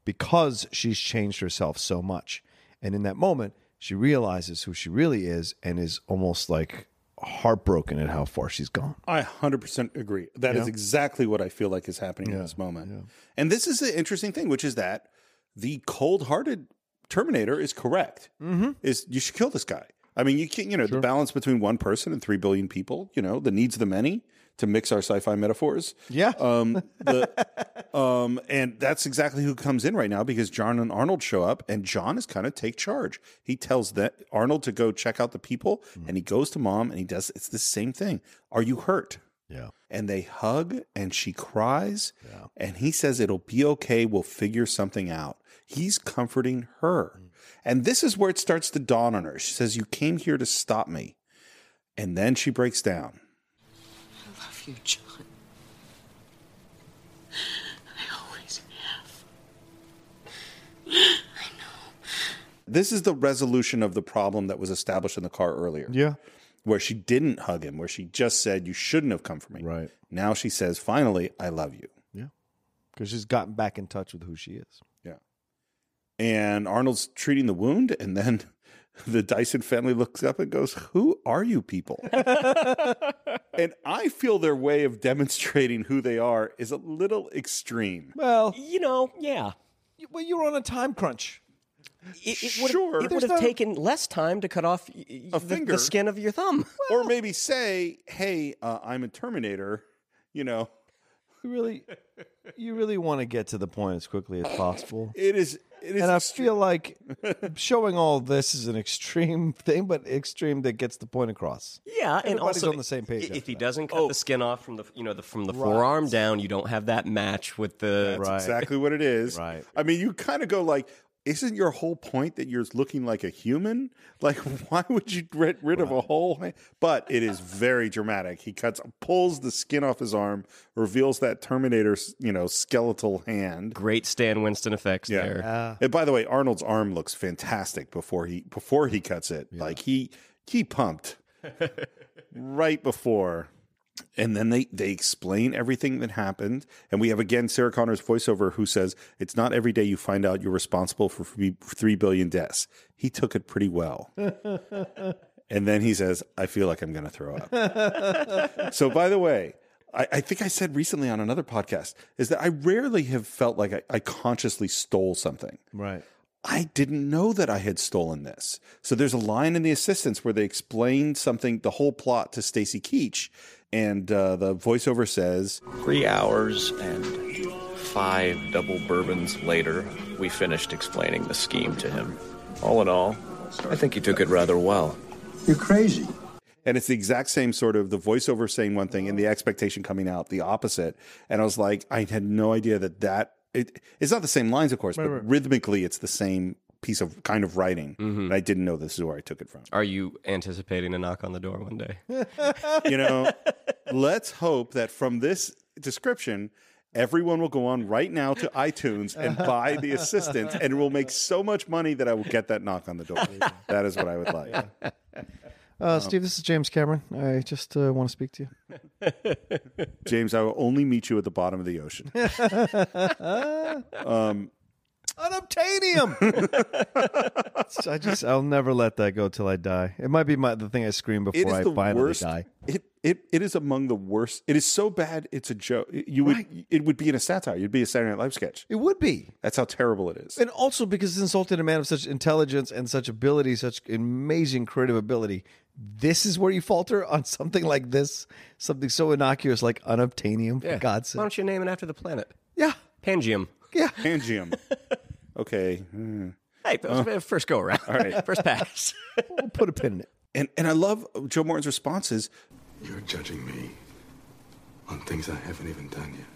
D: because she's changed herself so much. And in that moment, she realizes who she really is and is almost like heartbroken at how far she's gone.
A: I 100% agree. That is
D: Yeah.
A: exactly what I feel like is happening in
D: Yeah,
A: this moment. And this is the interesting thing, which is that the cold-hearted Terminator is correct. Mm-hmm. Is you should kill this guy. I mean, you can't. You know, the balance between one person and three billion people. You know, the needs of the many. To mix our sci-fi metaphors.
D: Yeah.
A: Um, the, um, and that's exactly who comes in right now because John and Arnold show up, and John is kind of take charge. He tells that Arnold to go check out the people, and he goes to mom, and he does. It's the same thing. Are you hurt?
D: Yeah.
A: and they hug and she cries and he says it'll be okay we'll figure something out he's comforting her and this is where it starts to dawn on her she says you came here to stop me and then she breaks down
I: I love you, John. I always have.
A: this is the resolution of the problem that was established in the car earlier
D: Yeah.
A: where she didn't hug him where she just said you shouldn't have come for me
D: Right.
A: now she says finally i love you
D: Because she's gotten back in touch with who she is.
A: Yeah. And Arnold's treating the wound, and then the Dyson family looks up and goes, Who are you people? and I feel their way of demonstrating who they are is a little extreme.
D: Well,
E: you know, yeah.
D: Well, you were on a time crunch.
E: It, it would
A: Sure.
E: It
A: There's
E: would have
A: not-
E: taken less time to cut off y- y-
A: A
E: the,
A: finger.
E: the skin of your thumb.
A: or maybe say, Hey, uh, I'm a Terminator, you know.
D: You really, you really want to get to the point as quickly as possible.
A: It is.
D: and I feel like showing all this is an extreme thing, but extreme that gets the point across.
E: Yeah, and
D: Everybody's
E: also
D: on the same page.
E: i-
D: after
E: If he
D: that.
E: doesn't
A: Oh.
E: cut the skin off from the you know the from the
D: Right.
E: forearm down, you don't have that match with the
A: That's exactly what it is. Right. I mean, you kind of go like, isn't your whole point that you're looking like a human? Like, why would you get rid of a whole hand? But it is very dramatic. He cuts, pulls the skin off his arm, reveals that Terminator's, you know, skeletal hand.
E: Great Stan Winston effects there.
A: And by the way, Arnold's arm looks fantastic before he before he cuts it. Like he he pumped right before. And then they they explain everything that happened, and we have again Sarah Connor's voiceover who says it's not every day you find out you're responsible for three, three billion deaths. He took it pretty well, and then he says, "I feel like I'm going to throw up." so by the way I, I think i said recently on another podcast is that i rarely have felt like I, I consciously stole something
D: right
A: i didn't know that i had stolen this so there's a line in the assistants where they explain something the whole plot to stacy keach and uh, the voiceover says
T: Three hours and five double bourbons later, we finished explaining the scheme to him. All in all, I think he took it rather well.
A: You're crazy. And it's the exact same sort of the voiceover saying one thing and the expectation coming out the opposite. And I was like, I had no idea that that it, it's not the same lines, of course,
E: Right,
A: but
E: right.
A: rhythmically it's the same piece of kind of writing. And I didn't know this is where I took it from.
E: Are you anticipating a knock on the door one day?
A: you know, let's hope that from this description, everyone will go on right now to iTunes and buy the assistant, and it will make so much money that I will get that knock on the door. That is what I would like.
D: Uh, Steve, this is James Cameron. I just uh, want to speak to you.
A: James, I will only meet you at the bottom of the ocean. Um,
D: Unobtainium. I just, I'll never let that go till I die. It might be my the thing I scream
A: it
D: before
A: is
D: I
A: the
D: finally
A: worst.
D: die.
A: It, it it is among the worst. It is so bad. It's a joke. You would it would be in a satire. You'd be a Saturday Night Live sketch.
D: It would be.
A: That's how terrible it is.
D: And also because it's insulted a man of such intelligence and such ability, such amazing creative ability. This is where you falter on something like this, something so innocuous like unobtainium, for God's
E: Why
D: sake.
E: don't you name it after the planet?
D: Yeah.
E: Pangium.
D: Yeah.
A: Pangium. okay. Hmm.
E: Hey, first go around.
A: All right.
E: First pass.
D: we'll put a pin in it.
A: And and I love Joe Morton's response is
B: You're judging me on things I haven't even done yet.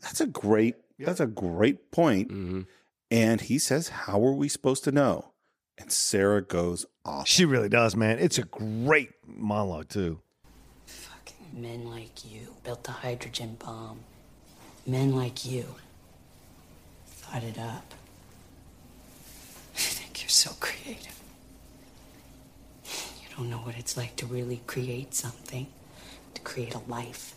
A: that's a great that's a great point.
E: Mm-hmm.
A: And he says, "How are we supposed to know?" And Sarah goes off.
D: She really does, man. It's a great monologue too.
H: Men like you built the hydrogen bomb. Men like you thought it up. You think you're so creative. You don't know what it's like to really create something, to create a life.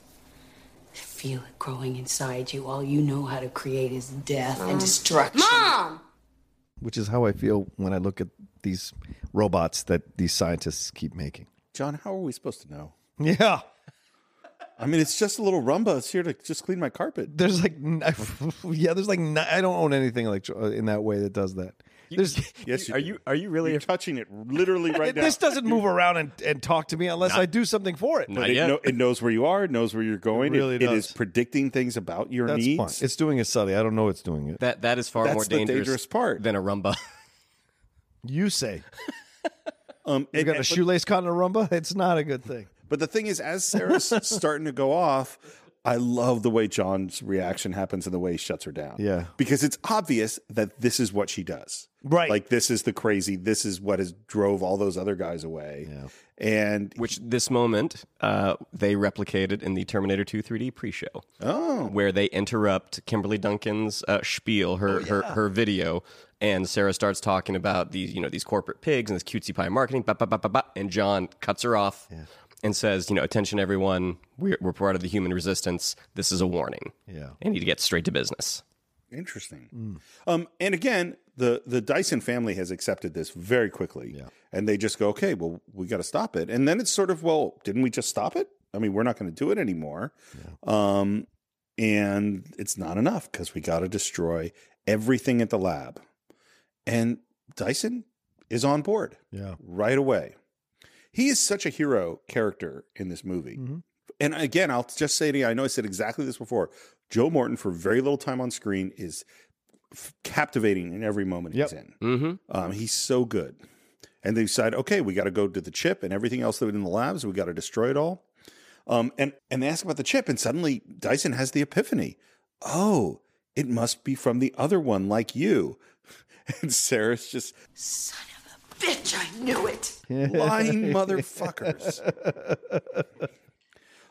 H: To feel it growing inside you. All you know how to create is death and destruction.
U: Mom!
D: Which is how I feel when I look at these robots that these scientists keep making.
A: John, how are we supposed to know?
D: Yeah.
A: I mean, it's just a little rumba. It's here to just clean my carpet.
D: There's like, n- yeah, there's like, n- I don't own anything like uh, in that way that does that. There's,
A: yes,
D: are
E: you are you really
A: touching it literally right now?
D: This doesn't move around and, and talk to me unless I do something for it.
A: But it, kno- it knows where you are. It knows where you're going. It,
D: really
A: it is
D: does.
A: predicting things about your
D: That's
A: needs.
D: fine. It's doing it subtly. I don't know it's doing it.
E: That that is far
A: That's
E: more
A: the
E: dangerous,
A: dangerous part.
E: than a rumba.
D: You say.
A: Um,
D: You
A: and-
D: got a
A: and-
D: shoelace caught in a rumba? It's not a good thing.
A: But the thing is, as Sarah's starting to go off, I love the way John's reaction happens and the way he shuts her down.
D: Yeah.
A: Because it's obvious that this is what she does.
D: Right.
A: Like this is the crazy, this is what has drove all those other guys away. Yeah. And
E: Which this moment uh, they replicated in the Terminator 2 3D pre-show.
A: Oh,
E: where they interrupt Kimberly Duncan's uh, spiel, her, her her video, and Sarah starts talking about these you know these corporate pigs and this cutesy pie marketing, ba ba ba ba ba, and John cuts her off and says, you know, attention everyone, we're, we're part of the human resistance. This is a warning.
D: Yeah.
E: I need to get straight to business.
A: Interesting. Um, and again, the the Dyson family has accepted this very quickly, and they just go, "Okay, well, we got to stop it." And then it's sort of, "Well, didn't we just stop it? I mean, we're not going to do it anymore." Um, and it's not enough because we got to destroy everything at the lab. And Dyson is on board
D: Yeah.
A: right away. He is such a hero character in this movie. And again, I'll just say to you, I know I said exactly this before. Joe Morton, for very little time on screen, is f- captivating in every moment he's in. Um, he's so good. And they decide, okay, we got to go to the chip and everything else that was in the labs. We got to destroy it all. Um, and and they ask about the chip, and suddenly Dyson has the epiphany. Oh, it must be from the other one, like you. And Sarah's just
I: Bitch, I knew it.
A: lying motherfuckers.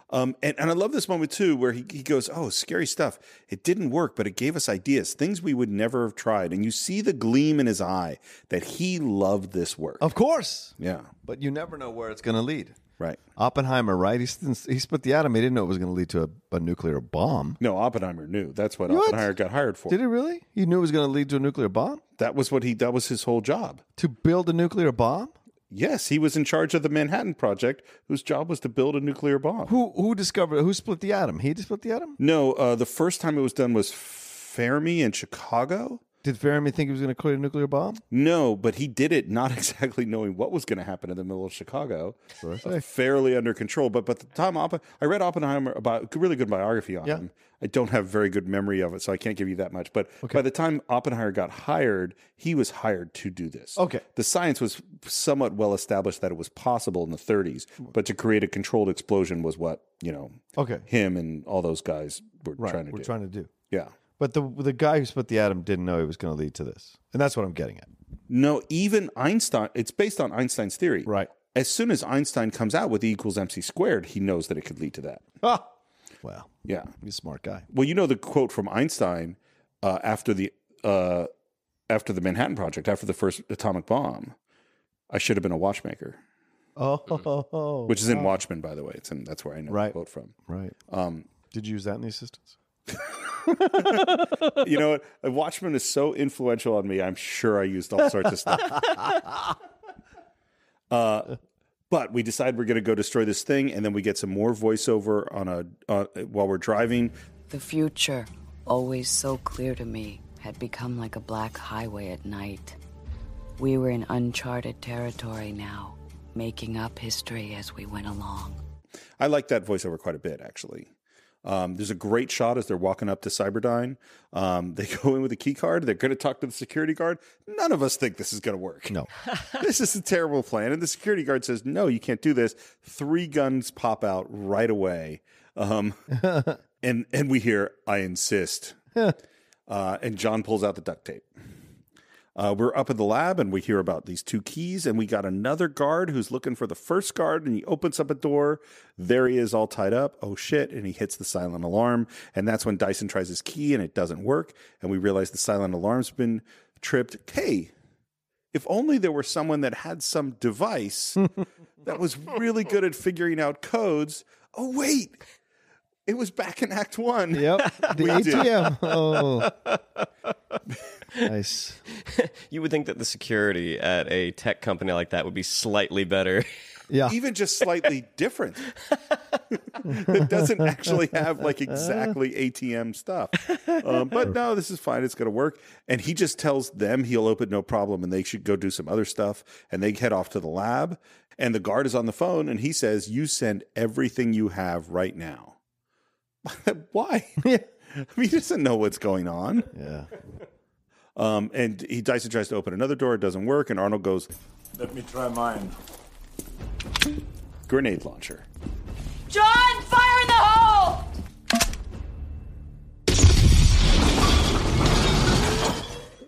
A: Um, and, and I love this moment too, where he, he goes, Oh, scary stuff. It didn't work, but it gave us ideas, things we would never have tried. And you see the gleam in his eye that he loved this work.
J: Of course.
A: Yeah.
J: But you never know where it's going to lead.
A: Right.
J: Oppenheimer, right? He, s- he split the atom. He didn't know it was going to lead to a, a nuclear bomb.
A: No, Oppenheimer knew. That's what,
J: What?
A: Oppenheimer got hired for.
J: Did he really? He knew it was going to lead to a nuclear bomb?
A: That was what he, that was his whole job.
J: To build a nuclear bomb?
A: Yes, he was in charge of the Manhattan Project, whose job was to build a nuclear bomb.
J: Who who discovered, who split the atom? He split the atom?
A: No, uh, the first time it was done was Fermi in Chicago.
J: Did Fermi think he was going to create a nuclear bomb?
A: No, but he did it not exactly knowing what was going to happen in the middle of Chicago. Uh, fairly under control. But but the time Oppen- I read Oppenheimer about a really good biography on
J: Yeah.
A: him. I don't have very good memory of it, so I can't give you that much. But by the time Oppenheimer got hired, he was hired to do this.
J: Okay.
A: The science was somewhat well established that it was possible in the 30s, but to create a controlled explosion was what, you know,
J: Okay.
A: him and all those guys were
J: Right.
A: trying to
J: we're
A: do.
J: trying to do.
A: yeah.
J: But the the guy who split the atom didn't know it was going to lead to this, and that's what I'm getting at.
A: No, even Einstein, it's based on Einstein's theory. Right. As soon as Einstein comes out with E equals MC squared, he knows that it could lead to that.
J: Ah, well,
A: Yeah.
J: he's a smart guy.
A: Well, you know the quote from Einstein uh, after the uh, after the Manhattan Project, after the first atomic bomb. I should have been a watchmaker,
J: Oh,
A: which is in
J: wow.
A: Watchmen, by the way. It's in, that's where I know the
J: Right.
A: quote from.
J: Right.
A: Um,
J: Did you use that in the assistance?
A: you know what? Watchmen is so influential on me. I'm sure I used all sorts of stuff. Uh, but we decide we're going to go destroy this thing, and then we get some more voiceover on a uh, while we're driving.
H: The future, always so clear to me, had become like a black highway at night. We were in uncharted territory now, making up history as we went along.
A: I like that voiceover quite a bit, actually. Um, there's a great shot as they're walking up to Cyberdyne. Um, they go in with a key card. They're going to talk to the security guard. None of us think this is going to work.
J: No.
A: this is a terrible plan. And the security guard says, No, you can't do this. Three guns pop out right away. Um, and, and we hear, I insist. uh, and John pulls out the duct tape. Uh, we're up in the lab and we hear about these two keys, and we got another guard who's looking for the first guard, and he opens up a door. There he is, all tied up. Oh shit! And he hits the silent alarm, and that's when Dyson tries his key, and it doesn't work. And we realize the silent alarm's been tripped. Hey, if only there were someone that had some device that was really good at figuring out codes. Oh wait, it was back in Act One.
J: Yep. The
A: We did.
J: ATM. Oh, nice.
E: you would think that the security at a tech company like that would be slightly better.
J: Yeah.
A: even just slightly different. it doesn't actually have like exactly ATM stuff. Um, but no, this is fine. It's going to work. And he just tells them he'll open no problem and they should go do some other stuff. And they head off to the lab. And the guard is on the phone and he says, You send everything you have right now. Why? I mean, he doesn't know what's going on.
J: Yeah.
A: Um, and he Dyson tries to open another door, it doesn't work, and Arnold goes,
B: Let me try mine.
A: grenade launcher.
I: John, fire in the hole!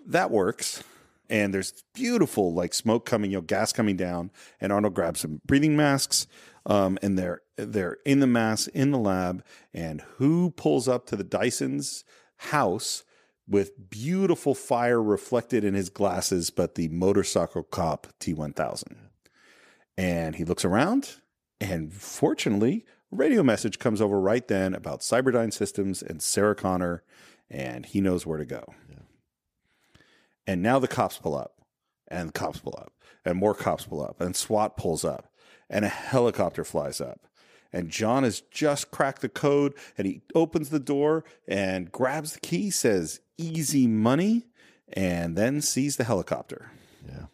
A: that works. And there's beautiful like smoke coming, you know, gas coming down. And Arnold grabs some breathing masks, um, and they're they're in the mask in the lab. And who pulls up to the Dyson's house with beautiful fire reflected in his glasses, but the motorcycle cop T1000. And he looks around, and fortunately, a radio message comes over right then about Cyberdyne Systems and Sarah Connor, and he knows where to go. And now the cops pull up, and the cops pull up, and more cops pull up, and SWAT pulls up, and a helicopter flies up. And John has just cracked the code, and he opens the door and grabs the key, says, Easy money, and then sees the helicopter.
J: Yeah.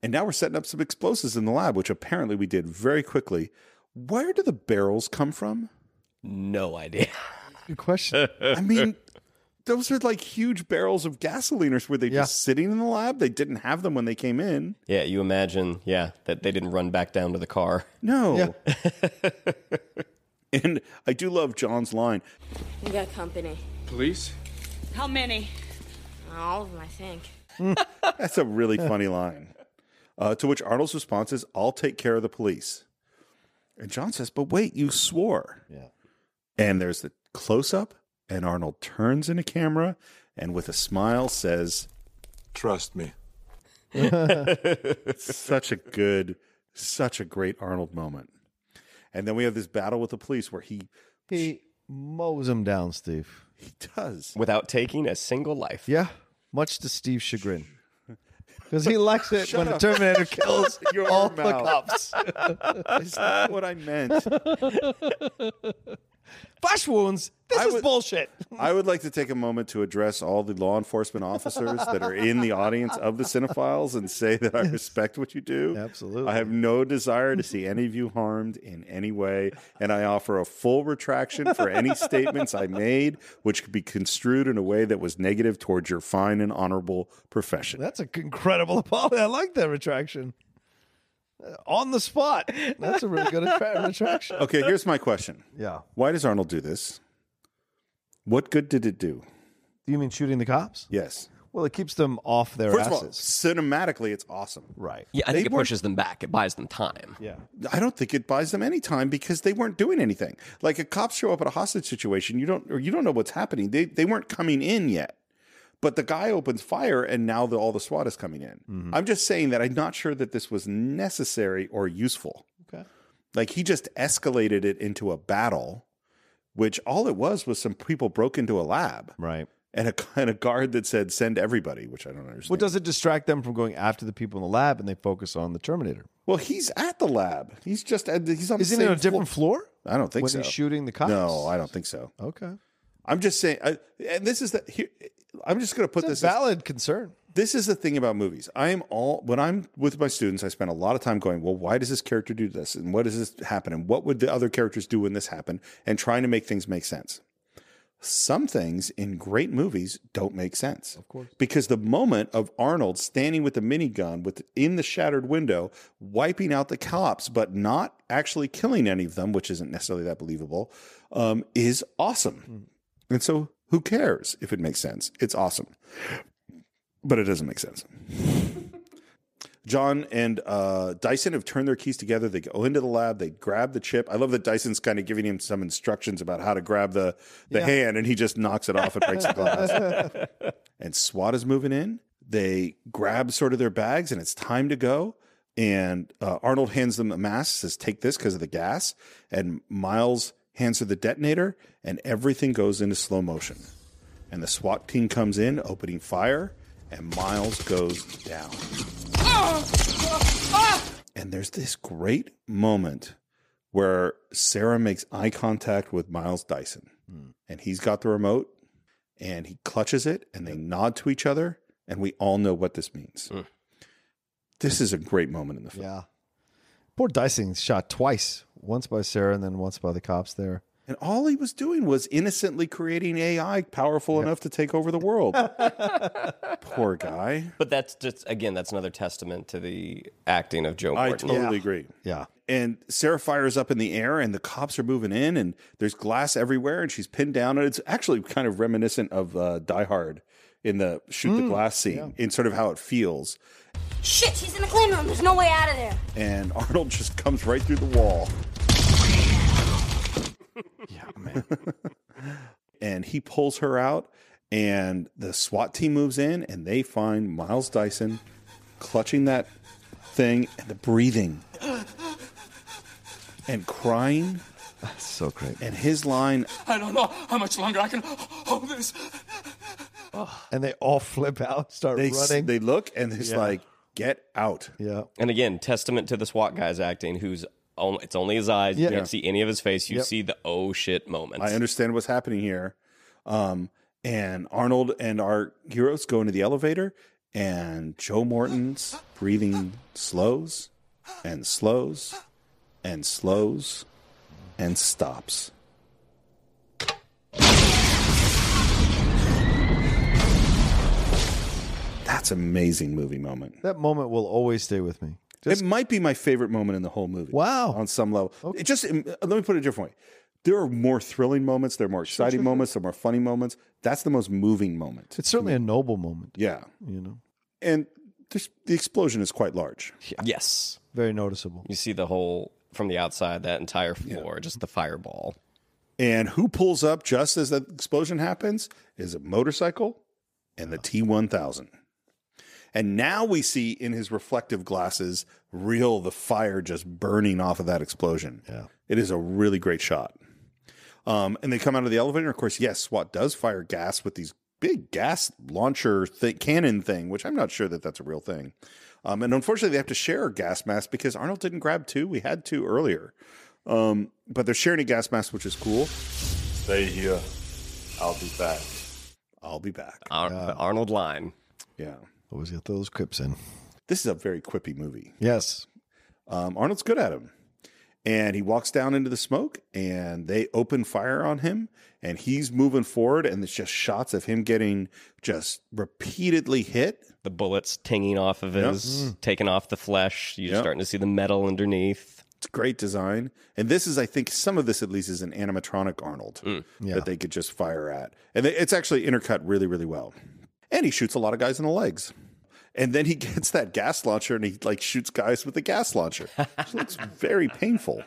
A: And now we're setting up some explosives in the lab, which apparently we did very quickly. Where do the barrels come from?
E: No idea.
J: Good question.
A: I mean, those are like huge barrels of gasoline. Or were they just sitting in the lab? They didn't have them when they came in.
E: Yeah, you imagine, yeah, that they didn't run back down to the car.
A: No. and I do love John's line.
C: You got company.
A: Police?
C: How many? All of them, I think.
A: That's a really funny line. Uh, to which Arnold's response is, I'll take care of the police. And John says, But wait, you swore.
J: Yeah.
A: And there's the close up, and Arnold turns in a camera and with a smile says, Trust me. such a good, such a great Arnold moment. And then we have this battle with the police where he
J: He mows him down, Steve.
A: He does.
E: Without taking a single life.
J: Yeah. Much to Steve's chagrin. Because he likes it when the Terminator kills all the cops.
A: That's not what I meant.
J: Flash wounds. This
A: I
J: is
A: would-
J: bullshit.
A: I would like to take a moment to address all the law enforcement officers that are in the audience of the Cinephiles and say that I respect what you do. Absolutely. I have no desire to see any of you harmed in any way, and I offer a full retraction for any statements I made, which could be construed in a way that was negative towards your fine and honorable profession.
J: That's an incredible apology. I like that retraction. Uh, on the spot. That's a really good attra- retraction.
A: Okay, here's my question.
J: Yeah.
A: Why does Arnold do this? What good did it do?
J: Do you mean shooting the cops?
A: Yes.
J: Well, it keeps them off their
A: First
J: asses.
A: of all, cinematically, it's awesome.
J: Right.
E: Yeah, I think
A: They
E: it
A: weren't-
E: pushes them back. It buys them time.
J: Yeah.
A: I don't think it buys them any time because they weren't doing anything. Like a cops show up at a hostage situation, you don't or you don't know what's happening. They they weren't coming in yet. But the guy opens fire and now the, all the SWAT is coming in.
J: Mm-hmm.
A: I'm just saying that I'm not sure that this was necessary or useful.
J: Okay.
A: Like he just escalated it into a battle, which all it was was some people broke into a lab.
J: Right.
A: And a and a guard that said send everybody, which I don't understand.
J: Well, does it distract them from going after the people in the lab and they focus on the Terminator?
A: Well, he's at the lab. He's just at the, he's on
J: Isn't it
A: the same
J: on a different floor?
A: I don't think
J: When
A: so.
J: he's shooting the cops?
A: No, I don't think so.
J: Okay.
A: I'm just saying, I, and this is the. Here, I'm just going to put
J: It's
A: this
J: a valid concern.
A: this is the thing about movies. I am all when I'm with my students, I spend a lot of time going, well, why does this character do this? And what does this happen? And what would the other characters do when this happened? And trying to make things make sense. Some things in great movies don't make sense. Of course. Because the moment of Arnold standing with the minigun with in the shattered window, wiping out the cops, but not actually killing any of them, which isn't necessarily that believable, um, is awesome. And so who cares if it makes sense? It's awesome but it doesn't make sense. John and uh, Dyson have turned their keys together. They go into the lab. They grab the chip. I love that Dyson's kind of giving him some instructions about how to grab the the
J: Yeah.
A: hand, and he just knocks it off and breaks the glass. and SWAT is moving in. They grab sort of their bags, and it's time to go. And uh, Arnold hands them a mask. Says, "Take this because of the gas." And Miles hands her the detonator, and everything goes into slow motion. And the SWAT team comes in, opening fire, and Miles goes down.
I: Oh,
A: And there's this great moment where Sarah makes eye contact with Miles Dyson, and he's got the remote and he clutches it, and they nod to each other, and we all know what this means. This is a great moment in the film.
J: Yeah. Poor Dyson's shot twice, once by Sarah and then once by the cops there.
A: And all he was doing was innocently creating AI powerful enough to take over the world. Poor guy.
E: But that's just again, that's another testament to the acting of Joe
A: I
E: Morton.
A: totally agree.
J: Yeah.
A: and Sarah fires up in the air, and the cops are moving in, and there's glass everywhere, and she's pinned down, and it's actually kind of reminiscent of uh, Die Hard in the shoot the glass scene, in sort of how it feels.
R: Shit, she's in the clean room. There's no way out of there.
A: And Arnold just comes right through the wall. yeah, man. and he pulls her out, and the SWAT team moves in, and they find Miles Dyson clutching that thing, and the breathing and crying.
J: That's so great.
A: And his line,
O: I don't know how much longer I can hold this.
J: And they all flip out, start
A: they s-
J: running.
A: they look and it's
J: Yeah.
A: like, get out.
J: yeah.
E: And again, testament to the SWAT guy's acting, who's only, it's only his eyes.
J: Yeah.
E: You don't see any of his face. You
J: Yep.
E: see the oh shit moments.
A: I understand what's happening here. Um, and Arnold and our heroes go into the elevator, and Joe Morton's breathing slows and slows and slows and stops. That's amazing movie moment.
J: That moment will always stay with me.
A: it might be my favorite moment in the whole movie. Wow. On some level. It just uh, let me put it a different way. There are more thrilling moments, there are more exciting moments, there are more funny moments. That's the most moving moment.
J: It's certainly a noble moment.
A: Yeah.
J: You know.
A: And there's, the explosion is quite large.
E: Yes.
J: Very noticeable.
E: You see the whole from the outside, that entire floor, just the fireball.
A: And who pulls up just as the explosion happens is a motorcycle and the T 1000. And now we see in his reflective glasses, real the fire just burning off of that explosion. Yeah. It is a really great shot. Um, and they come out of the elevator. Of course, yes, SWAT does fire gas with these big gas launcher thi- cannon thing, which I'm not sure that that's a real thing. Um, and unfortunately, they have to share a gas mask because Arnold didn't grab two. We had two earlier. Um, but they're sharing a gas mask, which is cool.
B: Stay here. I'll be back.
A: I'll be back.
E: Ar- the Arnold line.
A: Yeah.
J: Always get those quips in.
A: This is a very quippy movie.
J: Yes.
A: Um, Arnold's good at him. And he walks down into the smoke and they open fire on him. And he's moving forward. And it's just shots of him getting just repeatedly hit.
E: The bullets tinging off of
A: Yep. Mm.
E: his, taking off the flesh. You're
A: Yep.
E: starting to see the metal underneath.
A: It's great design. And this is, I think, some of this at least is an animatronic Arnold that they could just fire at. And they- it's actually intercut really, really well. And he shoots a lot of guys in the legs. And then he gets that gas launcher and he like shoots guys with the gas launcher. It looks very painful.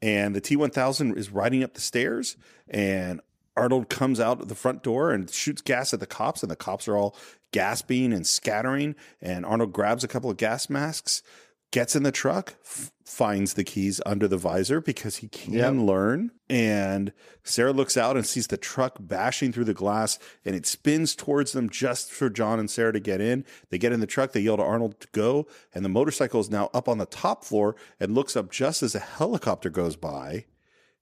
A: And the T1000 is riding up the stairs and Arnold comes out the front door and shoots gas at the cops and the cops are all gasping and scattering and Arnold grabs a couple of gas masks, gets in the truck, f- finds the keys under the visor because he can
J: Yep.
A: learn and Sarah looks out and sees the truck bashing through the glass and it spins towards them just for John and Sarah to get in. They get in the truck, they yell to Arnold to go, and the motorcycle is now up on the top floor and looks up just as a helicopter goes by.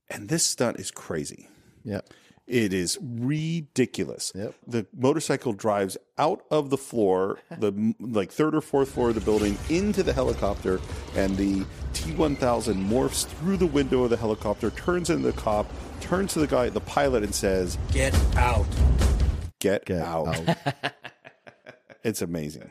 A: And this stunt is crazy.
J: Yeah.
A: It is ridiculous. The motorcycle drives out of the floor, the m- like third or fourth floor of the building, into the helicopter, and the T1000 morphs through the window of the helicopter, turns into the cop, turns to the guy, the pilot, and says,
K: Get out.
A: "Get, out." it's amazing.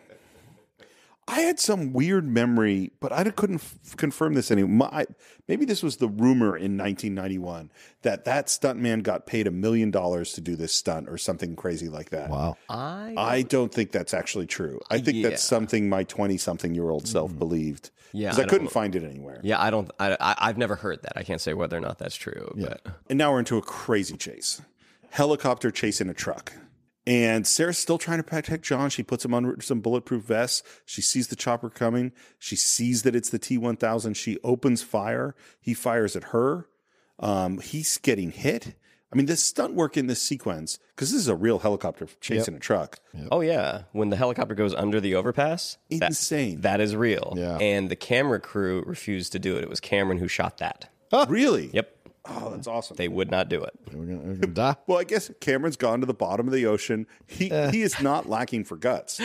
A: I had some weird memory, but I couldn't f- confirm this anymore. My, maybe this was the rumor in 1991 that that stuntman got paid a million dollars to do this stunt or something crazy like that. Wow.
E: I
A: I don't think that's actually true. I think
E: Yeah.
A: that's something my 20 something year old self believed.
E: Yeah,
A: Because I,
E: I don't-
A: couldn't find it anywhere.
E: Yeah, I don't. I, I I've never heard that. I can't say whether or not that's true. But
A: And now we're into a crazy chase helicopter chasing a truck. And Sarah's still trying to protect John. She puts him on some bulletproof vests. She sees the chopper coming. She sees that it's the T 1000. She opens fire. He fires at her. Um, he's getting hit. I mean, this stunt work in this sequence, because this is a real helicopter chasing a truck.
E: oh yeah, when the helicopter goes under the overpass, that-
A: Insane.
E: that is real. Yeah. And the camera crew refused to do it. It was Cameron who shot that.
A: Really?
E: Ah. Yep.
A: Oh, that's awesome.
E: They would not do it.
A: Well, I guess Cameron's gone to the bottom of the ocean. He
E: Uh.
A: he is not lacking for guts.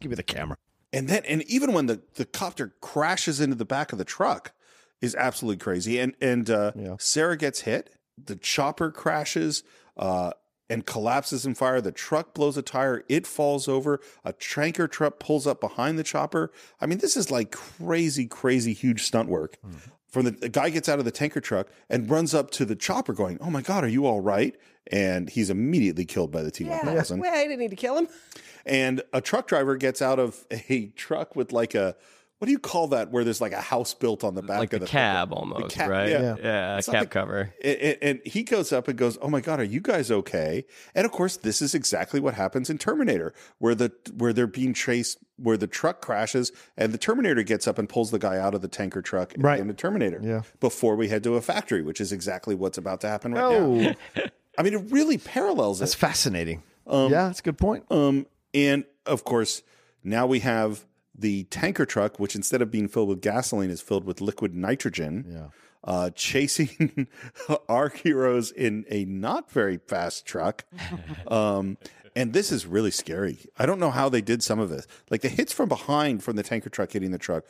J: Give me the camera.
A: And then and even when the, the copter crashes into the back of the truck is absolutely crazy. And and uh, Sarah gets hit, the chopper crashes, uh, and collapses in fire. The truck blows a tire, it falls over, a tanker truck pulls up behind the chopper. I mean, this is like crazy, crazy huge stunt work. From the, the guy gets out of the tanker truck and runs up to the chopper, going, "Oh my god, are you all right?" And he's immediately killed by the T one thousand
E: Well, I didn't need to kill him.
A: and a truck driver gets out of a truck with like a what do you call that where there's like a house built on the back
E: Like
A: of
E: a
A: the
E: cab
A: the
E: almost,
A: cab,
E: right?
A: yeah.
E: a
A: It's not
E: cab
A: the-
E: cover.
A: A- a- and, he goes up and goes oh my god are you guys okay and of course this is exactly what happens in terminator where the where they're being chased where the truck crashes and the terminator gets up and pulls the guy out of the tanker truck
J: Right.
A: in the terminator
J: Yeah.
A: before we head to a factory which is exactly what's about to happen right
J: Oh.
A: now i mean it really parallels
J: That's
A: it
J: fascinating. yeah, that's a good point.
A: um, and of course, now we have the tanker truck, which instead of being filled with gasoline, is filled with liquid nitrogen. Yeah. Uh, chasing our heroes in a not very fast truck. Um, and this is really scary. I don't know how they did some of this. Like the hits from behind from the tanker truck hitting the truck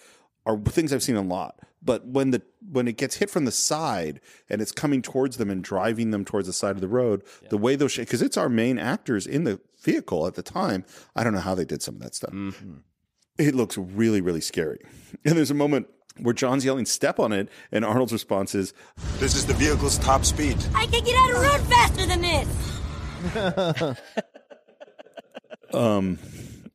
A: are things I've seen a lot. But when the when it gets hit from the side and it's coming towards them and driving them towards the side of the road, the way those because it's our main actors in the vehicle at the time. I don't know how they did some of that stuff. It looks really, really scary. And there's a moment where John's yelling, step on it. And Arnold's response is, This is the vehicle's top speed.
R: I can get out of road faster than this.
A: Um,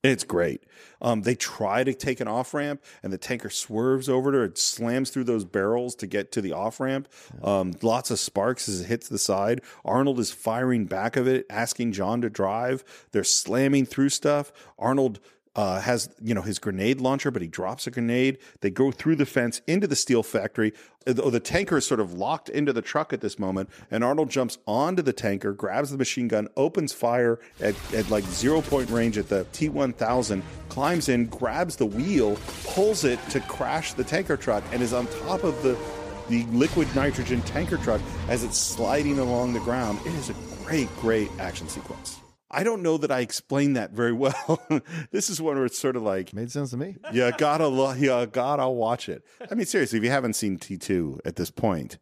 A: it's great. Um, they try to take an off ramp, and the tanker swerves over to it, slams through those barrels to get to the off ramp. Um, lots of sparks as it hits the side. Arnold is firing back of it, asking John to drive. They're slamming through stuff. Arnold. Uh, has you know his grenade launcher, but he drops a grenade. They go through the fence into the steel factory. Uh, The, the tanker is sort of locked into the truck at this moment, and Arnold jumps onto the tanker, grabs the machine gun, opens fire at, at like zero point range at the T one thousand, climbs in, grabs the wheel, pulls it to crash the tanker truck, and is on top of the the liquid nitrogen tanker truck as it's sliding along the ground. It is a great, great action sequence. I don't know that I explained that very well. this is one where it's sort of like
J: made sense to me.
A: You gotta, lo- you gotta watch it. I mean, seriously, if you haven't seen T two at this point,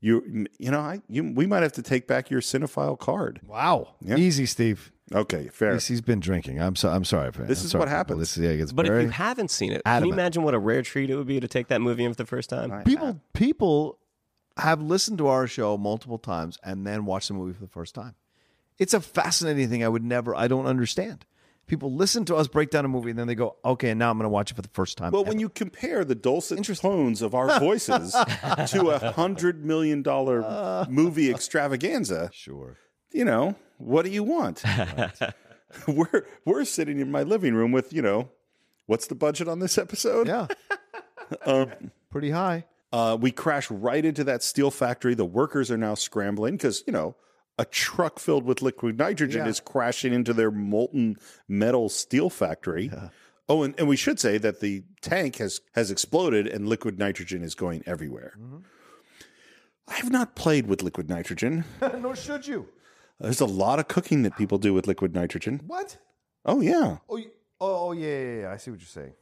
A: you, you know, I, you, we might have to take back your cinephile card.
J: Wow, easy, Steve.
A: Okay, fair.
J: He's- he's been drinking. I'm so I'm sorry for
E: This
J: I'm
E: is
J: sorry
E: what
J: for people.
E: happens.
J: This is- yeah, it gets
E: But
J: very
E: if you haven't seen it, can you
J: adamant.
E: imagine what a rare treat it would be to take that movie in for the first time?
J: people people have listened to our show multiple times and then watched the movie for the first time. It's a fascinating thing. I would never. I don't understand. People listen to us break down a movie and then they go, "Okay, now I'm going to watch it for the first time."
A: Well, when you compare the dulcet tones of our voices to a hundred million dollar movie extravaganza,
J: sure,
A: you know, what do you want? we're we're sitting in my living room with you know, what's the budget on this episode?
J: Yeah, Um, pretty high.
A: Uh, we crash right into that steel factory. The workers are now scrambling because you know a truck filled with liquid nitrogen
J: Yeah.
A: is crashing into their molten metal steel factory. Oh, and, and we should say that the tank has has exploded and liquid nitrogen is going everywhere. I have not played with liquid nitrogen.
J: Nor should you.
A: There's a lot of cooking that people do with liquid nitrogen.
J: What?
A: Oh yeah,
J: Oh, you, oh, oh, yeah, yeah, yeah. I see what you're saying.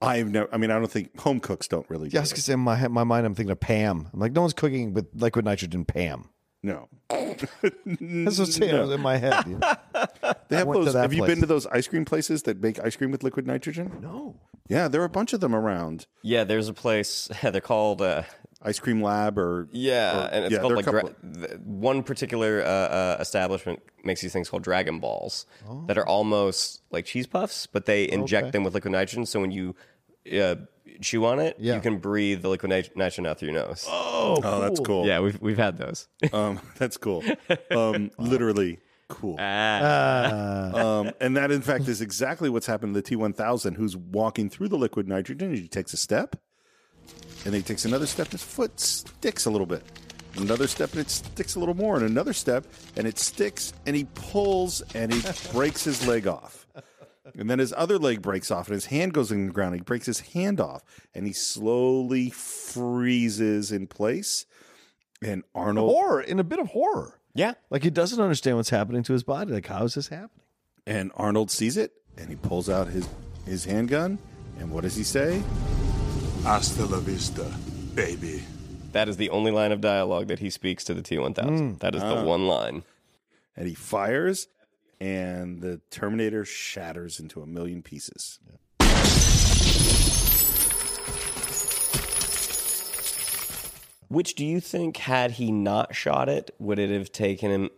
A: I've never. I mean, I don't think home cooks don't really.
J: Yeah, I was gonna say in my head- my mind, I'm thinking of Pam. I'm like, no one's cooking with liquid nitrogen, Pam.
A: No.
J: That's what I'm saying. It was in my head. you know.
A: They
J: I
A: have
J: went to
A: those.
J: that
A: Have you
J: place.
A: been to those ice cream places that make ice cream with liquid nitrogen?
J: No.
A: Yeah, there are a bunch of them around.
E: Yeah, there's a place. They're called uh,
A: Ice Cream Lab, or
E: yeah,
A: or-
E: and it's
A: yeah,
E: called
A: there are
E: like
A: a
E: dra-
A: couple
E: th- one particular uh, uh, establishment makes these things called Dragon Balls that
A: Oh.
E: are almost like cheese puffs, but they inject
J: Okay.
E: them with liquid nitrogen. So when you uh, chew on it,
J: Yeah.
E: you can breathe the liquid nit- nitrogen out through your nose.
A: Oh, that's cool.
E: Yeah, we've we've had those.
A: um, that's cool. Um, Literally cool. um, and that, in fact, is exactly what's happened to the T1000, who's walking through the liquid nitrogen. He takes a step, and then he takes another step. His foot sticks a little bit. Another step, and it sticks a little more. And another step, and it sticks, and he pulls, and he breaks his leg off. And then his other leg breaks off, and his hand goes in the ground. He breaks his hand off, and he slowly freezes in place. And Arnold
J: horror in a bit of horror.
E: Yeah,
J: like he doesn't understand what's happening to his body. Like, how is this happening?
A: And Arnold sees it and he pulls out his, his handgun. And what does he say?
E: Hasta la vista, baby. That is the only line of dialogue that he speaks to the T1000. That is
A: Ah.
E: the one line.
A: And he fires, and the Terminator shatters into a million pieces.
E: Which do you think, had he not shot it, would it have taken him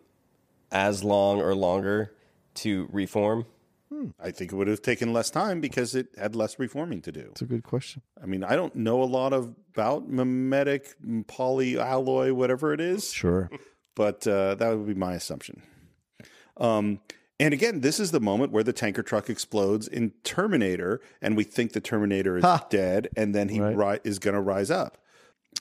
E: as long or longer to reform?
A: I think it would have taken less time because it had less reforming to do.
J: It's a good question.
A: I mean, I don't know a lot of, about mimetic polyalloy, whatever it is.
J: Sure.
A: but uh, that would be my assumption. Um, and again, this is the moment where the tanker truck explodes in Terminator, and we think the Terminator is
J: Ha!
A: dead, and then he ri- is going to rise up.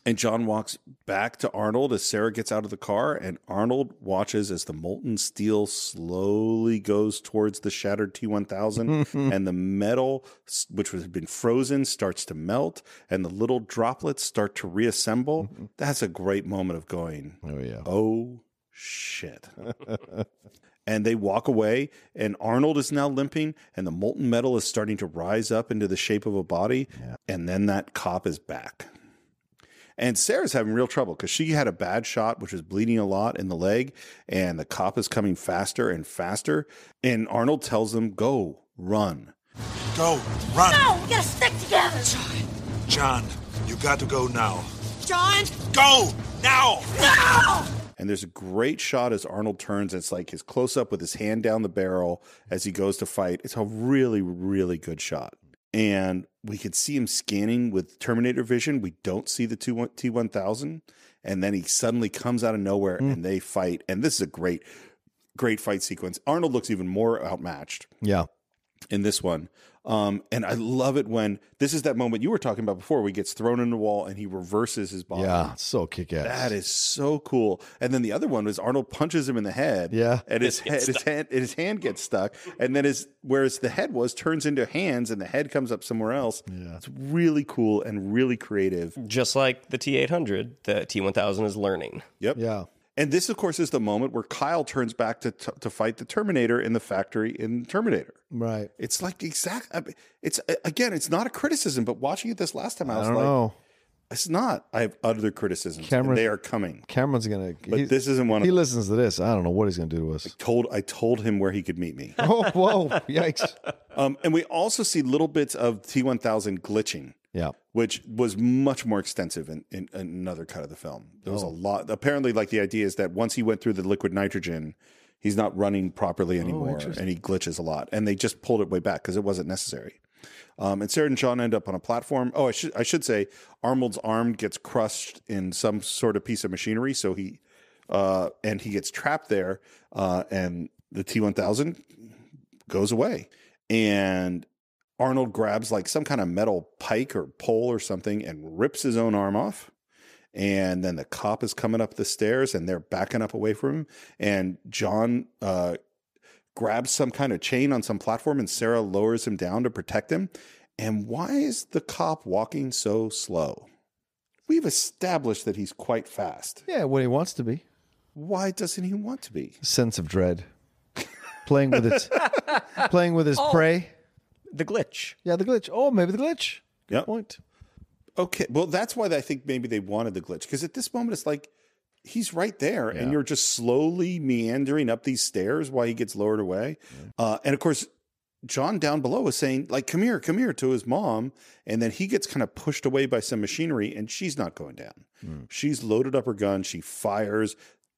A: And John walks back to Arnold as Sarah gets out of the car, and Arnold watches as the molten steel slowly goes towards the shattered T 1000, and the metal, s- which has been frozen, starts to melt, and the little droplets start to reassemble. That's a great moment of going,
J: Oh, yeah.
A: Oh, shit. and they walk away, and Arnold is now limping, and the molten metal is starting to rise up into the shape of a body. And then that cop is back And Sarah's having real trouble because she had a bad shot, which was bleeding a lot in the leg, and the cop is coming faster and faster. And Arnold tells them, Go, run.
V: Go, run.
R: No, Oh, we gotta stick together.
V: John, you got to go now.
R: John!
V: Go now!
R: No!
A: And there's a great shot as Arnold turns. It's like his close up with his hand down the barrel as he goes to fight. It's a really, really good shot. And we could see him scanning with Terminator vision. We don't see the T 1000. And then he suddenly comes out of nowhere and they fight. And this is a great, great fight sequence. Arnold looks even more outmatched
J: Yeah.
A: in this one. Um, and I love it when this is that moment you were talking about before. Where he gets thrown in the wall and he reverses his body.
J: Yeah. it's So kick ass.
A: That is so cool. And then the other one was Arnold punches him in the head.
J: Yeah.
A: And his head, his hand, and his hand gets stuck. And then his whereas the head was turns into hands, and the head comes up somewhere else. Yeah. It's really cool and really creative.
E: Just like the T800, the T1000 is learning.
A: Yep.
J: Yeah.
A: And this, of course, is the moment where Kyle turns back to to fight the Terminator in the factory in Terminator.
J: Right.
A: It's like exact. I mean, It's again, it's not a criticism, but watching it this last time, I
J: I
A: was
J: don't
A: like,
J: know.
A: it's not. I have other criticisms. and
J: Cameron-
A: they are coming.
J: Cameron's gonna.
A: But this isn't one of
J: He
A: them.
J: listens to this. I don't know what he's gonna do to us.
A: Told I told him where he could meet me.
J: oh, whoa! Yikes.
A: Um, and we also see little bits of T1000 glitching,
J: Yeah.
A: which was much more extensive in, in, in another cut of the film. There was a
J: Oh.
A: lot. Apparently, like the idea is that once he went through the liquid nitrogen, he's not running properly anymore
J: Oh, interesting.
A: and he glitches a lot. And they just pulled it way back because it wasn't necessary. Um, and Sarah and Sean end up on a platform. Oh, I should I should say Arnold's arm gets crushed in some sort of piece of machinery, so he uh, and he gets trapped there. Uh, and the T one thousand goes away, and Arnold grabs like some kind of metal pike or pole or something and rips his own arm off. And then the cop is coming up the stairs and they're backing up away from him. And John uh, grabs some kind of chain on some platform and Sarah lowers him down to protect him. And why is the cop walking so slow? We've established that he's quite fast.
J: Yeah. What he wants to be.
A: Why doesn't he want to be?
J: Sense of dread. playing with its. playing with his
A: Oh.
J: prey.
E: The glitch.
J: Yeah, the glitch. Oh, maybe the glitch.
A: Yep.
J: Point.
A: Okay. Well, that's why I think maybe they wanted the glitch because at this moment it's like he's right there and you're just slowly meandering up these stairs while he gets lowered away. Uh, and of course, John down below is saying, like, come here, come here to his mom. And then he gets kind of pushed away by some machinery and she's not going down. She's loaded up her gun. She fires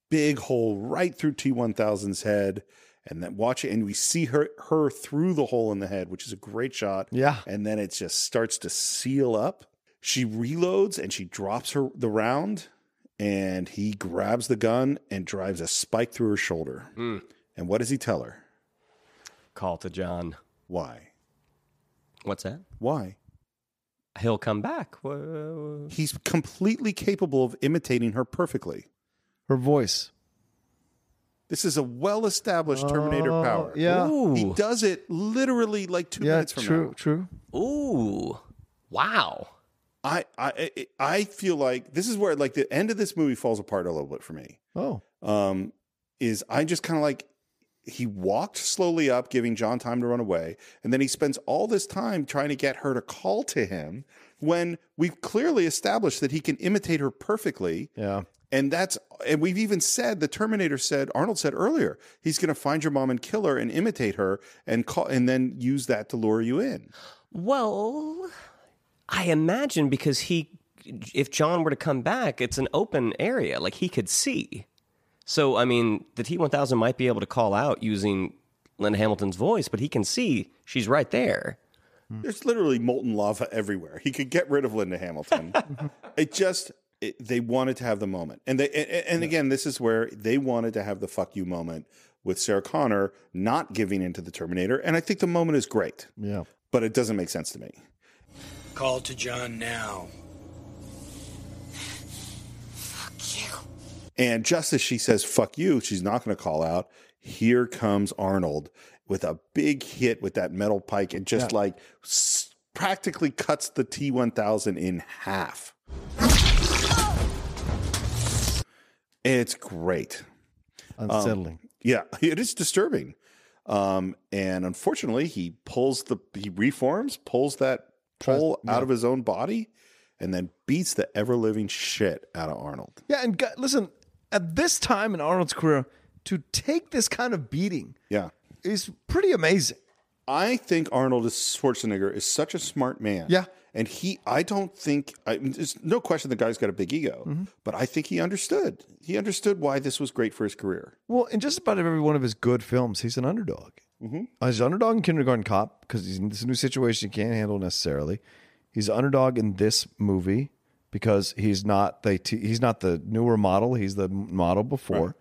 A: big hole right through T1000's head. And then watch it, and we see her her through the hole in the head, which is a great shot.
J: Yeah.
A: and then it just starts to seal up. She reloads and she drops her the round, and he grabs the gun and drives a spike through her shoulder. And what does he tell her?
E: Call to John.
A: Why?
E: What's that?
A: Why?
E: He'll come back. Whoa.
A: He's completely capable of imitating her perfectly.
J: Her voice.
A: This is a well-established Terminator
J: Oh,
A: power.
J: yeah.
A: he
E: Ooh.
A: does it literally like two
J: Yeah.
A: minutes from now.
J: True. True.
E: Ooh. Wow.
A: I I I- I feel like this is where like the end of this movie falls apart a little bit for me.
J: Oh.
A: Um, is I just kind of like he walked slowly up, giving John time to run away, and then he spends all this time trying to get her to call to him when we've clearly established that he can imitate her perfectly.
J: Yeah.
A: And that's and we've even said the Terminator said Arnold said earlier he's going to find your mom and kill her and imitate her and call and then use that to lure you in.
E: Well, I imagine because he, if John were to come back, it's an open area. Like he could see. So, I mean, the T 1000 might be able to call out using Lynn Hamilton's voice, but he can see she's right there.
A: There's literally molten lava everywhere. He could get rid of Linda Hamilton. it just it, they wanted to have the moment, and they and, and again, this is where they wanted to have the fuck you moment with Sarah Connor not giving in to the Terminator, and I think the moment is great,
J: Yeah.
A: but it doesn't make sense to me.
K: Call to John now.
A: And just as she says "fuck you," she's not going to call out. Here comes Arnold with a big hit with that metal pike, and just like s- practically cuts the T one thousand in half. It's great. Um,
J: Unsettling.
A: yeah, it is disturbing. Um, and unfortunately, he pulls the he reforms, pulls that pole out of his own body, and then beats the ever living shit out of Arnold.
D: Yeah, and gu- listen, at this time in Arnold's career, to take this kind of beating
A: Yeah.
D: is pretty amazing.
A: I think Arnold is- Schwarzenegger is such a smart man.
D: Yeah.
A: And he, I don't think, I, there's no question the guy's got a big ego, but I think he understood. He understood why this was great for his career.
D: Well, in just about every one of his good films, he's an underdog. Uh,
A: Mhm.
D: He's an underdog in Kindergarten Cop because he's in this new situation he can't handle necessarily. He's an underdog in this movie because he's not the t- he's not the newer model. He's the m- model before.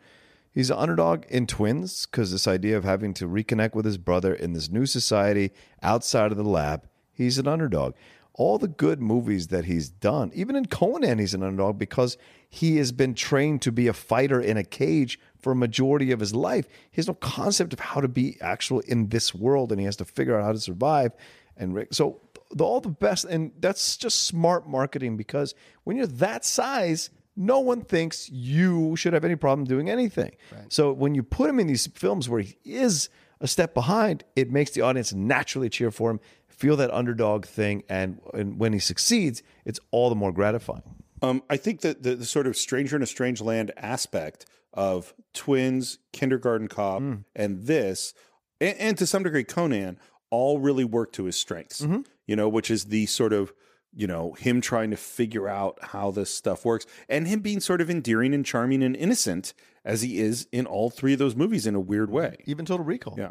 D: He's an underdog in Twins because this idea of having to reconnect with his brother in this new society outside of the lab, he's an underdog. All the good movies that he's done, even in Conan, he's an underdog because he has been trained to be a fighter in a cage for a majority of his life. He has no concept of how to be actual in this world, and he has to figure out how to survive. And Rick, so the, all the best, and that's just smart marketing because when you're that size, no one thinks you should have any problem doing anything. So when you put him in these films where he is a step behind, it makes the audience naturally cheer for him, feel that underdog thing, and, and when he succeeds, it's all the more gratifying.
A: Um, I think that the, the sort of stranger in a strange land aspect of twins, kindergarten cop,
D: Hmm.
A: and this, and, and to some degree Conan, all really work to his strengths.
D: Mm-hmm.
A: You know, which is the sort of you know him trying to figure out how this stuff works, and him being sort of endearing and charming and innocent as he is in all three of those movies in a weird way.
D: Even Total Recall.
A: Yeah,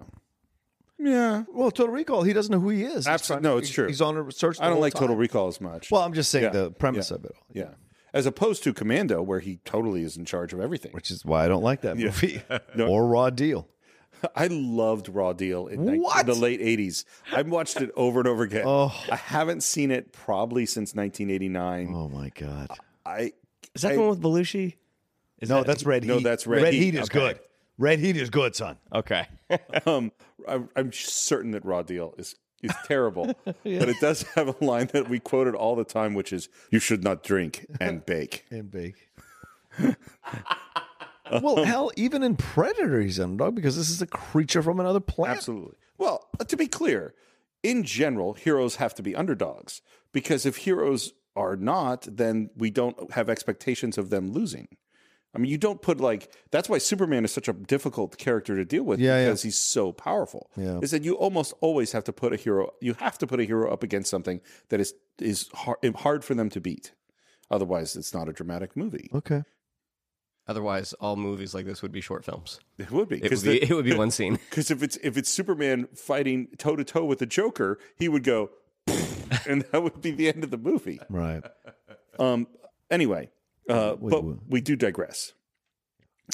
D: Yeah. Well, Total Recall, he doesn't know who he is. He's
A: absolutely.
D: trying-
A: No, it's true.
D: He's on a search. the
A: I don't
D: whole
A: like
D: time.
A: Total Recall as much.
D: Well, I'm just saying
A: Yeah.
D: the premise of it. all.
A: Yeah. As opposed to Commando, where he totally is in charge of everything.
D: Which is why I don't like that
A: Yeah.
D: movie or Raw Deal.
A: I loved Raw Deal in nin-
D: What? Oh.
A: the late 80s. I've watched it over and over again. I haven't seen it probably since 1989.
D: Oh my god.
A: I
E: Is that the one with Belushi? Is
D: no,
E: that-
D: that's Red
A: No,
D: Heat.
A: that's Red Heat.
D: Heat is
A: Okay.
D: good. Red Heat is good, son.
E: Okay.
A: um I, I'm certain that Raw Deal is is terrible, but it does have a line that we quoted all the time which is you should not drink and bake.
D: And bake. well, hell, even in Predator, he's underdog because this is a creature from another planet.
A: Absolutely. Well, uh, to be clear, in general, heroes have to be underdogs because if heroes are not, then we don't have expectations of them losing. I mean, you don't put like that's why Superman is such a difficult character to deal with
D: Yeah, yeah.
A: because he's so powerful.
D: Yeah.
A: Is that you almost always have to put a hero you have to put a hero up against something that is is hard, hard for them to beat. Otherwise, it's not a dramatic movie.
D: Okay.
E: Otherwise, all movies like this would be short films.
A: It would be.
E: It would be, it would be one scene.
A: Because if it's if it's Superman fighting toe to toe with the Joker, he would go, and that would be the end of the movie.
D: Right.
A: Um. Anyway, uh,
D: Wait,
A: but
D: wait.
A: we do digress.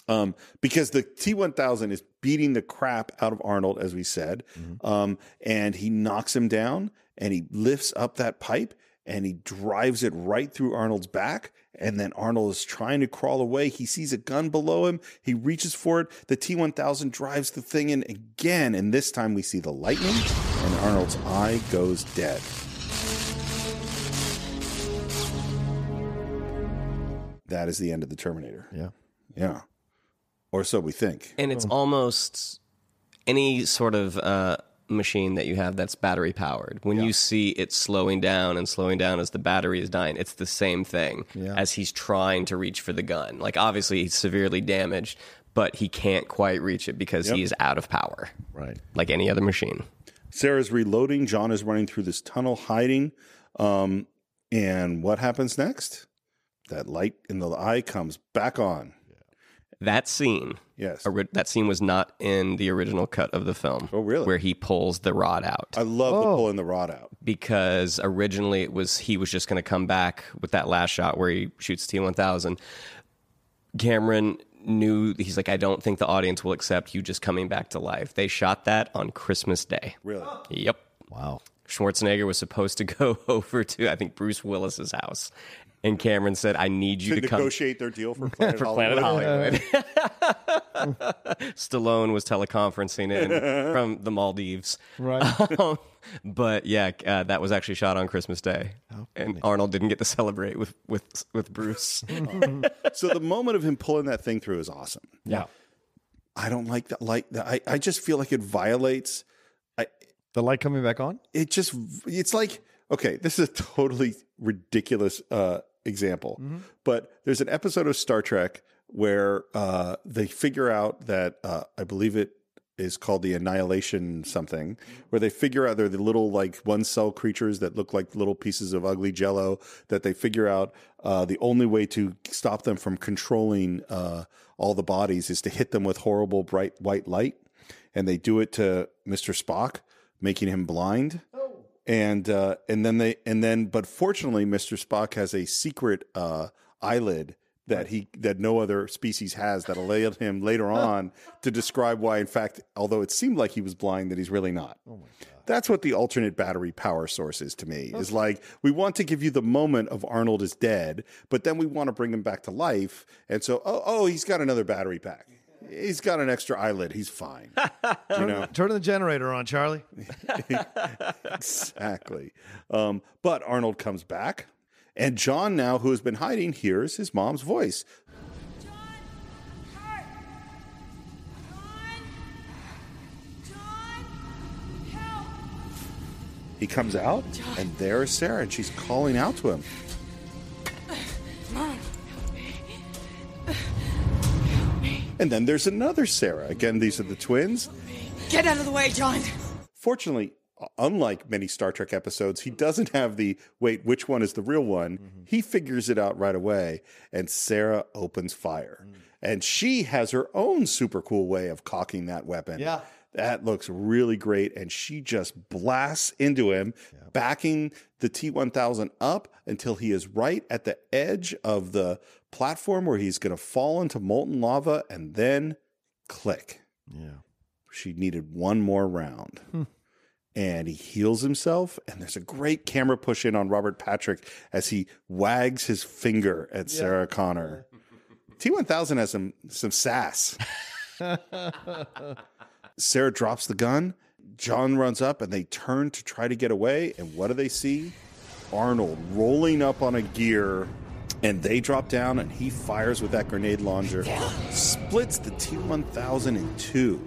A: Um, because the T1000 is beating the crap out of Arnold, as we said,
D: Mm-hmm.
A: um, and he knocks him down, and he lifts up that pipe, and he drives it right through Arnold's back, and then Arnold is trying to crawl away. He sees a gun below him. He reaches for it. The T1000 drives the thing in again, and this time we see the lightning, and Arnold's eye goes dead. That is the end of the Terminator.
D: Yeah.
A: Yeah. Or so we think.
E: And it's almost any sort of uh, machine that you have that's battery powered. When you see it slowing down and slowing down as the battery is dying, it's the same thing
D: Yeah.
E: as he's trying to reach for the gun. Like, obviously, he's severely damaged, but he can't quite reach it because
A: Yep.
E: he is out of power,
D: Right.
E: like any other machine.
A: Sarah's reloading. John is running through this tunnel, hiding. Um, and what happens next? That light in the eye comes back on.
E: That scene.
A: Yes.
E: ori- That scene was not in the original cut of the film. Oh,
A: really?
E: Where he pulls the rod out.
A: I love
E: Oh.
A: the pulling the rod out.
E: because originally it was he was just going to come back with that last shot where he shoots T1000. Cameron knew he's like I don't think the audience will accept you just coming back to life. They shot that on Christmas Day.
A: Really?
E: Yep.
D: Wow.
E: Schwarzenegger was supposed to go over to I think Bruce Willis's house and Cameron said I need you
A: To
E: to, come
A: negotiate their deal for Planet
E: for
A: Hollywood.
E: Planet Hollywood. Stallone was teleconferencing in from the Maldives.
D: Right.
E: Um, but yeah, uh, that was actually shot on Christmas Day,
A: Oh,
E: and Arnold didn't get to celebrate with with with Bruce.
A: so the moment of him pulling that thing through is awesome.
E: yeah.
A: I don't like that light. I, I just feel like it violates.
D: The light coming back on?
A: It just, it's like, okay, this is a totally ridiculous uh, example, but there's an episode of Star Trek where uh, they figure out that uh, I believe it is called the annihilation something where they figure out they're the little like one cell creatures that look like little pieces of ugly jello that they figure out uh, the only way to stop them from controlling uh, all the bodies is to hit them with horrible bright white light and they do it to mr spock making him blind and uh, and then they and then but fortunately mr spock has a secret uh, eyelid that he that no other species has that allowed him later on to describe why in fact although it seemed like he was blind that he's really not oh my God. that's what the alternate battery power source is to me is like we want to give you the moment of arnold is dead but then we want to bring him back to life and so oh, oh he's got another battery pack he's got an extra eyelid he's fine you know
D: Turn the generator on, Charlie.
A: exactly. Um, but Arnold comes back, and John, now who has been hiding, hears his mom's voice. He comes out, and there is Sarah, and she's calling out to him.
R: Mom,
A: And then there's another Sarah. Again, these are the twins.
P: Get out of the way, John.
A: Fortunately, unlike many Star Trek episodes, he doesn't have the wait, which one is the real one?
P: Mm-hmm.
A: He figures it out right away, and Sarah opens fire.
P: Mm.
A: And she has her own super cool way of cocking that weapon.
D: Yeah.
A: That looks really great. And she just blasts into him, backing the T 1000 up until he is right at the edge of the platform where he's going to fall into molten lava and then click.
D: Yeah.
A: She needed one more round. And he heals himself. And there's a great camera push in on Robert Patrick as he wags his finger at Sarah Connor. T1000 has some, some sass. Sarah drops the gun. John runs up and they turn to try to get away. And what do they see? Arnold rolling up on a gear. And they drop down and he fires with that grenade launcher, splits the T 1000 in two.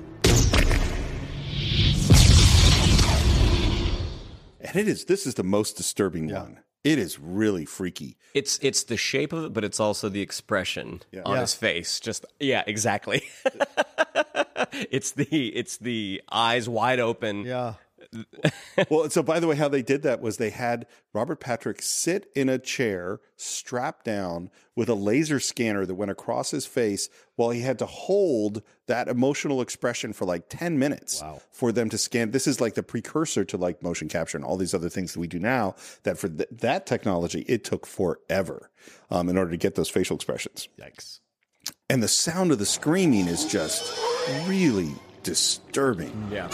A: And it is, this is the most disturbing one. It is really freaky.
E: It's it's the shape of it, but it's also the expression on
A: Yeah.
E: his face. Just yeah, exactly. it's the it's the eyes wide open.
D: Yeah.
A: well, so by the way, how they did that was they had Robert Patrick sit in a chair, strapped down with a laser scanner that went across his face while he had to hold that emotional expression for like 10 minutes for them to scan. This is like the precursor to like motion capture and all these other things that we do now that for th- that technology, it took forever um, in order to get those facial expressions.
D: Yikes.
A: And the sound of the screaming is just really disturbing
E: Yeah.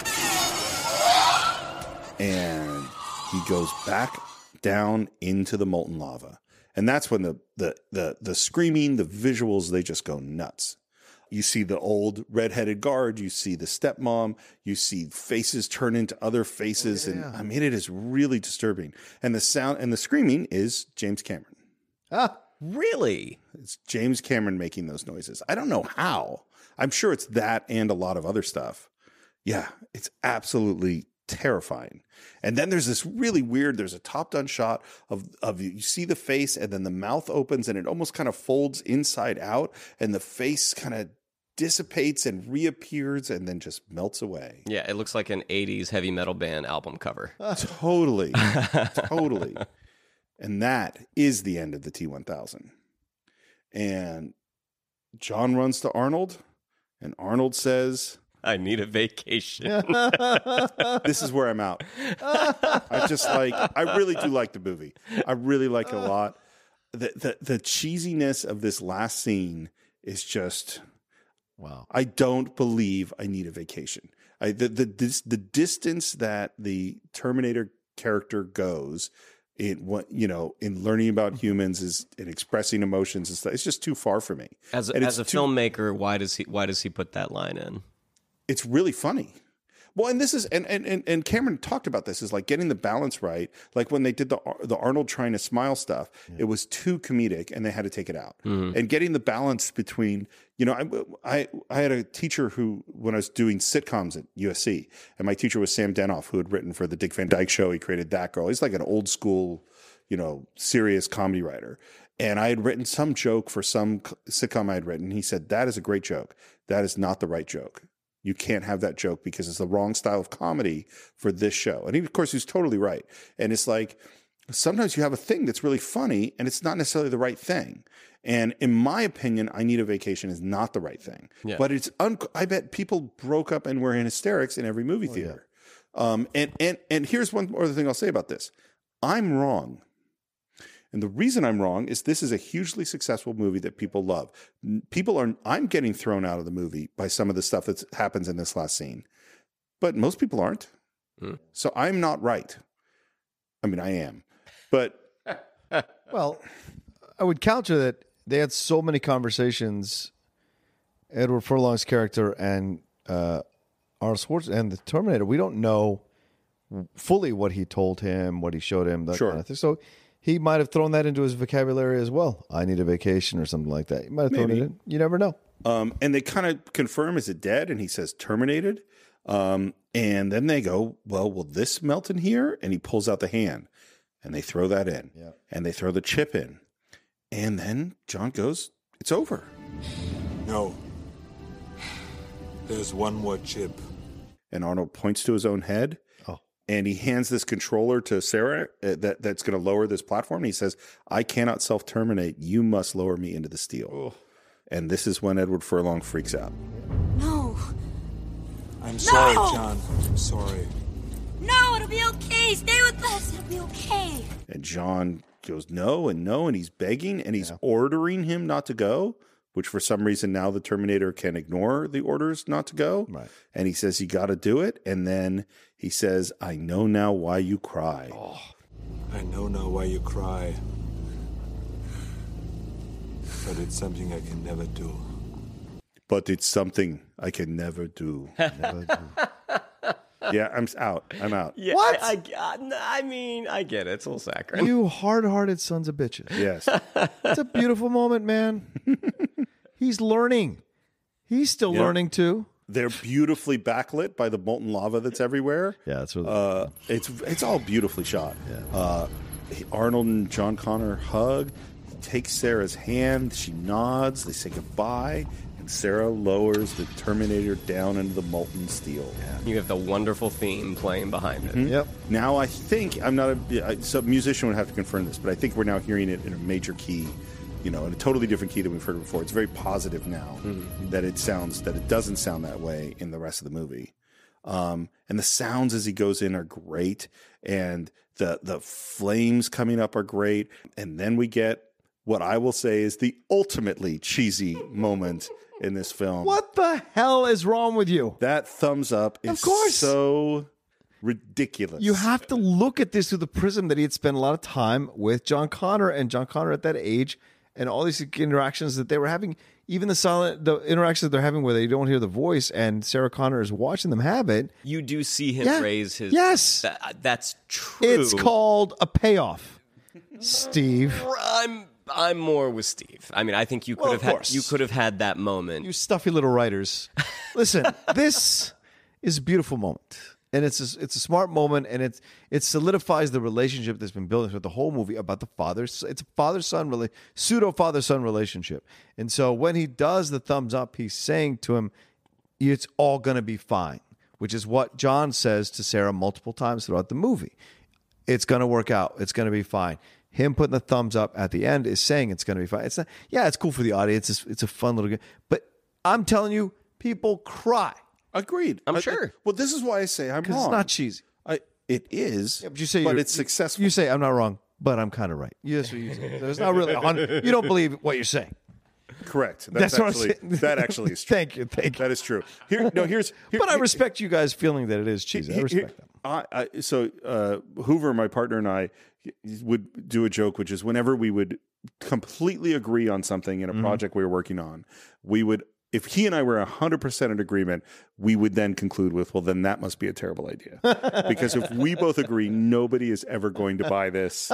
A: and he goes back down into the molten lava. And that's when the the the the screaming, the visuals, they just go nuts. You see the old redheaded guard, you see the stepmom, you see faces turn into other faces, and I mean it is really disturbing. And the sound and the screaming is James Cameron.
D: Ah,
E: really?
A: It's James Cameron making those noises. I don't know how. I'm sure it's that and a lot of other stuff. Yeah, it's absolutely terrifying. And then there's this really weird, there's a top down shot of of you see the face and then the mouth opens and it almost kind of folds inside out and the face kind of dissipates and reappears and then just melts away.
E: Yeah, it looks like an 80s heavy metal band album cover.
A: Totally. totally. And that is the end of the T1000. And John runs to Arnold, and Arnold says,
E: I need a vacation.
A: This is where I'm out. I just like, I really do like the movie. I really like it a lot. The, the, the cheesiness of this last scene is just
D: Wow.
A: I don't believe I need a vacation. I, the the dis, the distance that the Terminator character goes in what you know in learning
E: Mm-hmm.
A: about humans is in expressing emotions and stuff. It's just too far for me.
E: As a,
A: And
E: as a
A: it's too-
E: filmmaker, why does he why does he put that line in?
A: it's really funny. Well, and this is and and and, and Cameron talked about this is like getting the balance right. Like when they did the Ar- the Arnold trying to smile stuff, it was too comedic, and they had to take it out.
W: Mhm.
A: And getting the balance between you know I, I I had a teacher who when I was doing sitcoms at USC, and my teacher was Sam Denoff, who had written for the Dick Van Dyke Show. He created That Girl. He's like an old school, you know, serious comedy writer. And I had written some joke for some c- sitcom I had written. He said, That is a great joke. That is not the right joke. You can't have that joke because it's the wrong style of comedy for this show. And he, of course, he's totally right. And it's like sometimes you have a thing that's really funny and it's not necessarily the right thing. And in my opinion, I Need a Vacation is not the right thing.
W: Yeah.
A: But it's, un- I bet people broke up and were in hysterics in every movie theater. Um, and, and, and here's one other thing I'll say about this I'm wrong. And the reason I'm wrong is this is a hugely successful movie that people love. N- People are I'm getting thrown out of the movie by some of the stuff that happens in this last scene. But most people aren't. So I'm not right. I mean, I am. But
D: well, I would counter that they had so many conversations. Edward Furlong's character and uh, Arnold Schwarzenegger and the Terminator. We don't know fully what he told him, what he showed him, that
A: Sure.
D: kind of thing. So he might have thrown that into his vocabulary as well. I need a vacation or something like that. He might have thrown
A: Maybe.
D: it in. You never know.
A: Um, and they kind of confirm, is it dead? And he says, terminated. Um, and then they go, well, will this melt in here? And he pulls out the hand and they throw that in.
D: Yeah.
A: And they throw the chip in. And then John goes, it's over.
B: No. There's one more chip.
A: and Arnold points to his own head. And he hands this controller to Sarah uh, that that's going to lower this platform. And he says, "I cannot self terminate. You must lower me into the steel." And this is when Edward Furlong freaks out.
I: No.
B: I'm sorry,
I: No!
B: John. I'm sorry.
I: No, it'll be okay. Stay with us. It'll be okay.
A: And John goes, "No and no," and he's begging and he's ordering him not to go. Which for some reason now the Terminator can ignore the orders not to go. Right. And he says, "You got to do it." And then he says, "I know now why you cry."
B: I know now why you cry. But it's something I can never do.
A: but it's something I can never do. Never do. yeah, I'm s- out. I'm out.
E: Yeah, what? I, I, I mean, I get it. It's a little saccharine.
D: You hard hearted sons of bitches.
A: Yes.
D: It's a beautiful moment, man. He's learning. He's still
A: Yeah.
D: learning too.
A: They're beautifully backlit by the molten lava that's everywhere.
D: Yeah, that's really.
A: Uh, it's it's all beautifully shot. Uh, he- Arnold and John Connor hug, take Sarah's hand. She nods. They say goodbye, and Sarah lowers the Terminator down into the molten steel.
E: You have the wonderful theme playing behind
D: Mm-hmm.
E: it.
A: Yep. Now I think I'm not a I- so musician would have to confirm this, but I think we're now hearing it in a major key, you know, in a totally different key than we've heard it before. It's very positive now
D: Mm-hmm.
A: that it sounds that it doesn't sound that way in the rest of the movie. Um, and the sounds as he goes in are great, and the the flames coming up are great, and then we get what I will say is the ultimately cheesy moment in this film.
D: What the hell is wrong with you?
A: That thumbs up is
D: Of course.
A: so ridiculous.
D: You have to look at this through the prism that he had spent a lot of time with John Connor and John Connor at that age and all these interactions that they were having, even the silent the interactions they're having where they don't hear the voice and Sarah Connor is watching them have it.
E: You do see him
D: Yeah.
E: raise his.
D: Yes.
E: That- that's true.
D: It's called a payoff. Steve.
E: I'm I'm more with Steve. I mean, I think you could
D: Well,
E: have
D: of
E: had,
D: course.
E: you could have had that moment.
D: You stuffy little writers. Listen, this is a beautiful moment. And it's a, it's a smart moment, and it's it solidifies the relationship that's been building throughout the whole movie about the father. It's a father son rela- pseudo father son relationship, and so when he does the thumbs up, he's saying to him, "It's all gonna be fine," which is what John says to Sarah multiple times throughout the movie it's going to work out. It's going to be fine. Him putting the thumbs up at the end is saying it's going to be fine. It's not, yeah, it's cool for the audience. It's, it's a fun little game. But I'm telling you, people cry.
A: Agreed. I'm
E: sure.
A: well, this is why I say I'm
D: 'Cause
A: wrong.
D: it's not cheesy.
A: I, it is.
D: but you say
A: but
D: you're-
A: it's successful.
D: You say, I'm not wrong, but I'm kind of right. You, that's what you say. There's not really, a hundred- you don't believe what you're saying.
A: Correct.
D: That's what I'm
A: actually,
D: saying.
A: That actually is true.
D: thank you. Thank
A: you. That is true. Here, no, here's. here-
D: but I
A: here-
D: respect you guys feeling that it is cheesy. I
A: here-
D: respect
A: here- I, I, so uh, Hoover, my partner, and I would do a joke, which is
D: Mm-hmm.
A: whenever we would completely agree on something in a project we were working on, we would if he and I were 100% in agreement, we would then conclude with, well, then that must be a terrible idea. because if we both agree, nobody is ever going to buy this.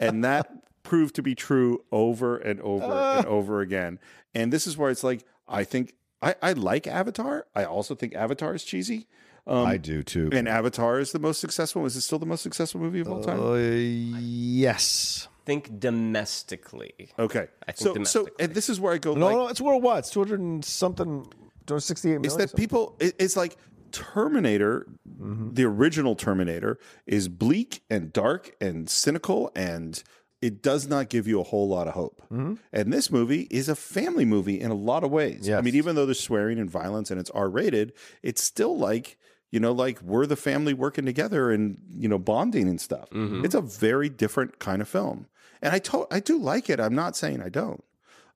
A: And that proved to be true over and over
D: Ah.
A: and over again. And this is where it's like, I think I, I like Avatar. I also think Avatar is cheesy. Um,
J: I do too.
A: And Avatar is the most successful. Is it still the most successful movie of all time?
J: uh,
E: Uh,
J: yes.
E: Think domestically.
A: Okay.
E: I think
A: So, so
E: domestically.
A: and this is where I go.
J: No,
A: like,
J: no, it's worldwide. It's 200 and something, 268 million.
A: It's that people. It, it's like Terminator, the original Terminator, is bleak and dark and cynical, and it does not give you a whole lot of hope. And this movie is a family movie in a lot of ways. I mean, even though there's swearing and violence and it's R rated, it's still like. You know, like we're the family working together and you know bonding and stuff. It's a very different kind of film, and I to- I do like it. I'm not saying I don't.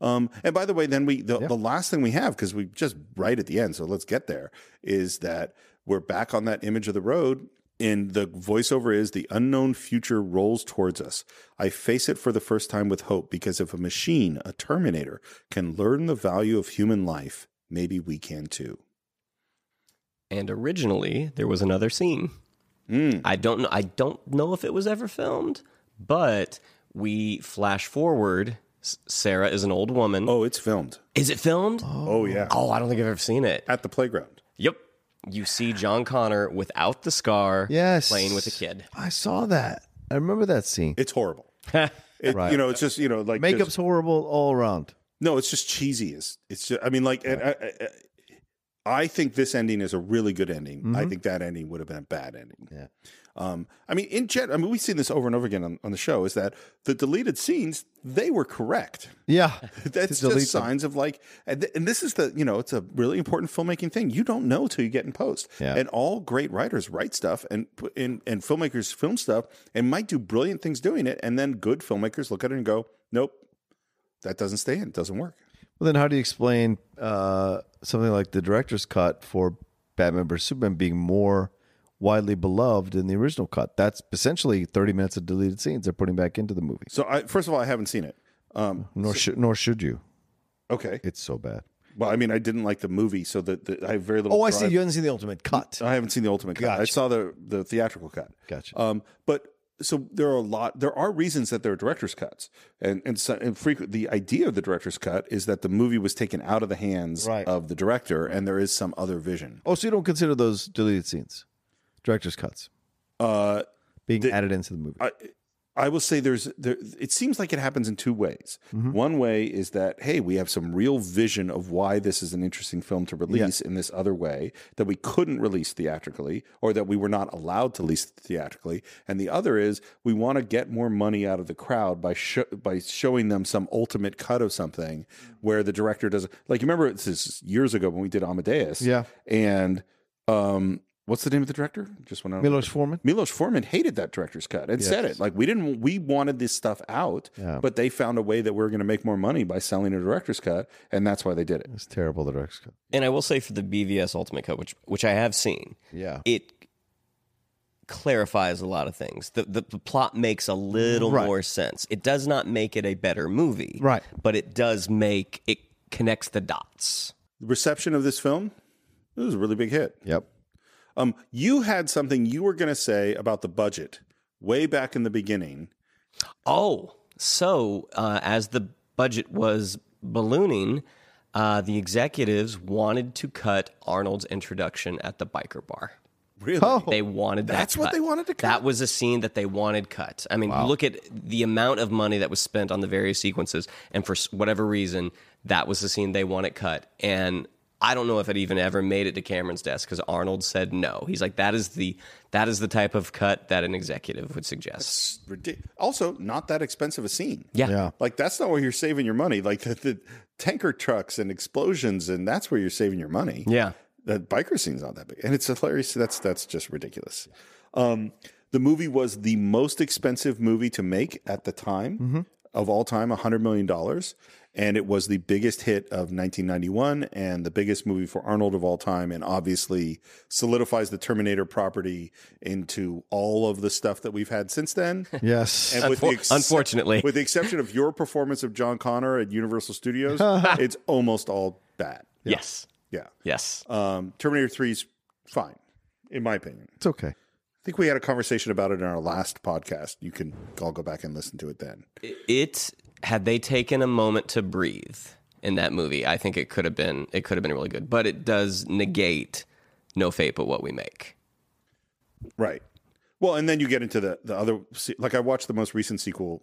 A: Um, and by the way, then we the, the last thing we have because we just right at the end, so let's get there. Is that we're back on that image of the road, and the voiceover is the unknown future rolls towards us. I face it for the first time with hope because if a machine, a Terminator, can learn the value of human life, maybe we can too.
E: And originally there was another scene.
D: Mm.
E: I don't know. I don't know if it was ever filmed, but we flash forward. S- Sarah is an old woman.
A: Oh, it's filmed.
E: Is it filmed?
A: Oh yeah.
E: Oh, I don't think I've ever seen it.
A: At the playground.
E: Yep. You see John Connor without the scar,
J: Yes.
E: playing with a kid.
J: I saw that. I remember that scene.
A: It's horrible. It,
J: Right.
A: You know, it's just you know like just-
J: Makeup's horrible all around.
A: No, it's just cheesy. It's, it's just, I mean, like, and I, I, I think this ending is a really good ending. I
J: Mhm.
A: think that ending would have been a bad ending.
J: Yeah.
A: Um, I mean, in general, I mean, we've seen this over and over again on, on the show is that the deleted scenes, they were correct.
J: Yeah.
A: That's
J: delete
A: just signs of like, and, th- and this is the, you know, it's a really important filmmaking thing. You don't know till you get in post.
J: Yeah.
A: And all great writers write stuff and, pu- and, and filmmakers film stuff and might do brilliant things doing it. And then good filmmakers look at it and go, nope, that doesn't stay in. It doesn't work.
J: Well, then how do you explain uh, something like the director's cut for Batman vs Superman being more widely beloved than the original cut? That's essentially 30 minutes of deleted scenes they're putting back into the movie.
A: So, I, first of all, I haven't seen it. Um,
J: Nor should nor should you.
A: okay.
J: It's so bad.
A: Well, I mean, I didn't like the movie, so that that I have very little.
J: Oh, I
A: drive-
J: see. You haven't seen the ultimate cut.
A: I haven't seen the ultimate cut. I saw the the theatrical cut.
J: Gotcha.
A: Um, but so there are a lot. There are reasons that there are director's cuts, and and, so, and frequent the idea of the director's cut is that the movie was taken out of the hands
J: Right.
A: of the director, and there is some other vision.
J: Oh, so you don't consider those deleted scenes, director's cuts,
A: Uh,
J: being added into the movie?
A: I I will say there's there it seems like it happens in two ways. One way is that hey, we have some real vision of why this is an interesting film to release in this other way that we couldn't release theatrically or that we were not allowed to release theatrically. And the other is we want to get more money out of the crowd by sho- by showing them some ultimate cut of something where the director doesn't like you remember this is years ago when we did Amadeus.
J: Yeah.
A: And um what's the name of the director? Just went out.
J: Milos Forman.
A: Milos Forman hated that director's cut and
J: Yes.
A: said it. Like we didn't we wanted this stuff out,
J: Yeah.
A: but they found a way that we were going to make more money by selling a director's cut, and that's why they did it.
J: It's terrible. The director's cut.
E: And I will say for the BVS Ultimate Cut, which which I have seen,
J: Yeah.
E: it clarifies a lot of things. The the, the plot makes a little
J: Right.
E: more sense. It does not make it a better movie,
J: Right.
E: But it does make it connects the dots.
A: The reception of this film, it was a really big hit.
J: Yep.
A: Um, you had something you were going to say about the budget way back in the beginning.
E: Oh, so uh, as the budget was ballooning, uh, the executives wanted to cut Arnold's introduction at the biker bar.
A: Really?
J: Oh.
E: They wanted that.
A: That's what they wanted to cut?
E: That was a scene that they wanted cut. I mean, look at the amount of money that was spent on the various sequences, and for s- whatever reason, that was the scene they wanted cut. And I don't know if it even ever made it to Cameron's desk because Arnold said no. He's like, that is the that is the type of cut that an executive would suggest.
A: Ridic- Also, not that expensive a scene.
E: Yeah.
A: Like that's not where you're saving your money. Like the, the tanker trucks and explosions, and that's where you're saving your money.
E: Yeah.
A: the biker scene's not that big, and it's hilarious. That's that's just ridiculous. Um, the movie was the most expensive movie to make at the time
E: Mm-hmm.
A: of all time, hundred million dollars, and it was the biggest hit of 1991 and the biggest movie for Arnold of all time, and obviously solidifies the Terminator property into all of the stuff that we've had since then.
J: Yes.
A: And with the
E: Unfor-
A: ex-
E: unfortunately.
A: with the exception of your performance of John Connor at Universal Studios, it's almost all bad.
E: Yes.
A: Yeah.
E: Yes.
A: Um, Terminator 3's fine, in my opinion.
D: It's okay.
A: I think we had a conversation about it in our last podcast. You can all go back and listen to it then.
E: It had they taken a moment to breathe in that movie, I think it could have been it could have been really good. But it does negate no fate but what we make.
A: Right. Well, and then you get into the the other se- like I watched the most recent sequel.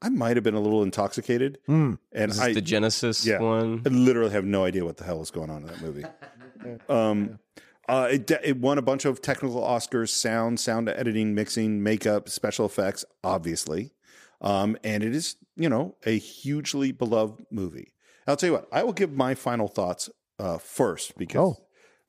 A: I might have been a little intoxicated,
D: Mm.
A: and
E: Is this
A: I
E: the Genesis
A: yeah,
E: one?
A: I literally have no idea what the hell is going on in that movie. um, uh, it, de- it won a bunch of technical Oscars: sound, sound editing, mixing, makeup, special effects, obviously. Um, and it is, you know, a hugely beloved movie. I'll tell you what. I will give my final thoughts uh, first because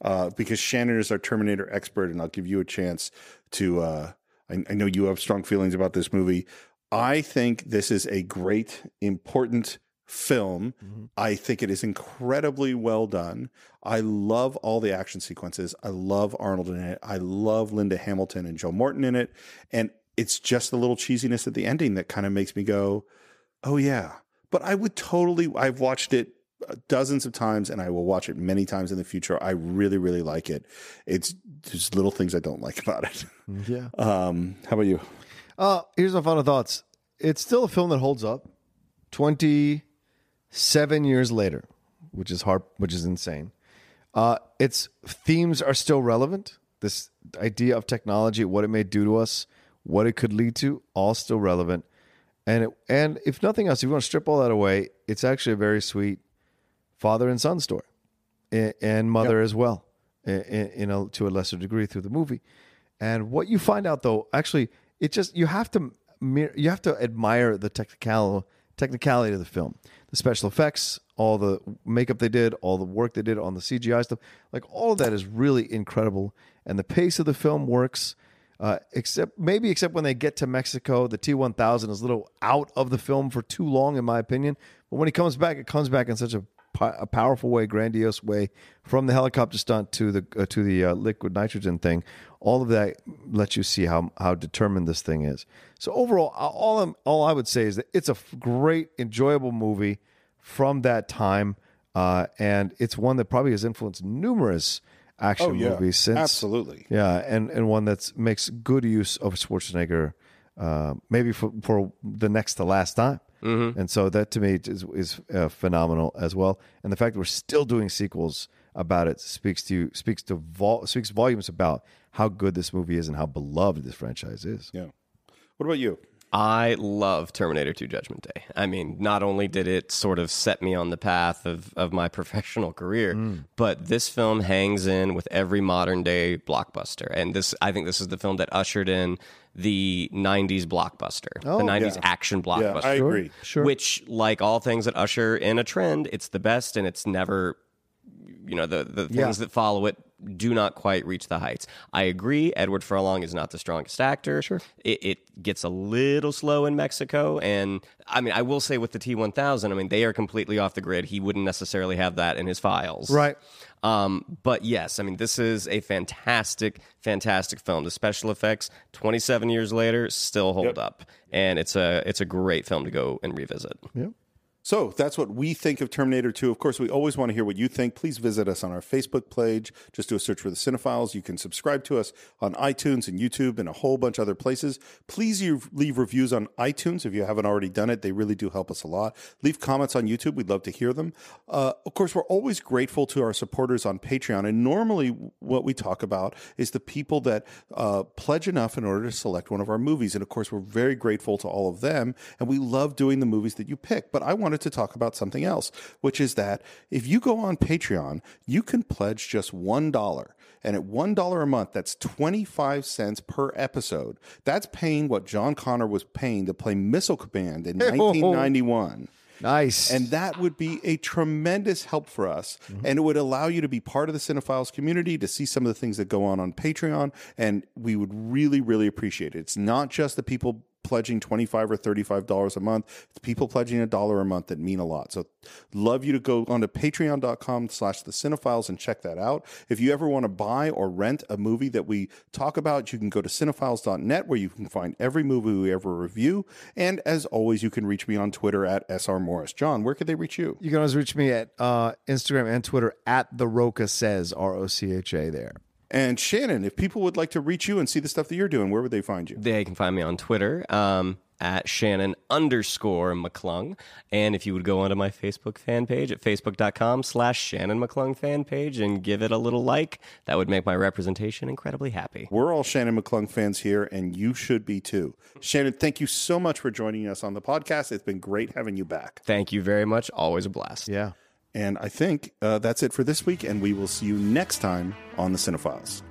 A: uh, because Shannon is our Terminator expert, and I'll give you a chance to. Uh, I, I know you have strong feelings about this movie. I think this is a great, important film. I think it is incredibly well done. I love all the action sequences. I love Arnold in it. I love Linda Hamilton and Joe Morton in it. And it's just the little cheesiness at the ending that kind of makes me go, oh, yeah. But I would totally, I've watched it uh, dozens of times and I will watch it many times in the future. I really, really like it. It's just little things I don't like about it.
D: Yeah.
A: Um, how about you?
D: Uh, here's my final thoughts. It's still a film that holds up 27 years later, which is hard, which is insane. Uh, its themes are still relevant. This idea of technology, what it may do to us, what it could lead to, all still relevant. And it, and if nothing else, if you want to strip all that away, it's actually a very sweet father and son story, a- and mother as well, i- i- in a, to a lesser degree through the movie. And what you find out, though, actually, it just you have to mir- you have to admire the technical technicality of the film, the special effects, all the makeup they did, all the work they did on the CGI stuff, like all of that is really incredible. And the pace of the film works. Uh, except maybe except when they get to Mexico, the T1000 is a little out of the film for too long, in my opinion. But when he comes back, it comes back in such a, po- a powerful way, grandiose way, from the helicopter stunt to the uh, to the uh, liquid nitrogen thing. All of that lets you see how how determined this thing is. So overall, I- all I'm, all I would say is that it's a f- great, enjoyable movie from that time, uh, and it's one that probably has influenced numerous action
A: Oh, yeah.
D: movies since.
A: Absolutely.
D: Yeah, and, and one that makes good use of Schwarzenegger, uh, maybe for, for the next to last time.
E: Mhm.
D: And so that to me is, is uh, phenomenal as well. And the fact that we're still doing sequels about it speaks to speaks to vol- speaks volumes about how good this movie is and how beloved this franchise is.
A: Yeah. What about you?
E: I love Terminator 2 Judgment Day. I mean, not only did it sort of set me on the path of, of my professional career,
X: Hmm.
E: but this film hangs in with every modern day blockbuster. And this I think this is the film that ushered in the 90s blockbuster,
X: Oh,
E: the 90s
X: yeah.
E: action
X: Yeah, I
E: blockbuster.
X: agree. Sure.
E: Which, like all things that usher in a trend, it's the best and it's never you know the the things
X: Yeah.
E: that follow it do not quite reach the heights. I agree. Edward Furlong is not the strongest actor. Sure, it, it gets a little slow in Mexico, and I mean, I will say with the T one thousand, I mean they are completely off the grid. He wouldn't necessarily have that in his files,
D: Right.
E: Um, but yes, I mean this is a fantastic, fantastic film. The special effects, twenty seven years later, still hold
A: Yep.
E: up, and it's a it's a great film to go and revisit.
A: So that's what we think of Terminator 2. Of course, we always want to hear what you think. Please visit us on our Facebook page. Just do a search for the Cinephiles. You can subscribe to us on iTunes and YouTube and a whole bunch of other places. Please you leave reviews on iTunes if you haven't already done it. They really do help us a lot. Leave comments on YouTube. We'd love to hear them. Uh, of course, we're always grateful to our supporters on Patreon. And normally, what we talk about is the people that uh, pledge enough in order to select one of our movies. And of course, we're very grateful to all of them. And we love doing the movies that you pick. But I wanted to talk about something else, which is that if you go on Patreon, you can pledge just $1. And at $1 a month, that's 25 cents per episode. That's paying what John Connor was paying to play Missile Command in
D: Hey, ho, ho.
A: 1991.
D: Nice.
A: And that would be a tremendous help for us. And it would allow you to be part of the Cinephiles community, to see some of the things that go on on Patreon. And we would really, really appreciate it. It's not just the people pledging 25 or 35 dollars a month it's people pledging a dollar a month that mean a lot so love you to go onto patreon.com slash the cinephiles and check that out if you ever want to buy or rent a movie that we talk about you can go to cinephiles.net where you can find every movie we ever review and as always you can reach me on twitter at sr morris john where could they reach you
J: You can always reach me at uh, Instagram and Twitter at the Roca says R O C H A there.
A: and shannon if people would like to reach you and see the stuff that you're doing where would they find you
E: They can find me on Twitter um, at Shannon underscore McClung. And if you would go onto my Facebook fan page at facebook.com slash Shannon McClung fan page and give it a little like, that would make my representation incredibly happy.
A: We're all Shannon McClung fans here, and you should be too. Shannon, thank you so much for joining us on the podcast. It's been great having you back.
E: Thank you very much. Always a blast.
J: Yeah.
A: And I think uh, that's it for this week, and we will see you next time on The Cinephiles.